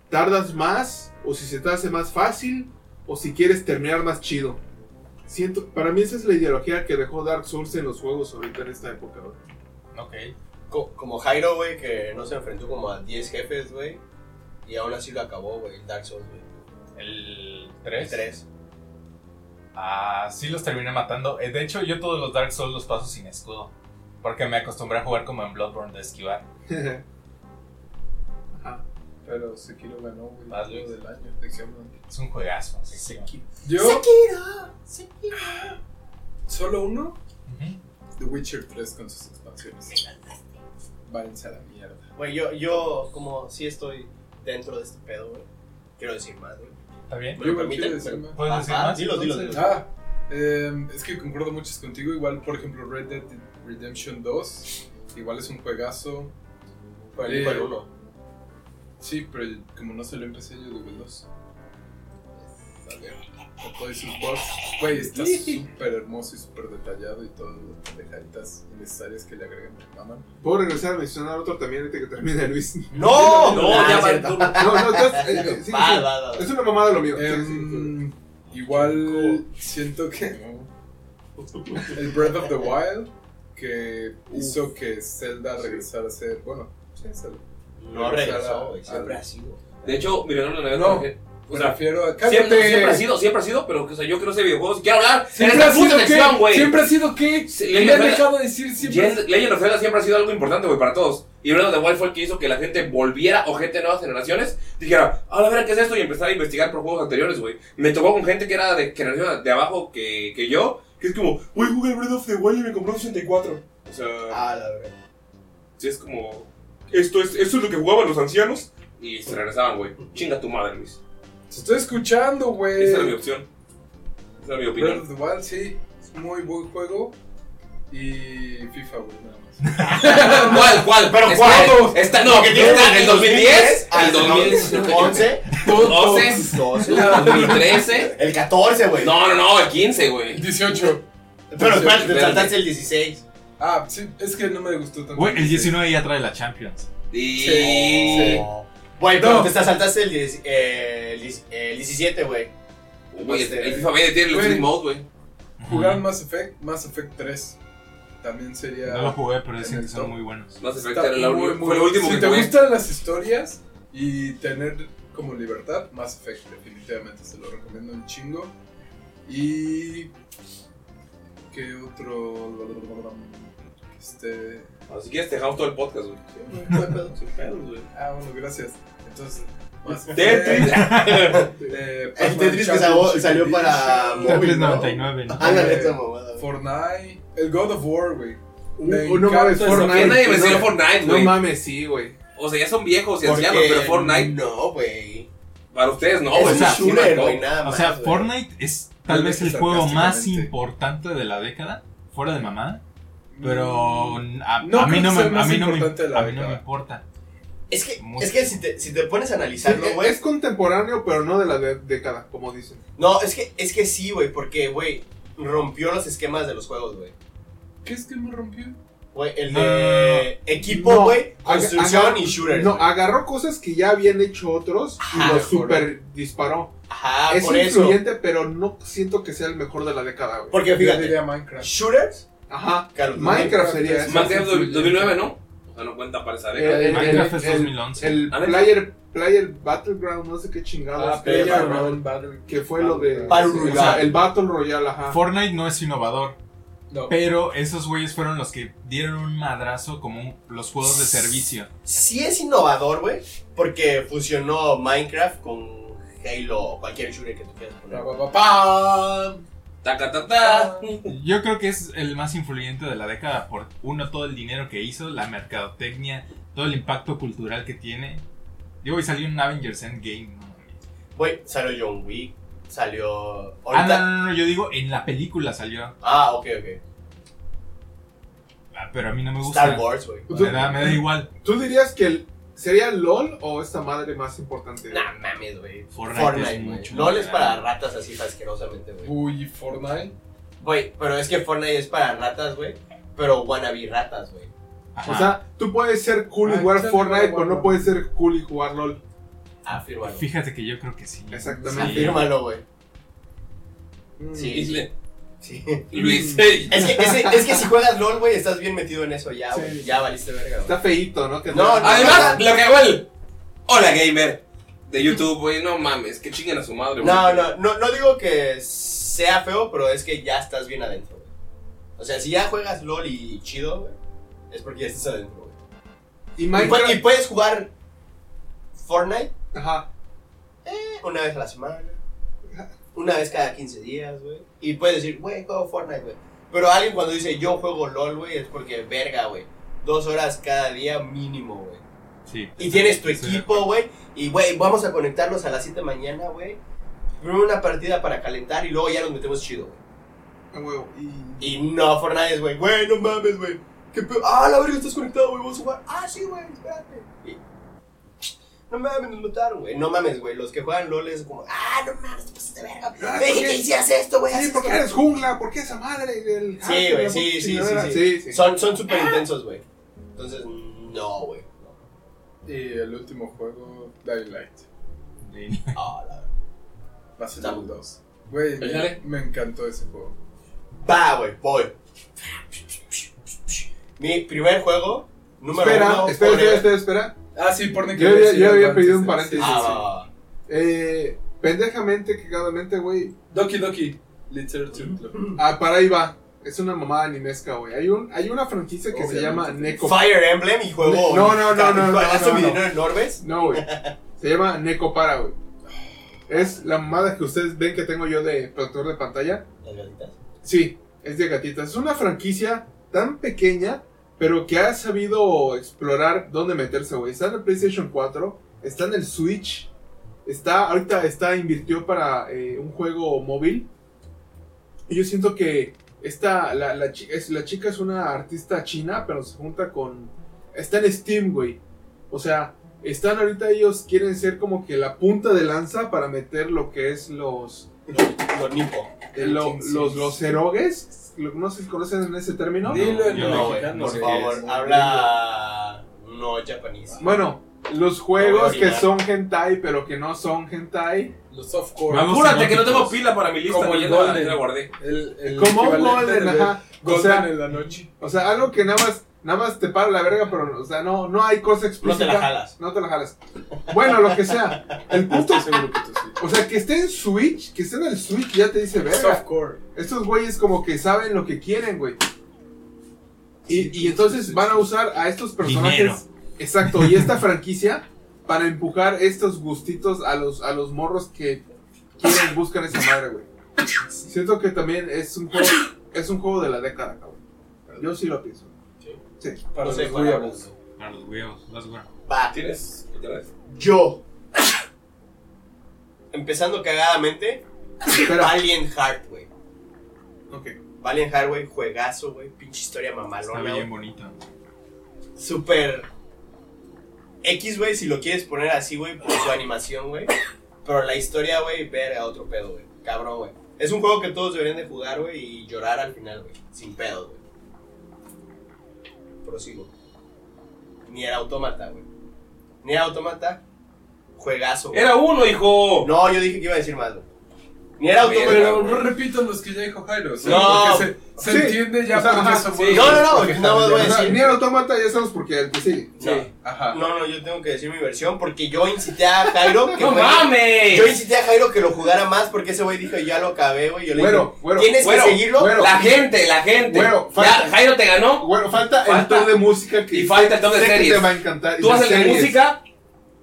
tardas más o si se te hace más fácil o si quieres terminar más chido. Siento, para mí esa es la ideología que dejó Dark Souls en los juegos ahorita en esta época. güey. Ok. Co- como Jairo, güey, que no se enfrentó como a 10 jefes, güey. Y aún así lo acabó, güey, el Dark Souls, güey. El 3. El 3. Ah, sí los terminé matando. Eh, De hecho, yo todos los Dark Souls los paso sin escudo. Porque me acostumbré a jugar como en Bloodborne de esquivar. Pero Sekiro ganó, güey. Vas, juego Luis. del año, efectivamente. Es un juegazo. sí, sí. Yo. ¿Solo uno? The Witcher 3 con sus expansiones. Váyanse a la mierda. Güey, yo, yo como sí estoy dentro de este pedo, güey. Quiero decir más, güey. ¿Está bien? ¿Me lo Yo igual permiten? quiero decir más. ¿Puedes Ah, decir ah, más? Dilo, dilo, pues- Entonces, dilo. Ah, eh, es que concuerdo muchos contigo. Igual, por ejemplo, Red Dead Redemption 2. Igual es un juegazo. Pero el- eh, pero el uno. Sí, pero el- como no se lo empecé, yo digo el 2. A ver, con todos sus boss. Güey, está súper hermoso y súper detallado. Y todas las pendejaditas innecesarias que le agregan me maman. ¿Puedo regresar a mencionar otro también antes de que termine Luis? ¡No! No, No, ya va el Ah, no, turno. no, entonces, eh, eh, sí, Va, sí, va, va, va. Es una mamada lo mío. Em, Igual siento que el Breath of the Wild que hizo que Zelda regresara a ser, bueno, sí, Zelda. No Regresara regresó, a- güey. a- Siempre ha sido. De hecho, mira, no, no, No, o sea, prefiero a- Siempre, ¡Cállate! siempre ha sido, siempre ha sido, pero o sea, yo que no sé videojuegos, quiero hablar. Siempre en esta ha sido puta qué, sección, güey. siempre ha sido qué. Sí, Le Legend han of Zelda- dejado decir siempre. Gen- Legend of Zelda siempre ha sido algo importante, güey, para todos. Y Breath of the Wild fue el que hizo que la gente volviera o gente de nuevas generaciones dijera, a la ver, ¿qué es esto? Y empezar a investigar por juegos anteriores, güey. Me tocó con gente que era de generación de abajo que, que yo, que es como, güey, jugué Breath of the Wild y me compró un 64. O sea, Ah, la verdad. sí es como, esto es, esto es lo que jugaban los ancianos. Y se regresaban, güey. Chinga tu madre, Luis. Te estoy escuchando, güey. Esa era mi opción. Esa era mi Eh, Breath opinión. of the Wild, sí, es muy buen juego. Y FIFA, güey, nada más. ¿Cuál? ¿Cuál? Pero Espera, ¿cuándo? Está, no, que ¿Qué? está en el 2010, al al 2011, 11, 12, 2013. el 14, güey. No, no, no, el 15, güey. 18. Pero espérate, te Espérate. saltaste el 16. Ah, sí, es que no me gustó tanto. Güey, el 19 ya trae la Champions. Y... Sí. Güey, pero No. te saltaste el, 10, eh, el, 10, eh, el 17, güey. Güey, el el FIFA 20 tiene el Este, Güey. Street Mode, güey. Jugar Mass Effect, Mass Effect 3. También sería. No lo jugué, pero dicen en que el son top. muy buenos. Mass Effect Está era la muy, uni- muy fue lo bueno. último Si que te jugué. gustan las historias y tener como libertad, Mass Effect, definitivamente se lo recomiendo un chingo. Y. ¿Qué otro? Este. Bueno, Si quieres, te dejamos todo el podcast, güey. Sin pedos, güey. Ah, bueno, gracias. Entonces. Mass Tetris. Effect, eh, El Pac-Man Tetris que Championship salió, salió para Edition, móvil, Tetris ¿no? 99, ¿no? Ah, la eh, neta, mamada. güey. Fortnite. El God of War, güey. Me Uh, no encanta mames, ese Fortnite. Que nadie no, mencionó Fortnite, No güey. mames, sí, güey. O sea, ya son viejos y Porque ancianos, pero Fortnite, No, güey. para ustedes no, es güey. un o sea, sí shooter, marcó. güey, nada O más. sea, güey. Fortnite es Tal tal vez vez el juego más sarcásticamente. importante de la década, fuera de mamada. Pero a, No a mí creo no que me, sea a más mí no me, importante la a mí no década. me importa. Es que, es que si, te, si te pones a analizarlo, Sí, güey. es contemporáneo, pero no de la de- década, como dicen. No, es que, es que sí, güey, porque, güey, rompió los esquemas de los juegos, güey. ¿Qué esquema rompió? Güey, el No, de equipo, No, güey, aga- construcción agar- y shooters. No, güey. agarró cosas que ya habían hecho otros Ajá, y los mejoró. super disparó. Ajá, es por eso. influyente, pero no siento que sea el mejor de la década, güey. Porque Yo fíjate, diría Minecraft. ¿Shooters? Ajá. Claro, Minecraft sería eso. Minecraft 2009, ¿no? O sea, no cuenta para esa El, Eh, década. Eh, el- el- el- El ¿Ah, neta? player, player Battleground, no sé qué chingados. Ah, Player Playground, Battleground. Que fue lo de. Battleground. o sea, el Battle Royale, ajá. Fortnite no es innovador. No. Pero esos güeyes fueron los que dieron un madrazo como un- los juegos de servicio. Sí es innovador, güey, porque fusionó Minecraft con Halo o cualquier shooter que tú quieras poner. Yo creo que es el más influyente de la década por uno todo el dinero que hizo, la mercadotecnia, todo el impacto cultural que tiene. Digo, y salió un Avengers Endgame. ¿no? Güey, salió John Wick, salió... Ah, no, Ahorita... no, no, yo digo, en la película salió. Ah, ok, ok. Ah, Pero a mí no me gusta. Star Wars, güey. Me da, me da igual. ¿Tú dirías que el- sería LOL o esta madre más importante? Nah, mames, güey. Fortnite Fortnite, es güey. mucho LOL es más para grande. ratas así asquerosamente, güey. Uy, Fortnite. Güey, pero es que Fortnite es para ratas, güey. Pero wannabe ratas, güey. O sea, tú puedes ser cool y jugar Ay, Fortnite, chale, pero Ah, no guau. puedes ser cool y jugar LOL. Afírmalo. Fíjate que yo creo que sí. Exactamente. Sí. Afírmalo, güey. Sí. Sí. Sí. Luis. Es que, es, que- es que si juegas LOL, güey, estás bien metido en eso ya, güey. Ya valiste verga, güey. Está feíto, ¿no? Que No, no, Además, lo que hago el Hola Gamer de YouTube, güey, no mames, que chinguen a su madre, güey. No, no, no, no digo que sea feo, pero es que ya estás bien adentro, güey. O sea, si ya juegas LOL y chido, güey, es porque ya estás adentro, güey. Y, pu- Minecraft- y pues, puedes jugar Fortnite Ajá. eh, una vez a la semana, una vez cada 15 días, güey. Y puedes decir, güey, juego Fortnite, güey. Pero alguien cuando dice yo juego LOL, güey, es porque verga, güey. Dos horas cada día mínimo, güey. Sí. Y tienes tu Estoy de equipo, güey. Y, güey, vamos a conectarlos a las 7 de mañana, güey. Primero una partida para calentar y luego ya nos metemos chido, güey. A huevo. Y Y no, Fortnite, güey. Güey, no mames, güey. ¿Qué pe- Ah, la verga, estás conectado, güey. Vamos a jugar. Ah, sí, güey, espérate. Y- No mames, nos mataron, güey. No mames, güey. Los que juegan LOL es como, ah, no mames, te pasaste de verga. Ah, Me ¿por dije qué? que hicieras esto, güey. Sí, haces porque esto". eres jungla, porque esa madre del pues, Sí, güey, sí, sí, sí, sí, Son son súper intensos, güey. Entonces, no, güey. Y el último juego, Dying Light. Dying Ah, la Battlefield 2. Güey, me, Échale. me encantó ese juego. Va, güey, voy. Mi primer juego, número Espera, uno. espera, forever. espera, espera, espera. Ah, sí, porno Yo había, yo había pedido un paréntesis. Ah, Eh, pendejamente, cagadamente, güey. Doki Doki Literature Club. Ah, para ahí va. Es una mamada animesca, güey. Hay, un, hay una franquicia que se Obviamente. llama Neko. Fire Emblem y juego. No, no, no, no. no, ¿Gasto no, mi no. dinero en Norbes? No, güey. Se llama Neko Para, güey. Es la mamada que ustedes ven que tengo yo de productor de pantalla. Las gatitas. Sí, es de gatitas. Es una franquicia tan pequeña, pero que ha sabido explorar dónde meterse, güey. Está en el PlayStation 4, está en el Switch, está, ahorita está, invirtió para eh, un juego móvil. Y yo siento que esta, la, la chi- es, la chica es una artista china, pero se junta con... Está en Steam, güey. O sea, están ahorita ellos quieren ser como que la punta de lanza para meter lo que es los... Los, los nipo. Eh, lo- los, los erogues, lo- no sé si conocen ese término. Dilo en No, güey, mexicano, por sí. favor, habla. No, japonés. Bueno, los juegos No, que ya. son hentai, pero que no son hentai. Los softcore. Júrate que no tengo pila para mi lista, Como güey, el ya la- Golden. la guardé. El, el Como un equivalente golden, del ajá. O Golden sea, en la noche. O sea, algo que nada más, nada más te para la verga, pero o sea, no, no hay cosa explícita. la jalas. No te la jalas. Bueno, lo que sea. El punto Estoy es, seguro que tú sí. o sea, que esté en Switch, que esté en el Switch ya te dice verga. Softcore. Estos güeyes como que saben lo que quieren, güey. Y, y entonces van a usar a estos personajes. Dinero. Exacto, y esta franquicia para empujar estos gustitos a los, a los morros que quieren, buscan esa madre, güey. Siento que también es un juego, es un juego de la década, cabrón. Yo sí lo pienso. Sí. Para No sé, los para- weeables. Para Ah, los huevos, vas, güey. Va. ¿Tienes otra vez? Yo. Empezando cagadamente. Espera. Valiant Heart, güey. Ok. Valiant Heart, güey, juegazo, güey. Pinche historia mamalona. Está bien güey. bonita. Súper. X, güey, si lo quieres poner así, güey, por su animación, güey. Pero la historia, güey, ver a otro pedo, güey. Cabrón, güey. Es un juego que todos deberían de jugar, güey, y llorar al final, güey. Sin pedo, güey. Prosigo. Ni era automata, güey. Ni era automata. Juegazo. güey. Era uno, hijo. No, yo dije que iba a decir más, güey. Ni era automata. Pero güey. no repito los que ya dijo Jairo. o sea, No. porque se, se Sí. entiende ya O sea, por ajá, eso. sí. güey. No, no, no, Porque nada más voy a Jairo- decir- Ni el automata, ya sabemos porque el que sigue. No. Ajá. No, no, yo tengo que decir mi versión porque yo incité a Jairo que ¡No juegue- mames! Yo incité a Jairo que lo jugara más porque ese güey dijo, ya lo acabé, güey. Yo le Güero, dije, güero, ¿tienes güero, que seguirlo? güero. La gente, la gente. Güero, ya, falta- Jairo te ganó Bueno, falta, el Falta- tour de música que y falta el top de sé que series. te va a encantar. y Tú de haces el de series. música,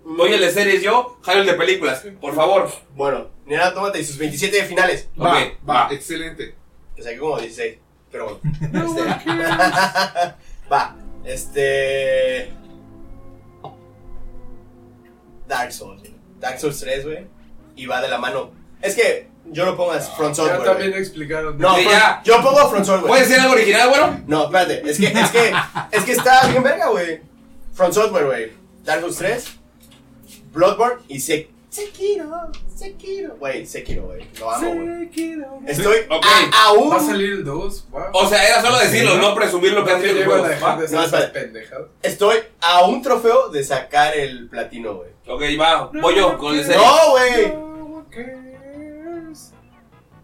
doy el de series yo, Jairo el de películas. Por favor. Bueno, Nena Automata y sus 27 de finales. Va, Ok, va, va. excelente. Que saqué como 16, pero bueno. este, va, este... Dark Souls, güey. Dark Souls 3, güey. Y va de la mano. Es que yo lo pongo as Front Software, Ya güey. también explicaron. No, Sí, Front- ya. yo pongo Front Software. ¿Puedes decir algo original, güero? No, espérate, es que, es que, es que está bien verga, güey. From Software, güey. Dark Souls 3, Bloodborne y Se Sekiro, Sekiro. Güey, Sekiro, güey. Lo amo, güey. Estoy Ok. a- Va a aún. salir el 2. Wow. O sea, era solo decirlo, no presumir lo que Ya han que sido los llevan a juegos. dejar de Va. hacer No, esas espera. pendejadas. Estoy a un trofeo de sacar el platino, güey. Ok, va, voy yo con el de series. No, güey.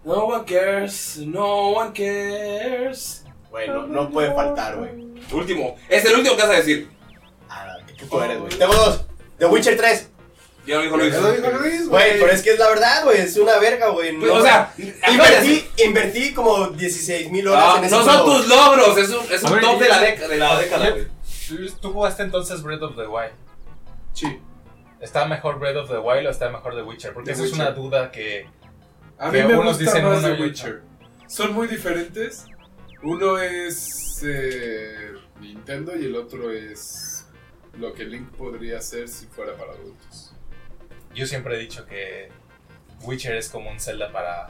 No one cares, no one cares. Güey, no, no puede faltar, güey. Último, es el último que vas a decir. Ah, qué puto eres, güey. Tengo dos. The Witcher 3. Ya lo dijo Luis. Ya lo dijo Luis, Güey, pero es que es la verdad, güey. Es una verga, güey. Pues, No- o sea, acabas de decir- invertí, invertí como 16 mil horas Ah, en no ese son juego, güey. tus logros, es un, es A un ver, top y- de la, deca- de la década, Yo- güey. ¿Tú jugaste entonces Breath of the Wild? Sí. ¿Está mejor Breath of the Wild o está mejor The Witcher? Porque The esa es Witcher. una duda que. A que mí me unos gusta dicen más uno The y otro. Witcher. Son muy diferentes. Uno es eh, Nintendo y el otro es lo que Link podría hacer si fuera para adultos. Yo siempre he dicho que Witcher es como un Zelda para,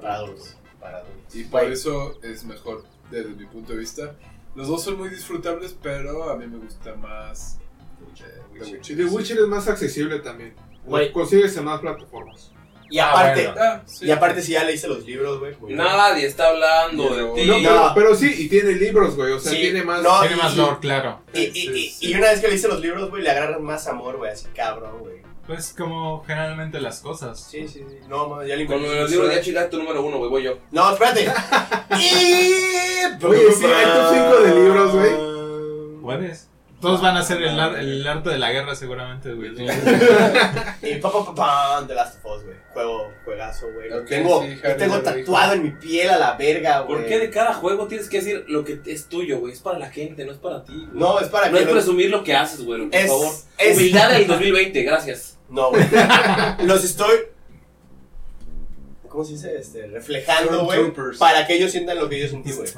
Para adultos. para adultos. Y por Güey. eso es mejor desde mi punto de vista. Los dos son muy disfrutables, pero a mí me gusta más eh, The Y Witcher. The Witcher es más accesible también. Güey. Lo consigues en más plataformas. Y aparte, Ah, bueno. Ah, sí. y aparte si ya leíste los libros, güey. muy bien. Nadie está hablando de No, ti. No, Y- pero, pero sí, y tiene libros, güey. O sea, Sí, tiene más. no, Tiene más y- lore, claro. Y, y- Sí, y- sí, sí. y una vez que leíste los libros, güey, le agarras más amor, güey, así cabrón, güey. Pues como generalmente las cosas. Sí, sí, sí. No, mames, ya le Con invertí los sus libros de horas. chingaste tu número uno, güey, voy yo. No, espérate. y... Oye, sí, hay top cinco de libros, ¿Puedes? Todos van a hacer el, ar- el arte de la guerra seguramente, güey. Y pa, pa, pa, pa, The Last of Us, güey. Juego, juegazo, güey. Lo Ok, tengo, sí, lo Harry tengo lo dijo. tatuado en mi piel a la verga, güey. ¿Por qué de cada juego tienes que decir lo que es tuyo, güey? Es para la gente, no es para ti. güey. No, es para No que... es los- presumir lo que haces, güey, por Es- favor. es- Humildad del 2020, gracias. No, güey. los estoy... ¿Cómo se dice? Este, reflejando, güey. Stormtroopers. Para que ellos sientan lo que yo sentí, güey.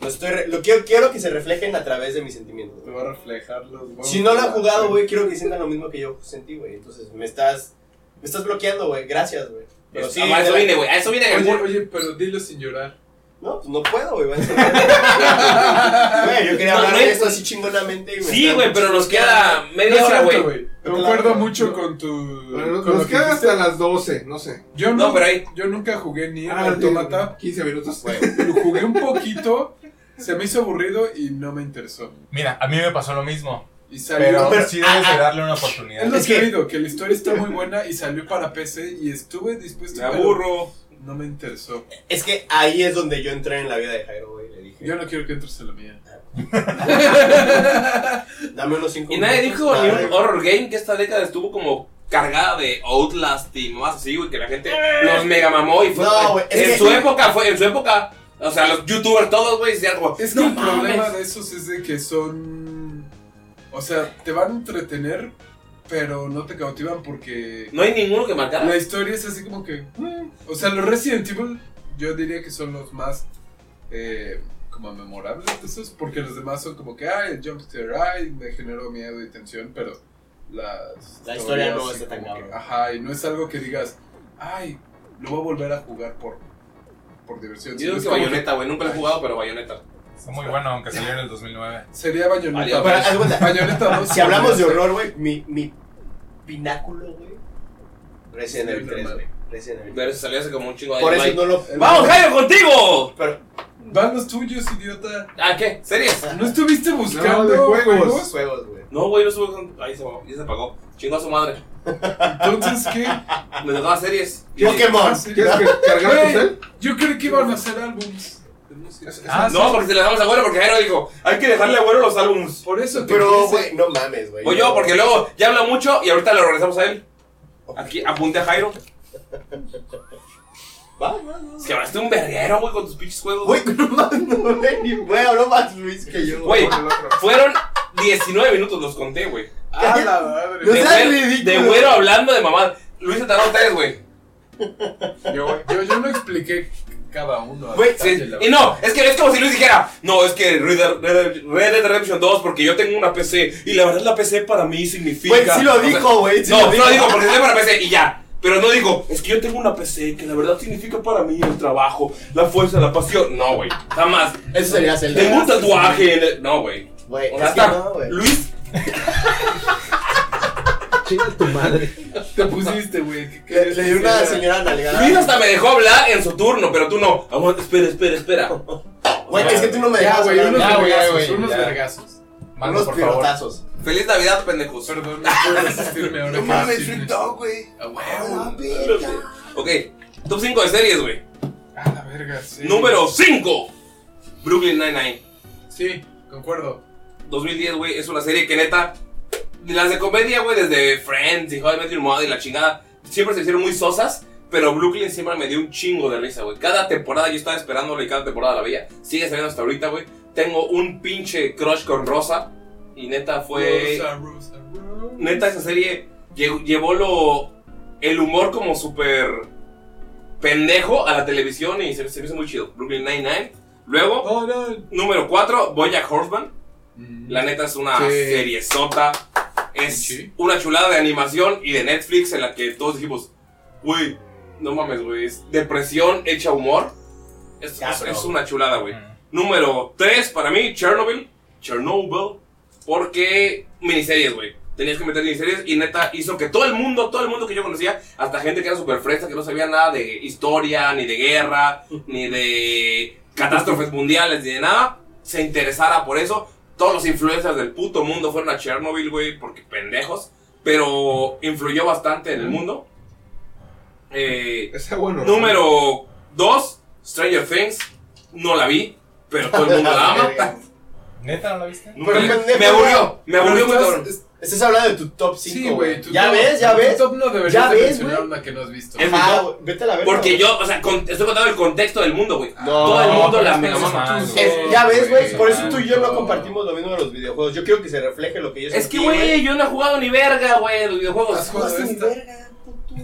Lo, estoy re- lo quiero, quiero que se reflejen a través de mis sentimientos. Te güey. va a reflejar los huevos. Si no lo han jugado, güey, quiero que sientan lo mismo que yo sentí, güey. Entonces me estás, me estás bloqueando, güey. Gracias, güey. Pero sí, a de Pues, ah, eso la- viene, güey. A eso viene. Oye, güey. oye, pero dilo sin llorar. No, pues no puedo, güey. va a ser- Güey, yo quería No, hablar no de es- esto así chingonamente. y me Sí, están- güey, pero nos queda media No es hora, cierto, güey. Me Claro, acuerdo güey. mucho No. con tu. Bueno, con lo nos que quedan dijiste. hasta las 12, no sé. Yo No, no, pero ahí. yo nunca jugué ni el Ah, automata. 15 minutos. Lo jugué un poquito, se me hizo aburrido y no me interesó. Mira, a mí me pasó lo mismo. Y salió. Pero, pero- sí debes ah, de darle una es oportunidad. lo Es que he que- oído, que la historia está muy buena y salió para PC y estuve dispuesto. Me pero aburro. No me interesó. Es que ahí es donde yo entré en la vida de Jairo, güey. Le dije, Yo no quiero que entres a la mía. dame unos 5 Y nadie dijo ni un horror game que esta década estuvo como cargada de Outlast y más así, güey, que la gente los mega mamó y fue. No, güey, es en que- su época fue, en su época, o sea, los youtubers todos, güey, decían como, Es que "No el problema mames". de esos es de que son. O sea, te van a entretener, pero no te cautivan porque. No hay ninguno que La marcara. historia es así como que. mm. O sea, los Resident Evil yo diría que son los más eh, como memorables de esos, porque los demás son como que, ay, el jump scare, ay, me generó miedo y tensión, pero las La historia no historias está como tan que- cabrón. Ajá, y no es algo que digas, ay, lo voy a volver a jugar por por diversión. Yo digo que Bayonetta, güey. Nunca lo he jugado, pero Bayonetta. Está muy bueno, aunque salió en el 2009. Sería Vale, Bayonetta. pero haz cuenta, Bayonetta dos, Si hablamos de Bayonetta. horror, güey, mi, mi pináculo, güey. Resident Evil 3, güey. Resident Evil Pero eso salió hace como un chingo de Por eso años, no lo. Mike. ¡Vamos, Jairo, contigo! Pero. Van los tuyos, idiota. ¿Ah, qué? ¿Series? ¿No estuviste buscando No, de juegos. juegos? Juegos, güey. No, güey, no estuve con. Ahí se, ya se apagó. Chingó a su madre. Entonces, ¿qué? Me tocaba series. Y- Pokémon. Ah, ¿Quieres que cargar tu Ah, Güey, cel? Yo creo que iban a hacer álbums. de música. Ah, no, porque se le damos a Güero, porque Jairo dijo: hay que dejarle a Güero los álbums. Por eso te Pero, quise- güey, no mames, güey. O Pues yo, porque luego ya habla mucho y ahorita lo regresamos a él. Aquí, apunte a Jairo. Va, va, va. Es que hablaste un verguero, güey, con tus pinches juegos. Güey, no mames, no, güey. ni- Güey, habló más Luis que yo. Güey, Con el otro. fueron 19 minutos, los conté, güey. ¡Ah, la madre! No De, seas güero- ridículo. de Güero hablando de mamá. Luis se tardó tres, güey. Yo, yo, yo no expliqué cada uno. a Güey, detalle, sí. la Y no, es que es como si Luis dijera, no, es que Red Dead- Red Dead Redemption 2, porque yo tengo una PC, y la verdad la PC para mí significa... Güey, sí lo O sea, dijo, güey, sí no, lo sí lo dijo. digo, porque tengo una PC y ya. Pero no digo, es que yo tengo una PC que la verdad significa para mí el trabajo, la fuerza, la pasión. No, güey, jamás. Eso sería Zelda. Tengo un tatuaje en el... No, güey. Güey, O sea, es que hasta no, güey. Luis... Chinga tu madre. Te pusiste, güey. que- que- Le, le di una señora Luis nalgada. hasta me dejó hablar en su turno, pero tú no. Aguanta, espera, espera, espera. Güey, es que tú no me Ya, dejas güey, hablar, unos güey. vergazos. güey, Unos ya. vergazos. Mando, Unos por favor. pirotazos. Feliz Navidad, pendejos. Perdón, no puedo resistirme ahora. No que mames, decirme Snoop esto. Dogg, güey. Ah, güey. Ok, top 5 de series, güey. A la verga, sí. Número 5. Brooklyn Nine-Nine. Sí, concuerdo. 2010, güey, es una serie que neta... de Las de comedia, güey, desde Friends y How I Met Your Mother y la chingada, siempre se hicieron muy sosas, pero Brooklyn siempre me dio un chingo de risa, güey. Cada temporada yo estaba esperándola y cada temporada la veía. Sigue saliendo hasta ahorita, güey. Tengo un pinche crush con Rosa y neta fue... Rosa, Rosa, Rosa. neta esa serie lle- llevó lo el humor como súper pendejo a la televisión y se, se me hizo muy chido. Brooklyn Nine-Nine. Luego, Oh, no. número 4, Boya Horseman. La neta es una Sí. serie sota. Es Sí. una chulada de animación y de Netflix en la que todos dijimos, güey, no mames, güey, es depresión hecha humor. Es, Ya, es- pero- es una chulada, güey. Mm. Número 3 para mí, Chernobyl. Chernobyl. Porque miniseries, güey. Tenías que meter miniseries y neta hizo que todo el mundo, todo el mundo que yo conocía, hasta gente que era súper fresca, que no sabía nada de historia, ni de guerra, ni de catástrofes mundiales, ni de nada, se interesara por eso. Todos los influencers del puto mundo fueron a Chernobyl, güey, porque pendejos. Pero influyó bastante en el mundo. Eh, Está bueno. Número 2, Stranger Things. No la vi, pero todo el mundo la ama. ¿Neta no la viste? Nunca Pero la- pendejo, me aburrió, me aburrió muy Pero cabrón. estás- Estás hablando de tu top 5. Sí, güey. tu Ya top- ves, ya tu ves. top no Ya deberías de ves, mencionar güey. una que no has visto. Es- Ah, güey, vete a la verga. Porque güey. yo, o sea, con- estoy contando el contexto del mundo, güey. No, todo el mundo pero la es que mega eso es mama. más- Es- Oh, ya ves, güey. Por eso tú y yo no Exacto. compartimos lo mismo de los videojuegos. Yo quiero que se refleje lo que yo Es que, sentí, güey, yo no he jugado ni verga, güey, los Pues, videojuegos. ¿Has jugado esta?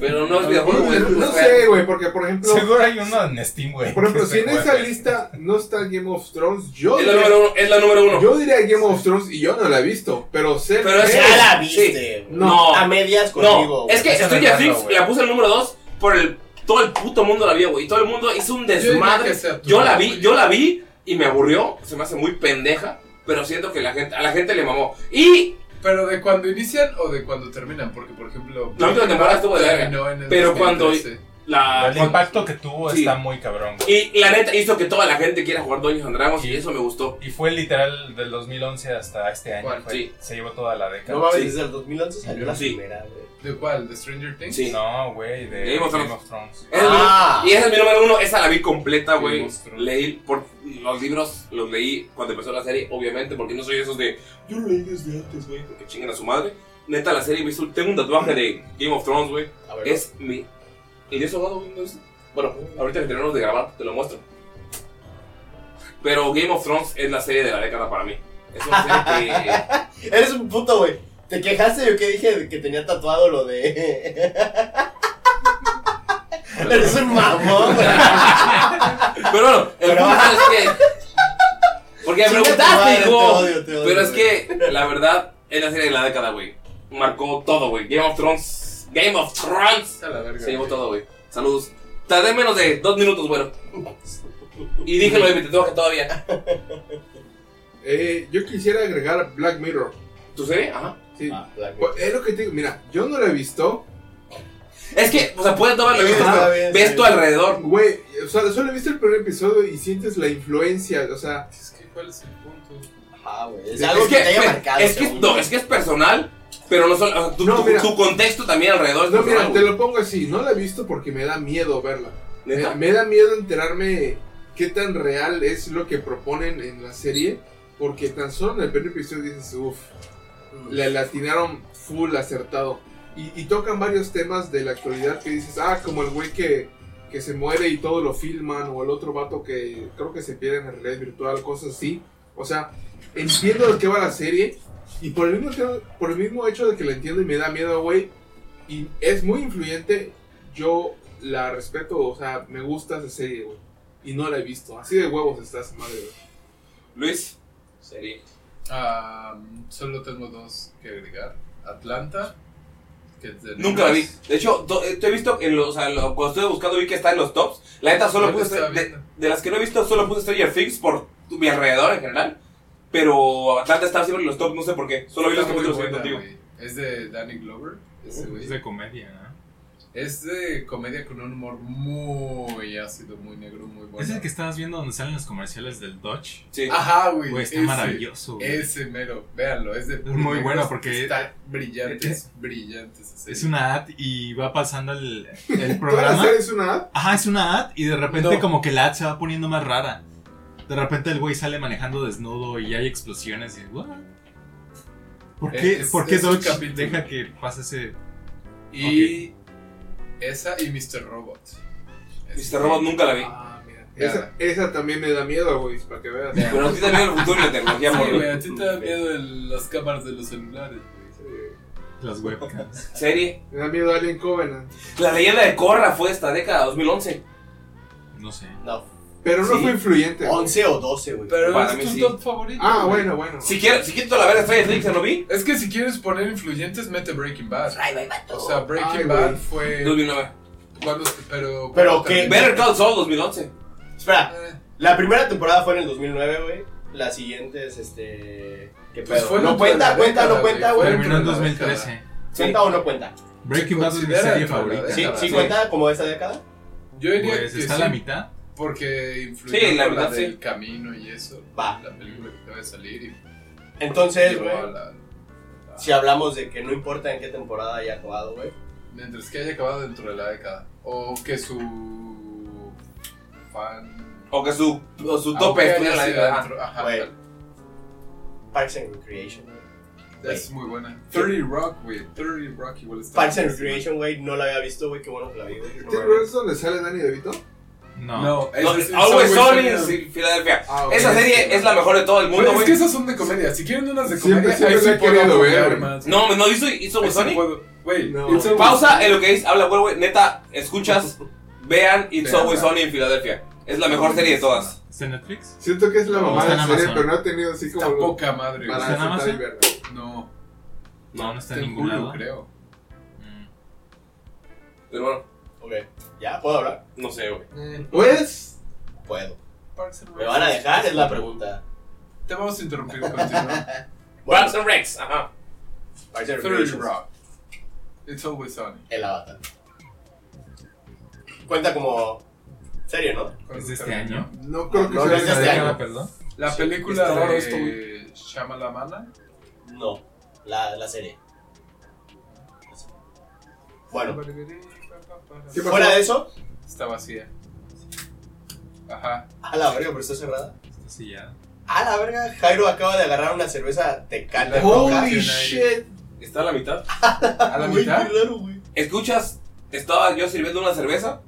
Pero no es videojuego, güey. es No real. sé, güey, porque por ejemplo. Seguro hay uno en Steam, güey. Por ejemplo, que si se en juega. esa lista no está Game of Thrones, yo Es la diría- número uno. Es la número uno. Yo diría Game of Thrones y yo no la he visto, pero sé Pero es- que- Ya la Sí. viste. güey. No. A medias conmigo. No, es que Estás Stranger hablando, Things güey. la puse el número 2 por el. Todo el puto mundo la vio, güey. Y todo el mundo hizo un diría desmadre. que sea tu Yo la número, vi, güey. yo la vi y me aburrió. Se me hace muy pendeja. Pero siento que la gente, a la gente le mamó. Y Pero de cuando inician o de cuando terminan, porque por ejemplo. La última temporada estuvo de verga, terminó en el pero cuando- 2013. la. El impacto que tuvo Sí. está muy cabrón, güey. Y la neta hizo que toda la gente quiera jugar Dungeons and Dragons y eso me gustó. Y fue literal del 2011 hasta este año. ¿Cuál? fue. Sí. Se llevó toda la década. No mames, Sí. desde el 2011 salió la Sí. primera, güey. ¿De cuál? ¿De Stranger Things? Sí. No, güey, de Game Game of of, Thrones. Thrones. Esa es mi- Ah. y esa es mi número uno, esa la vi completa, güey. monstruo. Leí por los libros, los leí cuando empezó la serie, obviamente, porque no soy de esos de yo lo leí desde antes, güey, porque chingan a su madre. Neta, la serie, visual, tengo un tatuaje de Game of Thrones, güey. A ver. Es mi. ¿Y de eso hablado, güey? ¿No es? Bueno, ahorita que terminamos de grabar, te lo muestro. Pero Game of Thrones es la serie de la década para mí. Es una serie que. Eres un puto, güey. ¿Te quejaste yo que dije de que tenía tatuado lo de. Eres un mamón, güey. Pero bueno, el Pero- punto es que. Porque me Chinga tu preguntaste, madre, te hijo. odio, te odio, Pero es güey. que, la verdad, es la serie de la década, güey. Marcó todo, güey. Game of Thrones. Game of Thrones. A la verga. Se llevó güey. todo, güey. Saludos. Tardé menos de dos minutos, güero. Y dije lo de mi tatuaje todavía. Eh, yo quisiera agregar Black Mirror. ¿Tu serie? Ajá. Sí. Ah, Pues, Es lo que te digo, mira, yo no la he visto. Es que, o sea, puedes no haberla visto, Ajá. pero ves tu alrededor. Güey, o sea, solo he visto el primer episodio y sientes la influencia, o sea. Es que, ¿cuál es el punto? Ajá, Ah, güey. Es algo que, te haya mira, marcado. es que, según no, yo. es que es personal, pero no solo. o sea, tu, tu- tu contexto también alrededor es No, personal, mira, te güey. lo pongo así, no la he visto porque me da miedo verla. ¿Neta? Me, me da miedo enterarme qué tan real es lo que proponen en la serie, porque tan solo en el primer episodio dices, uff, le latinaron full acertado. Y, y tocan varios temas de la actualidad que dices, ah, como el güey que, que se muere y todo lo filman, o el otro vato que creo que se pierde en la realidad virtual, cosas así. O sea, entiendo de qué va la serie, y por el mismo, te- por el mismo hecho de que la entiendo y me da miedo, güey, y es muy influyente, yo la respeto, o sea, me gusta esa serie, güey. Y no la he visto, así de huevos estás, madre, güey. Luis, serie. Ah, solo tengo dos que agregar. Atlanta. Que es de Nunca la vi. Netflix. De hecho, do- eh, te he visto en los. O sea, lo- cuando estuve buscando, vi que está en los tops. La neta, solo Yo la puse. estaba Stra- De, de las que no he visto, solo puse Stranger Things por tu- mi alrededor en general. Pero Atlanta estaba siempre en los tops, no sé por qué. Solo vi los Está muy capítulos que vi buena, contigo. güey. Es de Danny Glover. ese güey. Es de comedia, ¿no? Es de comedia con un humor muy ácido, muy negro, muy bueno. ¿Es el que estabas viendo donde salen los comerciales del Dodge? Ajá, güey. está ese, maravilloso, güey. Ese mero, véanlo, es de puros muy negros, bueno porque- está brillante, es brillante esa serie. Es una ad y va pasando el, el ¿Toda la programa. serie es una ad? Ajá, es una ad y de repente No. como que la ad se va poniendo más rara. De repente el güey sale manejando desnudo y hay explosiones y ¿what? ¿Por qué, Es- ¿por qué es un Dodge capítulo. deja que pase ese...? Y esa y Mr. Robot. Este, Mr. Robot nunca la vi. Ah, mira. Esa, esa también me da miedo, güey, para que veas. Pero a ti te da miedo el futuro y la tecnología, Sí, por güey, a ti te da miedo el- las cámaras de los celulares, güey. Las webcams. Serie. Me da miedo Alien Covenant. La leyenda de Corra fue esta década, 2011. No sé. No. Pero no Sí. fue influyente. 11 o 12, güey. Pero Para es mí tu sí. top favorito. Ah, güey. bueno, bueno. Si quiero, si quito la verga Stranger Things, ¿ya ¿lo vi? Es que si quieres poner influyentes, mete Breaking Bad. O sea, Breaking Ay, Bad güey. fue. 2009. ¿Cuándo? se- Pero. eh, Pero ¿cuándo que- terminó? Better Call Saul, 2011. Espera, la primera temporada fue en el 2009, güey. La siguiente es este. ¿Qué Pues pedo? fue no dentro de cuenta, la cuenta, década, no cuenta, güey. güey. Terminó en la 2013. ¿Cuenta o no cuenta? Breaking Bad es mi considera serie dentro de la favorita. Sí, década, sí sí. cuenta como esa década. Yo diría Pues que está a sí, la mitad. Porque influyó Sí, la con verdad, sí. del camino y eso. Va. La película que acaba de salir. Y Entonces, llevó güey, a la- si hablamos de que no importa en qué temporada haya acabado, güey. Mientras que haya acabado dentro de la década. O que su. fan. O que su, o su Aunque tope estuviera en la haya Ah. sido década. dentro- Ajá. Güey. Parks and Recreation, güey. Es muy buena. 30 Rock, güey. 30 Rock igual está. Parks and buenísima. Recreation, güey, no la había visto, güey. Qué bueno que la vi, güey. No ¿Este mames. es donde sale Danny DeVito? No. No, No, oh, es- Always es- Always Sunny Sunny. en Filadelfia. Ah, ok. Esa serie es la mejor de todo el mundo, Pero Pues es que güey. esas son de comedia. Si quieren unas de Siempre, comedia, siempre ahí sí la he puedo querido apoyar ver, más. No, no hizo, hizo Always Ese Sunny. puedo- Güey, No. It's Always Pausa Sunny. en lo que dice, habla güey, güey, neta, escuchas, vean It's Vean, Always vean. Sunny en Filadelfia. Es la mejor serie de todas. ¿Está en Netflix? Siento que es la No, mamá de está en la serie, Amazon. pero no ha tenido así como. Está poca madre, güey. para eh? ¿Está en sentar Amazon? y verla. No, No, no está te en ningún juro, lado. creo. Mm. Pero bueno, Ok, ya, ¿puedo hablar? no sé, güey. Pues. Puedo. Parks and ¿Me van a Rec. dejar? Es la pregunta. Te vamos a interrumpir, continúa. Bueno, Parks and Rex, ajá. Parks and Third Recreation. Rock. It's always sunny. El Avatar. Cuenta como. Serio, ¿no? ¿Es de este año? No creo que No, este no, no, sea de no, esa década. no. perdón. La Sí, película está raro esto, de Shamalamana. No, la, la serie. Bueno, ¿Qué pasó? fuera de eso, Está vacía. Ajá. a la verga, pero está cerrada. Está sellado. A la verga, Jairo acaba de agarrar una cerveza tecate roja. Holy shit. Está a la mitad. A la Güey, qué mitad. raro, güey. Escuchas, estaba yo sirviendo una cerveza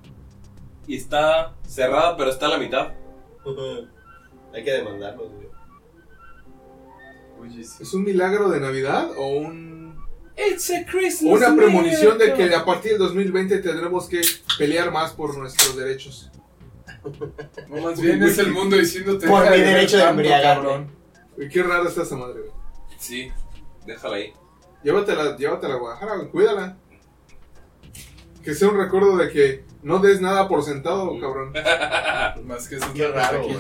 y está cerrada, pero está a la mitad. Hay que demandarlos, güey. Oye, sí. ¿Es un milagro de Navidad o un. It's a o Christmas. una premonición de que miracle. a partir del 2020 tendremos que pelear más por nuestros derechos? No, más bien es el mundo diciéndote. Por "Deja mi ver derecho de tanto, embriagarme". cabrón". Uy, Qué raro está esa madre, güey. Sí, déjala ahí. Llévatela, llévatela a Guadalajara, güey, cuídala. que sea un recuerdo de que no des nada por sentado, cabrón. Más que eso Qué raro, güey.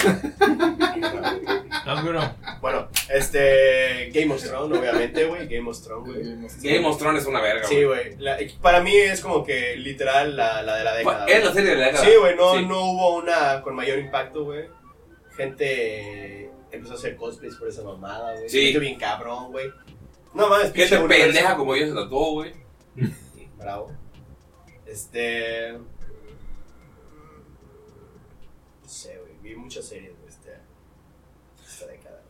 um, Bueno, este. Game of Thrones, obviamente, güey. Game of Thrones, güey. Game of Thrones es una verga, Sí, güey. La- Para mí es como que literal la, la de la década. Es la güey. serie de la década. Sí, güey. No, Sí. no hubo una con mayor impacto, güey. Gente empezó a hacer cosplays por esa mamada, güey. Sí. Gente bien cabrón, güey. No mames, Gente pinche universo. pendeja como yo se tatuó, güey. Bravo. Este. No sé, güey. Vi muchas series, güey. Esta, esta década.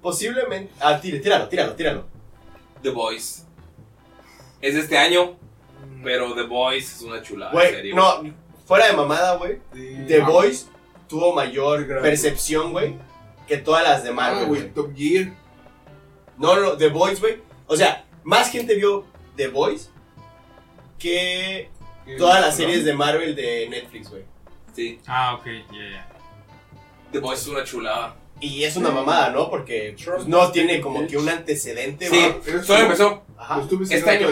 Posiblemente. Ah, tira- tíralo, tíralo, tíralo. The Voice. Es de este año, pero The Voice es una chulada. Ah, en Mm. Güey, serio. no, fuera de mamada, güey. The Ah. Voice tuvo mayor Gran- Ah, percepción, güey, que todas las ah, de Marvel. güey, Top Gear. No, no, The Voice, güey. O sea, más gente vio The Voice que todas las series de Marvel de Netflix, güey. Sí. Ah, ok, ya, ya. The Voice es una chulada. Y es una mamada, ¿no? Porque pues, no tiene como que un antecedente, Sí, güey. solo empezó Ajá. este año.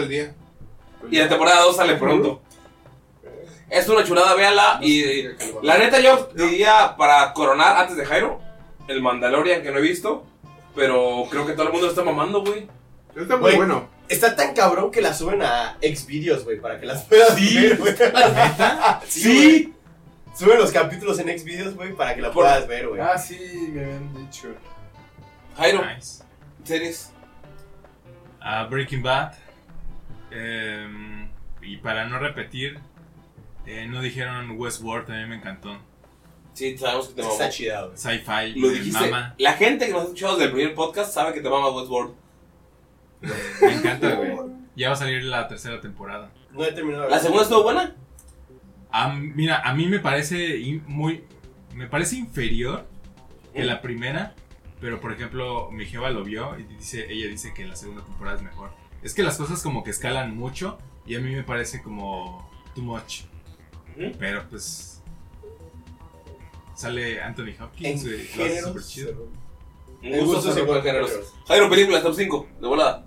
Y la temporada 2 sale pronto. Es una chulada, véala. Y la neta, yo diría para coronar antes de Jairo, el Mandalorian que no he visto. Pero creo que todo el mundo lo está mamando, güey. Está muy bueno. Está tan cabrón que la suben a Xvideos, güey, para que las puedas ver, güey. sí. güey. Suben los capítulos en Xvideos, güey, para que la Por- puedas ver, güey. Ah, sí, me habían dicho. Jairo, series. Ah, Breaking Bad. Em, y para no repetir, eh, no dijeron Westworld, también me encantó. Sí, sabemos que te mamó. Está chida, güey. Sci-fi. Lo me dijiste. mama. La gente que nos ha escuchado desde el primer podcast sabe que te mama Westworld. Me encanta, güey. Ya va a salir la tercera temporada. No he terminado. ¿La segunda estuvo buena? A- mira, a mí me parece in- muy. Me parece inferior Eh. que la primera. Pero por ejemplo, mi jeva lo vio y dice, ella dice que la segunda temporada es mejor. Es que las cosas como que escalan mucho y a mí me parece como too much. Pero pues. Sale Anthony Hopkins, güey, lo hace súper chido. Un gusto se rompe géneros. Jairo, películas top 5, de volada.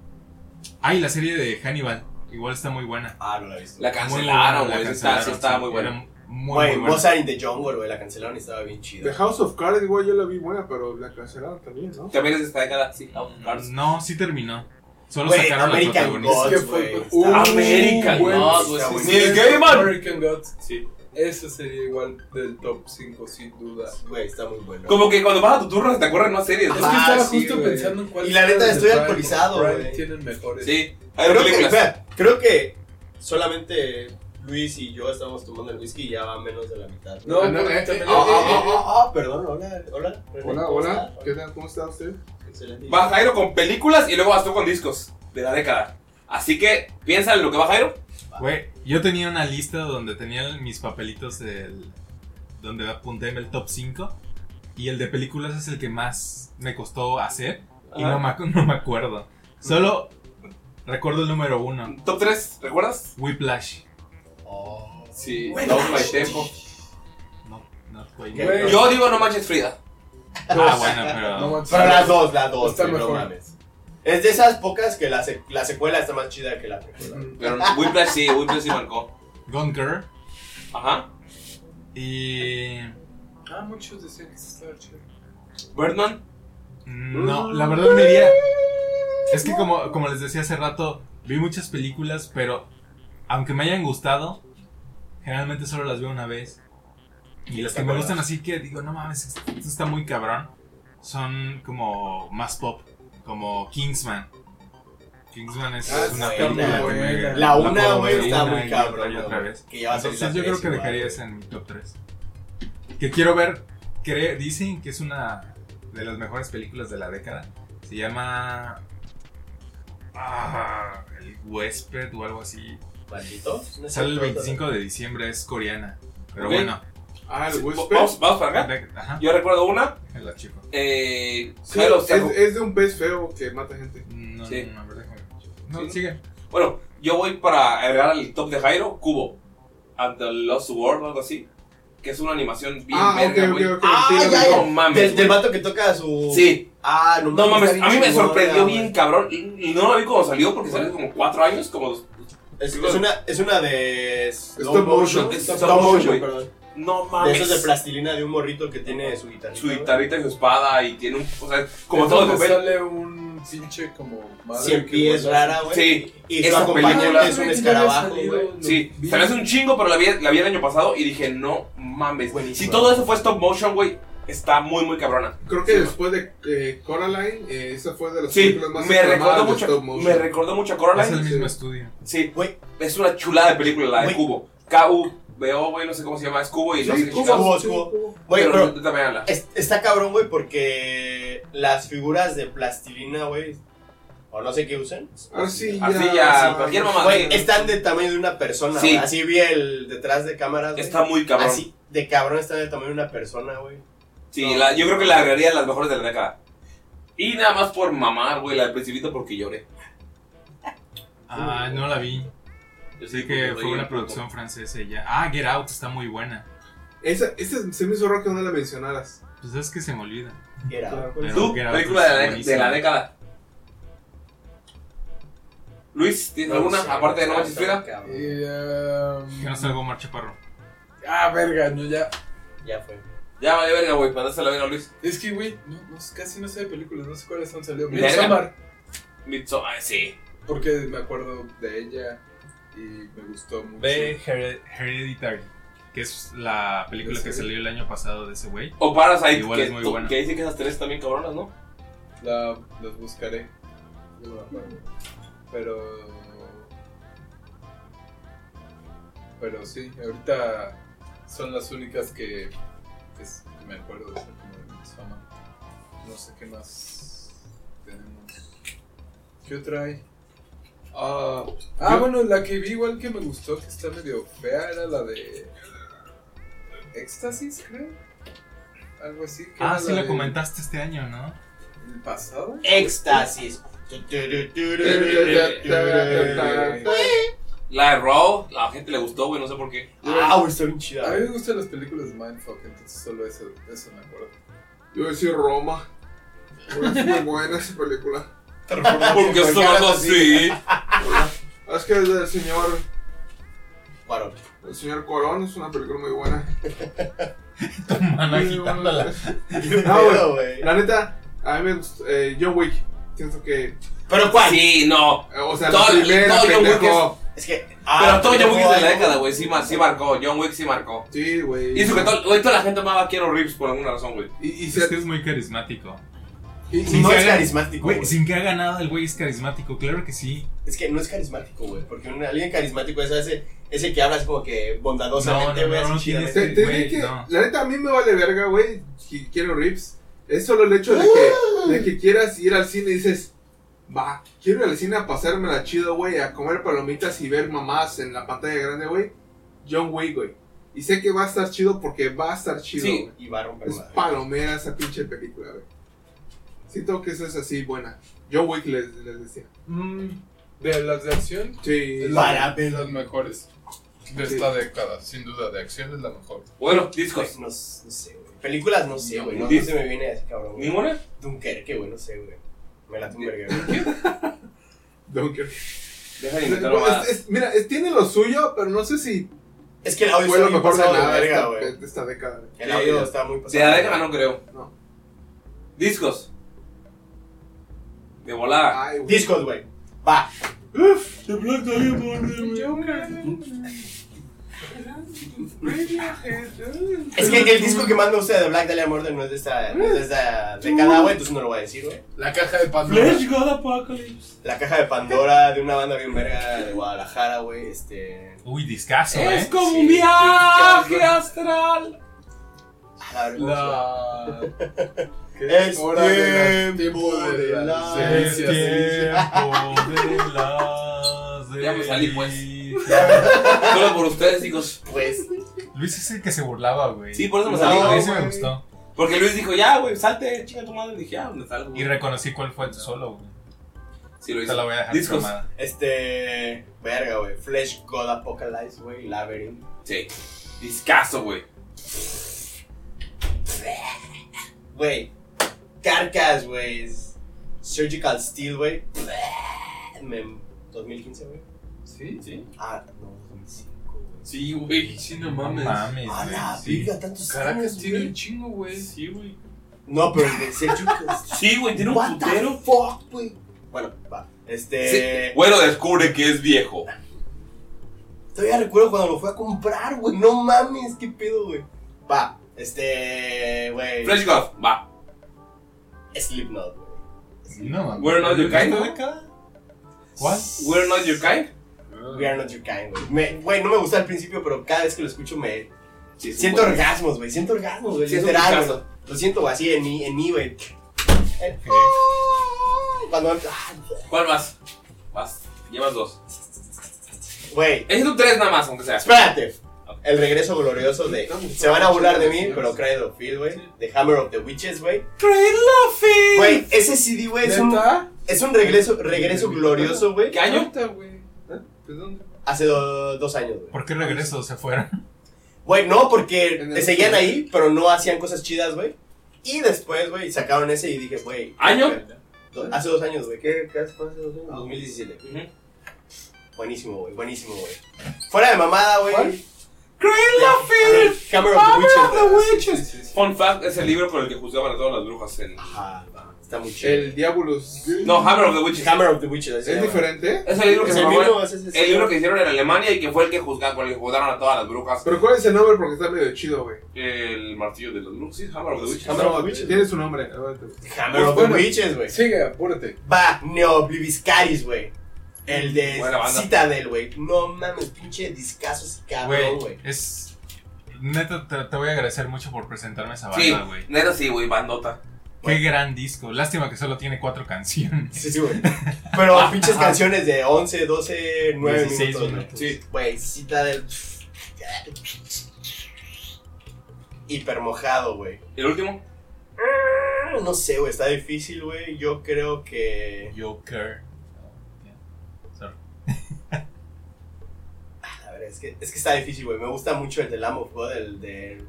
Ah, y la serie de Hannibal. Igual está muy buena. Ah, no la he visto. La cancelaron, güey, esa está- sí estaba muy buena. muy, Güey, muy buena. Mozart in the Jungle, güey, la cancelaron y estaba bien chida. The House of Cards, igual yo la vi buena, pero la cancelaron también, ¿no? También es de esta década, sí. House of Cards. No, sí terminó. Solo Güey, sacaron a la American protagonista. Gods, güey, está- American Gods, güey, sí, sí. Neil Gaiman. American Gods. Sí. Esa sería igual del top 5, sin duda. Güey, está muy bueno. Como que cuando vas a tu turno se te ocurren más series. Es que estaba justo pensando en cuál. Y la neta, estoy alcoholizado, güey. Tienen mejores. Sí. creo, que, espera, creo que solamente Luis y yo estamos tomando el whisky y ya va menos de la mitad. No, Ah, no, ah, eh, eh, ah, eh, ah, eh, ah, ah, perdón, hola, hola. René, Hola, ¿cómo hola. está? ¿Qué tal? ¿Cómo está usted? Excelente. Va Jairo con películas y luego vas tú con discos de la década. Así que piensa en lo que va Jairo. Güey, yo tenía una lista donde tenía mis papelitos del, donde apunté el top 5 y el de películas es el que más me costó hacer y Ajá. no me, ac- no me acuerdo. Solo recuerdo el número 1. Top 3, ¿recuerdas? Whiplash. Oh. Sí, Bueno. Don't My Tempo. No, no fue- Güey. Yo digo No Manches Frida. Ah, bueno, pero- No manches. Pero las dos, las dos. Está güey, mejor. No mames. Es de esas pocas que la, se- la secuela está más chida que la precuela. Pero Whiplash sí, Whiplash sí marcó. Gone Girl. Ajá. Y... Ah, muchos decían que estaba chido. Birdman. No, la verdad me iría. Es que como, como les decía hace rato, vi muchas películas, pero aunque me hayan gustado, generalmente solo las veo una vez. Y las que me gustan así que digo, no mames, esto está muy cabrón, son como más pop, como Kingsman. Kingsman es Ah, una sí, película la que me- buena. La una, puedo güey, ver está una muy y otra cabrón, y otra güey, vez. que ya va a salir Entonces la yo creo tres que igual, dejaría güey. esa en mi top 3. Que quiero ver, cre- dicen que es una de las mejores películas de la década. Se llama. Ah, el huésped o algo así. ¿Maldito? Sale el 25 de diciembre, es coreana. Pero Ok. bueno. Ah, el Sí, Whisper. Vamos, vamos para acá. Ajá. Yo recuerdo una. La chico. Eh, Sí, Jairo es, sacó- es de un pez feo que mata gente. No, Sí. no, no, déjame. Sí. sigue. Bueno, yo voy para agregar al top de Jairo, Cubo. And the Lost World, algo así. Que es una animación bien Ah, ok, verga, ok, güey. ok, sí, la vi. no mames. Del- del güey. vato que toca su- Sí. Ah, no mames, mames. está bien A mí me chingona, sorprendió güey. bien, cabrón. Y y no la vi cuando salió porque salió hace como cuatro años, como dos- Es, es una, es una de Stop motion. Stop, Stop motion, motion, güey. perdón. No De mames. esos de plastilina de un morrito que tiene su guitarrita. Ah, Su ¿no? guitarrita y su espada y tiene un. O sea, como Es todo el donde papel. Sale un pinche como madre. Cien que pies vuela. rara, güey. Sí, Y su acompañante es un escarabajo, güey. Sí, se me hace un chingo, pero la vi, la vi el año pasado y dije, no mames. Si todo eso fue stop motion, güey, está muy, muy cabrona. Creo que después de eh, Coraline, eh, esa fue de las Sí, películas más me recordó aclamadas de mucho, stop me motion. recordó mucho a Coraline. Es el mismo estudio. Sí, es una chulada de película la de Güey. Cubo. K-U-B-O, güey, no sé cómo se llama, es Cubo y no Sí, sé qué cubo, chingados. sí, cubo. Güey, pero- neta, véanla. Es- está cabrón, güey, porque las figuras de plastilina, güey, o no sé qué usan. Arcilla. Arcilla, cualquier mamada. Güey, están del tamaño de una persona, Sí. güey. Así vi el detrás de cámaras. güey. Está muy cabrón. Así de cabrón están del tamaño de una persona, güey. Sí, la- yo creo que la agregaría de las mejores de la década. Y nada más por mamar, güey, la del principito porque lloré. Ah, no la vi. Yo sé que fue una producción francesa y ya. Ah, Get Out está muy buena. Esa, esa se me hizo raro que no la mencionaras. Pues es que se me olvida. Get Out. pues, Pero ¿Tú? Get Out Película es de la, de- de buenísima. la década. Luis, ¿tienes No alguna? sé, aparte de No está- Manches Frida. Y, um, Que no salga Omar Chaparro. Ah, verga, no, ya. Ya fue. Ya vale verga, güey, mandaste la verga, Luis. Es que, güey, no, no, casi no sé de películas, no sé cuáles han salido. Verga. Midsommar, Midsommar, sí. porque me acuerdo de ella y me gustó mucho. Ve Hered- Hereditary, que es la película ¿Ese que güey? salió el año pasado de ese güey. O Parasite, Igual que, es muy tú- buena. que dicen que esas tres también cabronas, ¿no? La, las buscaré. Yo no me acuerdo. Pero. Pero sí, ahorita son las únicas que, que s- que me acuerdo de ser como de Midsommar. No sé qué más tenemos. ¿Qué otra hay? Ah, ah, bueno, la que vi igual que me gustó, que está medio fea, era la de. Éxtasis, creo. Algo así. que Ah, era sí la de- comentaste este año, ¿no? ¿El pasado? Éxtasis. Ah, La de Raw, la gente le gustó, güey, no sé por qué. Ah, güey, está bien chida. A mí güey. me gustan las películas de Mindfuck, entonces solo eso, eso me acuerdo. Yo iba a decir Roma. Güey, Es muy buena esa película. Porque son son así. Es que es del señor. Cuarón. El señor Cuarón es una película muy buena. tu mano agitándola. No, Pero, güey. güey. La neta, a mí me gusta. Eh, John Wick. Siento que. ¿Pero cuál? Sí, no. Eh, O sea, Todo- la primera, todo John Wick pendejo. Es que. ah, Pero todo John Wick es de la algo. década, güey, sí, mar- sí marcó. John Wick sí marcó. Sí, güey. Y eso que todo- güey, toda la gente amaba a Keanu Reeves por alguna razón, güey. Y, y Es que es muy carismático. Y- Sin no que es haga- carismático, güey, güey. sin que haga nada, el güey es carismático, claro que sí. Es que no es carismático, güey. Porque un, alguien carismático es ese, ese que hablas como que bondadosamente, No, no, güey. no, así no chidamente. Este, Te, te diré Güey, que, no. la neta, a mí me vale verga, güey. si Quiero rips. Es solo el hecho de que, de que quieras ir al cine y dices, va, quiero ir al cine a pasármela chido, güey, a comer palomitas y ver mamás en la pantalla grande, güey. John Wick, güey. Y sé que va a estar chido porque va a estar chido, Sí. güey. Y va a romper Es madre. palomera esa pinche película, güey. Siento que eso es así, buena. John Wick les, les decía. Mm, de las de acción, Sí. es Para la de las mejores de Sí. esta década, sin duda. De acción es la mejor. Bueno, discos. Pues, No, s- no sé, güey. Películas no sé, güey. No, Dis- no se me viene así, cabrón. güey. ¿Ninguna? Dunkerque, güey, no sé, güey. Me la Dunkerque, güey. Dunker. Deja de Es- inventar mamadas. es- mira, es- tiene lo suyo, pero no sé si Es que el audio fue está lo bien mejor de pasado de nada verga, esta- güey. de esta década. güey. El Sí, audio ya. está muy De pasado. la década no creo. No. Discos. De volada. Ay, güey. Discos, güey. Va. The Black Es que el disco que más me gusta de Black Dahlia Murder no es de esta, no es de esta década, güey. Entonces no lo voy a decir, güey. La caja de Pandora. God Apocalypse. La caja de Pandora de una banda bien verga de Guadalajara, güey. Este. Uy, discazo, Es ¿eh? como Sí, sí, un viaje ya, astral. a la verga, ¿cómo se llama? La. ¿Qué? Es Hora de las- tiempo tiempo de de las la- El delicias. tiempo de las Ya me salí, pues. delicias. Solo por ustedes, chicos. Pues. Luis es el que se burlaba, güey. Sí, por eso me No, salí, A güey. mí sí me gustó. Porque Luis dijo, ya, güey, salte, chinga tu madre. Y dije, ah, me salgo. güey. Y reconocí cuál fue tu solo, güey. Sí, lo hice. Te la voy a dejar Discos. cromada. Este. Verga, güey. Flesh God Apocalypse, güey. Labyrinth. Sí. Discaso, güey. Güey. Carcass, güey. Surgical Steel, güey. Me- 2015, güey. ¿Sí? Sí. Ah, no, 2005, güey. Sí, güey. Sí, no mames. mames, A güey, la sí. verga, tantos Caracas años, tiene güey. un chingo, güey. Sí, güey. No, pero el de Sergio. sí, güey, tiene un What the putero. fuck, güey. Bueno, va. Este. Bueno, Eh, descubre que es viejo. Todavía recuerdo cuando lo fui a comprar, güey. No mames, qué pedo, güey. Va, este, güey. Flash Goff, va. Slipknot, güey. No, mames. We're not your kind. ¿Esta ¿What? We're not your kind. We are not your kind, güey. Me- Güey, no me gusta al principio, pero cada vez que lo escucho me. Sí, es un siento buen- orgasmos, güey. Siento orgasmos, güey. Sí, es un literal, discazo. güey. Lo siento así en mí, en mí, güey. El- Cuando. ah, ¿Cuál más? Vas. Llevas dos. Güey. He sido tres nada más, aunque sea. Espérate. El regreso glorioso de. Se van a burlar de mí, pero Cradle of Field, güey. The Hammer of the Witches, güey. Cradle of Field. Güey, ese CD, güey, es un. ¿Neta? Es un regreso, regreso glorioso, güey. ¿Qué año? Puta, güey. ¿Eh? ¿De dónde? Hace do- dos años, güey. ¿Por qué regreso? ¿Se fueron? Güey, no, porque el- seguían ahí, pero no hacían cosas chidas, güey. Y después, güey, sacaron ese y dije, güey. ¿Año? do- Hace dos años, güey. ¿Qué, qué hace fue hace dos años? 2017. Buenísimo, güey. Buenísimo, güey. Fuera de mamada, güey. Cradle of Field. Hammer of the Witches, güey. Fun fact, es el libro por el que juzgaban a todas las brujas en... Ajá, Ah, está muy chido. El Diabolus. No, Hammer of the Witches. Hammer of the Witches. así se ¿Es llama. diferente? Es el libro que Es se el robó- mismo, es ese- El libro que hicieron en Alemania y que fue el que juzgaron, por el que juzgaron a todas las brujas. Pero ¿cuál es el nombre? Porque está medio chido, güey. El martillo de los brujas, sí, Hammer of the Witches. Hammer of the Witches. Tiene su nombre. A ver, te- Hammer of the Bueno, Witches, güey. Sigue, apúrate. Va, Neobliviscaris, güey. El de Buena banda. Citadel, güey. No mames, pinche discazo ese cabrón, Güey, Ah, güey. es. Neta, te, te voy a agradecer mucho por presentarme esa Sí, banda, güey. neta sí, güey, bandota. Qué gran disco. Lástima que solo tiene cuatro canciones. Sí, sí, güey. Pero pinches canciones de 11, 12, 9 16 minutos, güey. minutos. Sí. Güey, Citadel. Hiper mojado, güey. ¿El último? Ah, No sé, güey, está difícil, güey. Yo creo que. Joker. Sorry. A ver, es que, es que está difícil, güey. Me gusta mucho el de Lamb of God, el de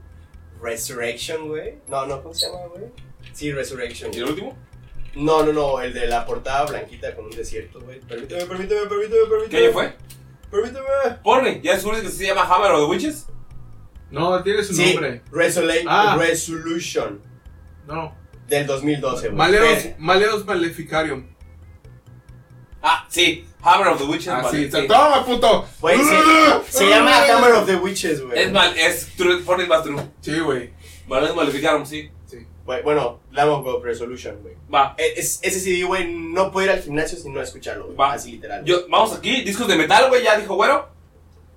Resurrection, güey. No, no, ¿cómo se llama, güey? Sí, Resurrection. ¿Y el güey. último? No, no, no, el de la portada blanquita con un desierto, güey. Permíteme, permíteme, permíteme, permíteme. ¿Qué año fue? Permíteme. Porne, ¿ya descubres que se llama Hammer of the Witches? No, tiene su Sí, nombre. Resolu- Ah. Resolution No. del 2012, güey. Maleos, Maleos Maleficarium. Ah, sí, Hammer of the Witches. Ah, vale, sí, sí. toma, puto. Güey, se, se llama Hammer of the Witches, Ah. Es güey. mal, es true, Porne es más true. Sí, güey. Vale, es maleficaron, sí. Güey, Bueno, Lamb of God Resolution, güey. Va. eh, E- es- Ese CD, güey, no puedo ir al gimnasio sin no escucharlo, güey. Va. Así literal. güey. Yo, vamos aquí, discos de metal, güey, ya dijo güero.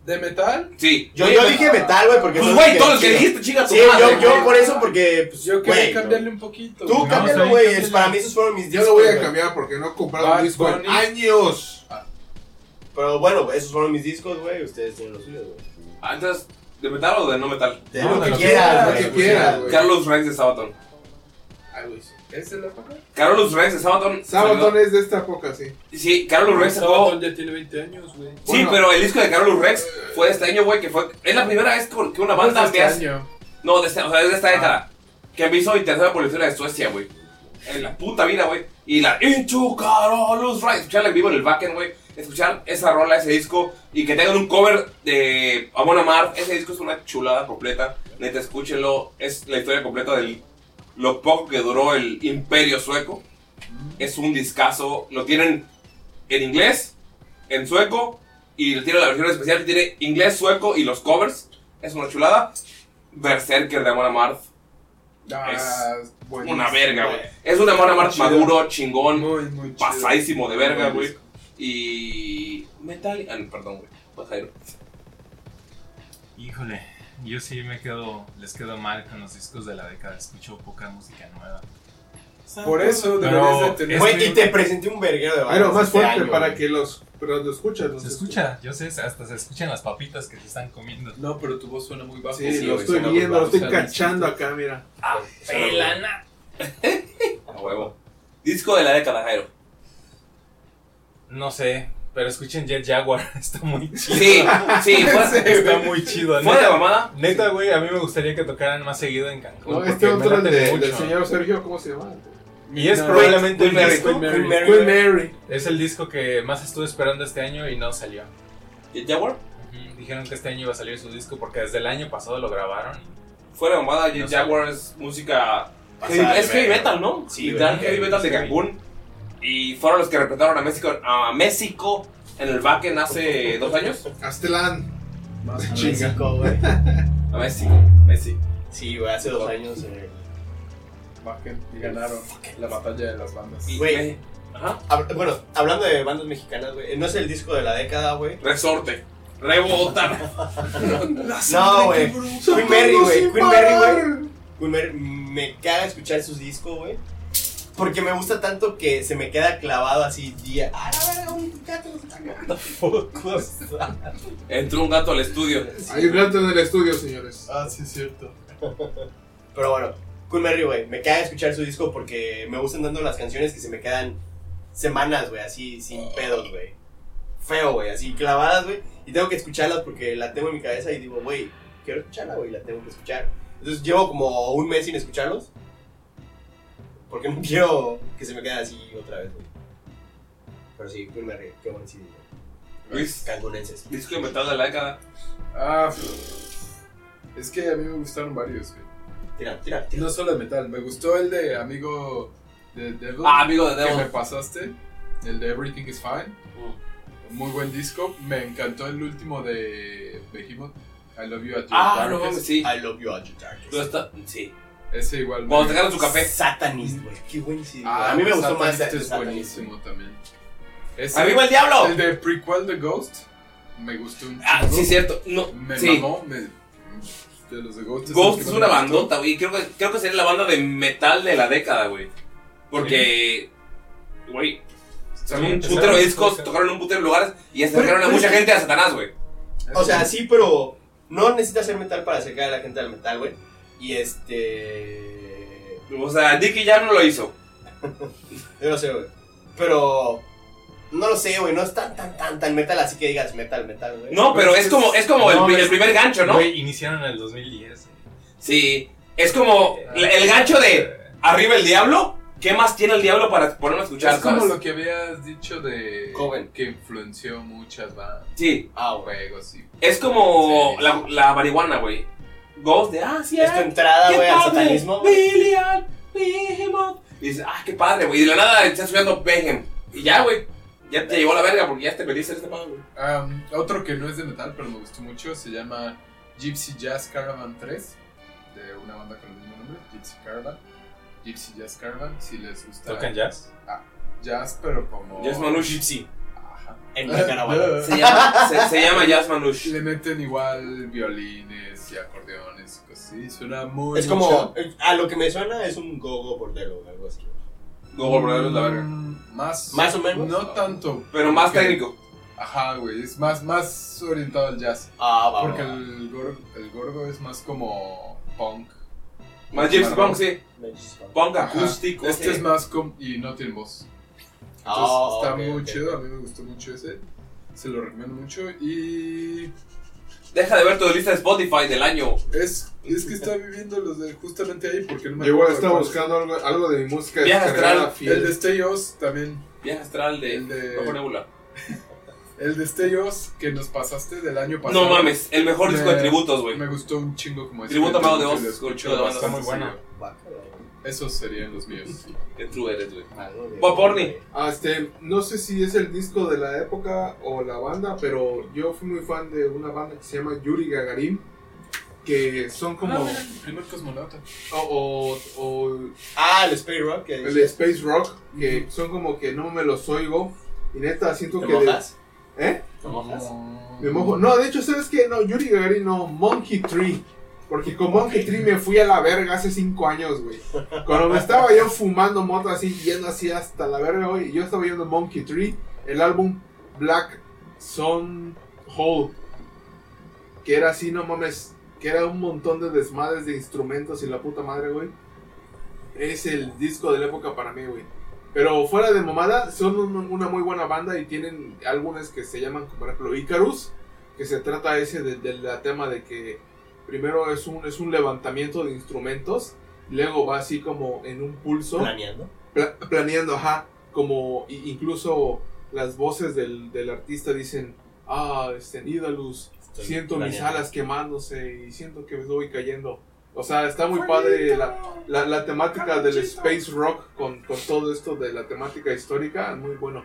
¿De metal? Sí. Yo, yo dije metal, güey, porque. Pues, no güey, dije todo lo que chido. dijiste, chinga tu Sí, madre, yo, yo güey. por eso, porque. Pues, Yo quería güey, cambiarle un poquito. Tú güey. No, cámbialo, sí, güey. es- cámbialo. Para mí esos fueron mis Yo discos. lo voy a güey. cambiar porque no he comprado Bad un disco en Bunny. años. Pero bueno, güey, esos fueron mis discos, güey. Ustedes tienen los suyos, güey. Ah, entonces, ¿de metal o de no metal? De No, lo de que lo que quieras, quieras, güey. lo que quieras, güey. Carlos Rex de Sabaton. Ay, güey. sí. ¿Ese la paga? Carlos Rex de Sabaton. Sabaton salió- es de esta época, sí. Sí, Carlos Rex sacó Sabaton ya tiene 20 años, güey. Sí, Bueno. pero el disco de Carlos Rex fue este año, güey, que fue. Es la primera vez que que una banda Este me hace. año. No, de esta, o sea, es de esta década. Que me hizo interesada por la historia de Suecia, güey. En la puta vida, güey. Y la Into Carlos Rex. Escucharla en vivo en el backend, güey. Escuchar esa rola, ese disco. Y que tengan un cover de Amon Amar. Ese disco es una chulada completa. Neta, escúchenlo. Es la historia completa del. Lo poco que duró el imperio sueco. Es un discazo. Lo tienen en inglés, en sueco y tiene la versión especial que tiene inglés, sueco y los covers. Es una chulada. Berserker de Amon Amarth. Ah, buenísimo. Una verga, güey. Es un Amon Amarth Chido. maduro, chingón, Muy, muy chido. pasadísimo de verga, Buen güey. disco. Y. Metal. Ah, no, perdón, güey. Pues, Jairo. Híjole, yo sí me quedo. Les quedo mal con los discos de la década. Escucho poca música nueva. Por eso Pero deberías de tener. es Güey, que- y te presenté un verguero de bandas Este Pero más este fuerte año, para güey. que los. Pero lo escuchas, ¿no? Se escucha, yo sé, hasta se escuchan las papitas que se están comiendo. No, pero tu voz suena muy bajo. Sí, Sí, lo güey, estoy suena viendo, lo muy estoy bajo. cachando acá, mira. Pelana. A huevo. Disco de la década, Jairo. No sé, pero escuchen Jet Jaguar, está muy chido. Sí, sí, fue- Está muy chido, Fuera de neta. mamada. Neta, güey, a mí me gustaría que tocaran más seguido en Cancún. No, porque este me otro el late de- mucho. del señor Sergio, ¿cómo se llama? Y es No, probablemente Queen el Mary, disco. Queen Mary. Queen Mary. Es el disco que más estuve esperando este año y no salió. ¿Y Jaguar? Dijeron que este año iba a salir su disco porque desde el año pasado lo grabaron. Fuera de mamada, Jet Jaguar es música. Pasada de es heavy verga. metal, ¿no? Sí, Literal, güey. heavy metal de Cancún. Y fueron los que representaron a México, a México en el Bakken hace dos años. Aztlán. Más chinga. México, güey. A Messi, Messi. Sí, güey, hace dos años. eh, Bakken y ganaron la batalla de las bandas. Güey. Hab- bueno, hablando de bandas mexicanas, güey. No es el disco de la década, güey. Resorte. Rebotan. No, güey. Queen Mary, güey. Queen Mary, güey. Queen Mary, me caga escuchar sus discos, güey. Porque me gusta tanto que se me queda clavado así día. Ah, la verga, un gato nos está cagando. Focos. Entró un gato al estudio. Hay un gato en el estudio, señores. Ah, sí, es cierto. Pero bueno, Cool Mary, güey. Me caga escuchar su disco porque me gustan tanto las canciones que se me quedan semanas, güey, así sin pedos, güey. Feo, güey, así clavadas, güey. Y tengo que escucharlas porque la tengo en mi cabeza y digo, güey, quiero escucharla, güey, la tengo que escuchar. Entonces llevo como un mes sin escucharlos. Porque no quiero que se me quede así otra vez, güey. Pero sí, Cool Mary, qué buen CD, güey. Luis. Cancunenses. Disco de metal de la década. Ah, pff. es que a mí me gustaron varios, güey. Tira, tira, tira. No solo de metal, me gustó el de amigo de Devil. Ah, Amigo de Devil. Que me pasaste. El de Everything is Fine. Muy buen disco. Me encantó el último de Behemoth. I love you at your Ah, no darkest. mames, sí. I love you, Andrew Darkest. Tú está- Sí. Ese igual. me- Cuando te ganan su café. Satanist, güey. Qué buen CD. Ah, güey. a mí me gustó Satanist más es Satanist, buenísimo también. ¡A viva el diablo! El de prequel de Ghost. Me gustó un Oh. Ah, chingo. sí, cierto. No, Me sí. mamó. Me, de los de Ghost. Ghost el es que una más me gustó. bandota, güey. Creo que, creo que sería la banda de metal de la década, güey. Porque, güey, bien, salieron un está putero de bien, discos, está bien. tocaron en un putero de lugares y acercaron a mucha gente a Satanás, güey. O sea, sí, pero no necesitas hacer metal para acercar a la gente al metal, güey. Y este. O sea, Nicky ya no lo hizo. Yo no sé, güey. Pero. No lo sé, güey. No es tan, tan, tan, tan metal así que digas metal, metal, güey. No, pero es como, es como el, No, pri- es- el primer gancho, ¿no? Güey, iniciaron en el 2010. Sí. Es como la- el gancho de arriba el diablo. ¿Qué más tiene el diablo para ponerlo a escuchar? Es como sabes? lo que habías dicho de Coven. Ah, que influenció muchas bandas, Sí. juegos y Es como la, la marihuana, güey. Ghost de, ah, sí, Es tu ah, entrada, qué güey, al padre, satanismo. Billiard, Behemoth. Y dices, ah, qué padre, güey. Y de la nada estás subiendo Behem. Y ya, güey. Ya te llevó la verga porque ya te perdiste en este pedo, güey. Um, otro que no es de metal, pero me gustó mucho, se llama Gypsy Jazz Caravan 3, de una banda con el mismo nombre, Gypsy Caravan. Gypsy Jazz Caravan, si les gusta. ¿Tocan jazz? Ah, jazz, pero como. Jazz Manush Gypsy. Ajá. En la caravana. Se llama, se, se llama Jazz Manush. Le meten igual violines y acordeones y cosas así. Suena muy. Es como. A lo que me suena es un go-go bordelo o algo así. Go Brothers, la verga. Mm, Más, Más o menos. No tanto. Pero más porque- técnico. Ajá, güey. Es más, más orientado al jazz. Ah, va, va, Porque va. el gorgo, el gorgo es más como punk. Más Gypsy Marrón. Punk, sí. Me disculpo. Punk Ajá. acústico. Este sí. es más como. Y no tiene voz. Entonces, Ah, está ok, muy ok. chido. A mí me gustó mucho ese. Se lo recomiendo mucho. Y. Deja de ver tu lista de Spotify del año. Es, es que está viviendo los de justamente ahí porque no me Yo igual acuerdo estaba cuál. buscando algo, algo de mi música Viaja descargada astral, El de fiel. Stay Oz también. Viaje astral de, El de- Bajo Nebula. El de Stay Oz que nos pasaste del año pasado. No mames, el mejor disco de Me- tributos, güey. Me gustó un chingo como ese. Tributo a Mago de Yo Oz, lo es un escucho chido de banda, está bastante muy buena. seguido. Guácala, güey. Esos serían los míos. Qué true eres, güey. Algo de- Bob Orney. Ah, este, no sé si es el disco de la época o la banda, pero yo fui muy fan de una banda que se llama Yuri Gagarin, que son como... Ah, mira, el primer cosmonauta. o- o- o Ah, el Space Rock. que el dice- Space Rock, que son como que no me los oigo. Y neta, siento ¿Te que. de- mojas? ¿Eh? ¿Te mojas? Me mojo. No, de hecho, ¿sabes qué? No, Yuri Gagarin no, Monkey Tree. Porque con Monkey Tree me fui a la verga hace 5 años, güey. Cuando me estaba yo fumando moto así, yendo así hasta la verga, güey. Yo estaba viendo Monkey Tree, el álbum Black Sun Hole. Que era así, no mames. Que era un montón de desmadres de instrumentos y la puta madre, güey. Es el disco de la época para mí, güey. Pero fuera de mamada, son un- una muy buena banda y tienen álbumes que se llaman, como por ejemplo, Icarus, que se trata ese del de, la tema de que primero es un, es un levantamiento de instrumentos, luego va así como en un pulso, Planeando. pla- planeando, ajá, como i- incluso las voces del, del artista dicen, ah, extendida luz, Estoy siento mis planeando. alas quemándose y siento que me voy cayendo. O sea, está muy padre la, la- la temática del space rock con, con todo esto de la temática histórica, muy bueno.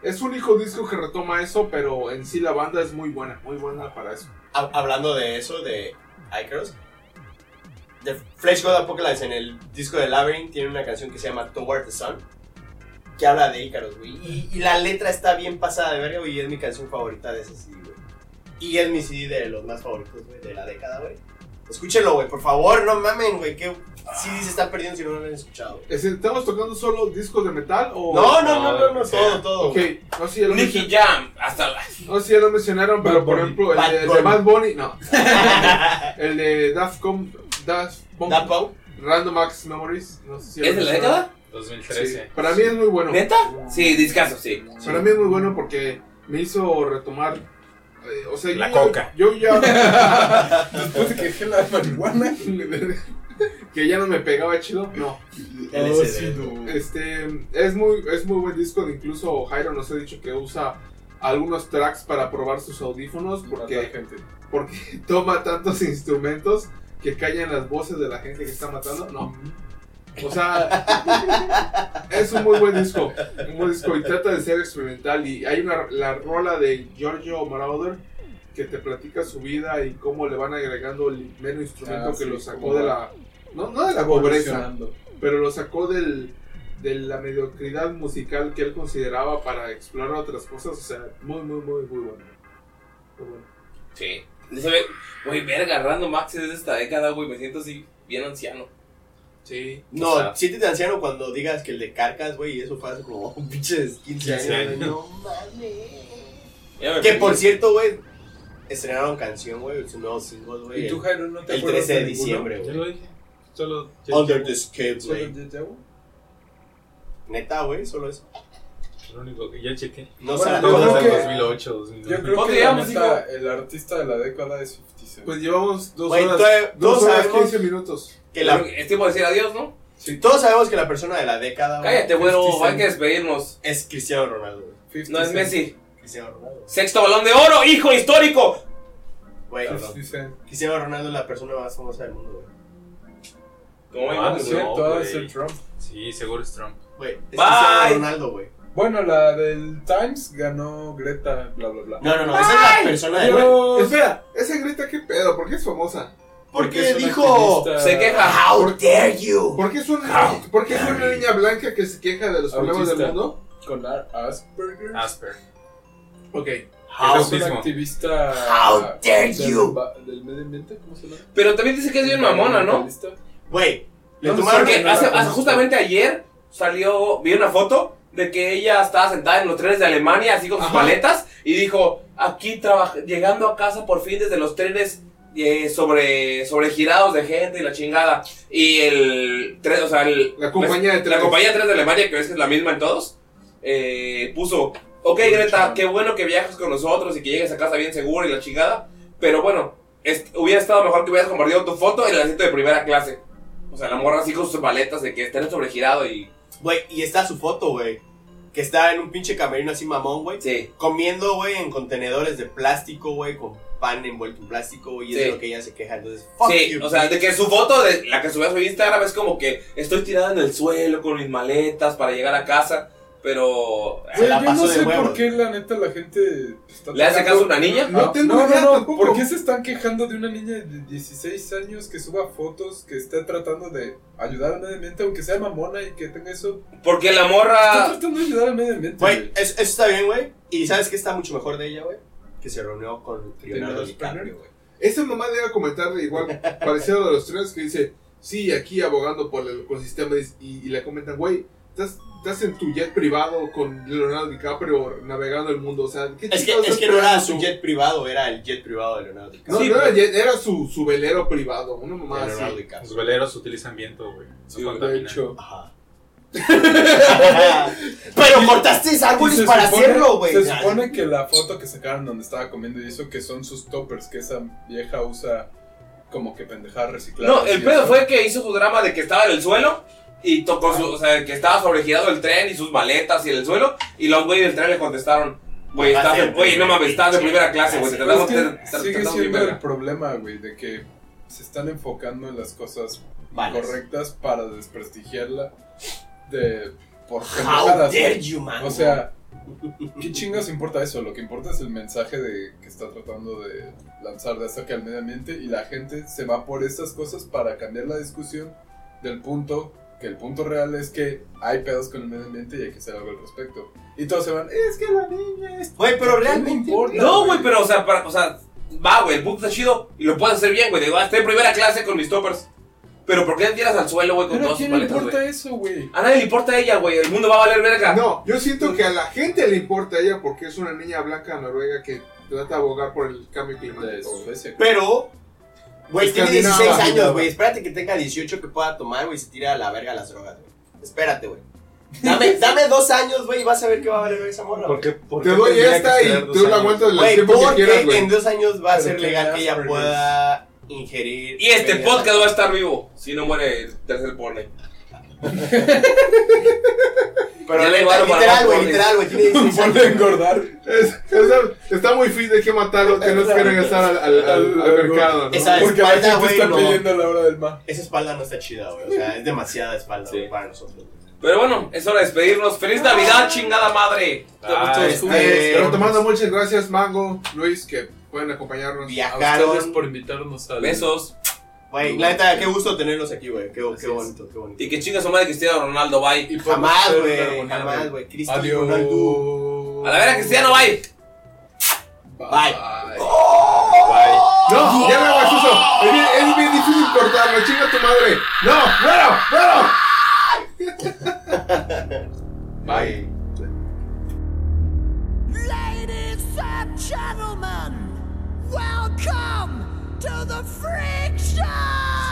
Es un hijo disco que retoma eso, pero en sí la banda es muy buena, muy buena para eso. Hab- hablando de eso, de Icarus, The Flesh God Apocalypse en el disco de Labyrinth tiene una canción que se llama Toward the Sun, que habla de Icarus, güey. Y, y la letra está bien pasada de verga, güey, y es mi canción favorita de ese CD, güey. Y es mi CD de los más favoritos, güey, de la década, güey. Escúchelo, güey, por favor, no mamen, güey, que CD se está perdiendo si no lo han escuchado. Es- Este, ¿Estamos tocando solo discos de metal o...? No, no, no, no, no, todo, todo. Oh, Ok, no sé si ya lo Nicky mencioné- Jam, hasta la. No sé si Oh, ya lo mencionaron, pero por ejemplo, el, Bad de- el de Bunny. Bad Bunny, no. el de Daft Punk, Daft Punk, Random Access Memories, no sé si ¿Es lo de la mencionaron. década? Sí, Para mí es muy bueno. ¿Neta? Sí, discaso, sí. Para mí es muy bueno porque me hizo retomar. eh, o sea, La yo, ya- coca. Yo ya. Después de que dejé la marihuana. que ya no me pegaba chido. No. oh, LSD. sí, Este, es muy, es muy buen disco. de Incluso Jairo nos ha dicho que usa algunos tracks para probar sus audífonos porque, porque toma tantos instrumentos que callan las voces de la gente que está matando. No. O sea, es un muy buen disco. Un buen disco y trata de ser experimental. Y hay una, la rola de Giorgio Moroder que te platica su vida y cómo le van agregando el mero instrumento Ah, que sí, lo sacó cómo de va. la. No, no de la Está pobreza, evolucionando. pero lo sacó del, de la mediocridad musical que él consideraba para explorar otras cosas. O sea, muy, muy, muy, muy bueno. Muy bueno. Sí. Eso ve- Güey, verga, Random Access es de esta década, güey. Me siento así bien anciano. Sí. No, siéntete anciano cuando digas que el de Carcas, güey, y eso fue hace como pinches 15 años. 15 años. güey, no. Ya me Que perdí. por cierto, güey, estrenaron canción, güey, su nuevo single, güey. ¿Y tú, Jairo, no te El acuerdas 13 de, de ninguno? diciembre, Ya güey. lo dije. Solo. Under the Skate, Solo güey. Jet Jaguar. Neta, güey, solo eso. Lo único que ya chequé. No Bueno, sé, yo no creo sé. que- 2008, 2009. Yo creo ¿Cuánto que la llevamos, neta, el artista de la década es 50 Cent. Pues llevamos dos Güey, horas, todavía- dos todos horas sabemos 15 minutos. que la- Es tiempo de decir adiós, ¿no? Todos sabemos que la persona de la década. güey, Cállate, güero, 50 hay Cent, que despedirnos. Es Cristiano Ronaldo, güey. No es Messi. Cristiano Ronaldo. Sexto balón de oro, hijo histórico. Güey, Claro. no. Cristiano Ronaldo es la persona más famosa del mundo, güey. No, No, no, Ah, no, cierto, güey. ha de ser Trump. Sí, seguro es Trump. Güey, es Bye. Cristiano Ronaldo, güey. Bueno, la del Times ganó Greta, bla, bla, bla. No, no, no, esa es la persona de- Dios. Espera, esa Greta, ¿qué pedo? ¿Por qué es famosa? Porque dijo- se queja, "How dare you". ¿Por qué es una, por qué es una niña blanca que se queja de los problemas del Autista. mundo? Con Ar- Asperger. Asperger. Ok. Es un autismo. activista. How dare del you. ba- Del medio ambiente, ¿cómo se llama? Pero también dice que es bien mamona, ¿no? Güey, le tomaron- Porque no la hace, hace- conozco. justamente ayer salió, vi una foto de que ella estaba sentada en los trenes de Alemania, así con sus maletas, y dijo, aquí trabaj- llegando a casa por fin desde los trenes eh, sobre sobregirados de gente y la chingada. Y el tren, o sea, el- La compañía de trenes. La compañía de trenes de Alemania, que ves que es la misma en todos, eh, puso, ok Greta, qué bueno que viajas con nosotros y que llegues a casa bien seguro y la chingada, pero bueno, est- hubiera estado mejor que hubieras compartido tu foto en el asiento de primera clase. O sea, la morra así con sus paletas de que estén sobregirado y. Güey, y está su foto, güey. Que está en un pinche camerino así mamón, güey. Sí. Comiendo, güey, en contenedores de plástico, güey, con pan envuelto en plástico, güey. Y es Sí. de lo que ella se queja. Entonces, fuck sí, you, o sea, bitch. de que su foto, de la que sube a su Instagram, es como que estoy tirada en el suelo con mis maletas para llegar a casa, pero. Güey, yo no sé por qué la neta la gente está ¿Le hace atacando- caso a una niña? No, No tengo no, idea no, no, tampoco. ¿Por qué se están quejando de una niña de 16 años que suba fotos, que esté tratando de ayudar al medio ambiente, aunque sea mamona y que tenga eso? Porque la morra- Está tratando de ayudar al medio ambiente. Güey, es- eso está bien, güey. Y ¿sabes qué está mucho mejor de ella, güey? Que se reunió con Leonardo Leonardo DiCaprio, güey. Esa mamá debe comentarle igual, parecido a lo de los trenes que dice, sí, aquí abogando por el ecosistema y, y le comentan, güey, estás, estás en tu jet privado con Leonardo DiCaprio navegando el mundo, o sea, ¿qué Es que, es chingados que estás no era esperando su tú? jet privado, era el jet privado de Leonardo DiCaprio. No, no era jet, era su, su velero privado, una mamá Leonardo así. DiCaprio. Los veleros utilizan viento, güey. No de contaminan. hecho. Pero cortaste árboles Y se para supone- hacerlo, güey. Se supone que la foto que sacaron donde estaba comiendo y eso que son sus toppers que esa vieja usa como que pendejadas recicladas. No, eh, el y pedo eso. fue que hizo su drama de que estaba en el suelo y tocó su. O sea, que estaba sobregirado el tren y sus maletas y el suelo. Y los güeyes del tren le contestaron: Güey, Va a estás de- ser güey, no mames, estás de primera clase, güey, te Pero es tratamos- te- que te Sigue tratamos siendo primero. el problema, güey, de que se están enfocando en las cosas correctas para desprestigiarla de por pendejadas, dare güey. you, man. O sea, ¿qué chingos importa eso? Lo que importa es el mensaje de que está tratando de lanzar de acerca al medio ambiente y la gente se va por estas cosas para cambiar la discusión del punto que el punto real es que hay pedos con el medio ambiente y hay que hacer algo al respecto. Y todos se van, es que la niña es... Güey, pero realmente... No, güey, pero, o sea, para, o sea, va, güey, el punto está chido y lo puedes hacer bien, güey. Digo, ah, estoy en primera clase con mis toppers. Pero ¿por qué te tiras al suelo, güey, con Pero ¿a todos tus quién le maletas, importa güey? eso, güey? A nadie le importa a ella, güey. El mundo va a valer verga. No, yo siento que a la gente le importa a ella porque es una niña blanca noruega que trata de abogar por el cambio climático. Pero, Güey, tiene 16 Escandinava. años, güey. Espérate que tenga 18 que pueda tomar, güey, y se tira a la verga las drogas, güey. Espérate, güey. Dame, dame dos años, güey, y vas a ver qué va a valer esa morra. ¿Por güey. qué- por Te qué doy tendría esta que y esperar tú dos la años? aguantas el Güey, tiempo que porque quieras, güey. en dos años va a Pero ser qué legal que ella asperger. pueda ingerir. Y este bebidas. podcast va a estar vivo si no muere el tercer porne. Pero Ya le literal, llevaron literal, barbacoa, güey, literal, güey. Tiene 16 Por años. engordar. está muy fit, hay que matarlo, tenemos que regresar al, al- al- al mercado. ¿no? Esa Porque la espalda, gente güey, está no. pidiendo la- Esa espalda no está chida, güey. O sea, es demasiada espalda, güey, para nosotros. Pero bueno, es hora de despedirnos. ¡Feliz Navidad, chingada madre! Ah, Todos juntos. este, retomando, muchas gracias, Mango, Luis, que pueden acompañarnos. Viajaron. A ustedes por invitarnos a. Besos. Güey, la neta, qué gusto tenerlos aquí, güey. Qué, qué bonito, qué bonito. Y que chinga su madre Cristiano Ronaldo, bye. Jamás, güey. Jamás, güey. Cristiano Uh, Ronaldo. A la vera Cristiano, bye. Bye. No, Oh. ya me hagas eso. Es bien, es bien difícil cortarlo, chinga tu madre. No, bueno, bueno. Bye. Ladies and gentlemen, welcome to the Freak Show!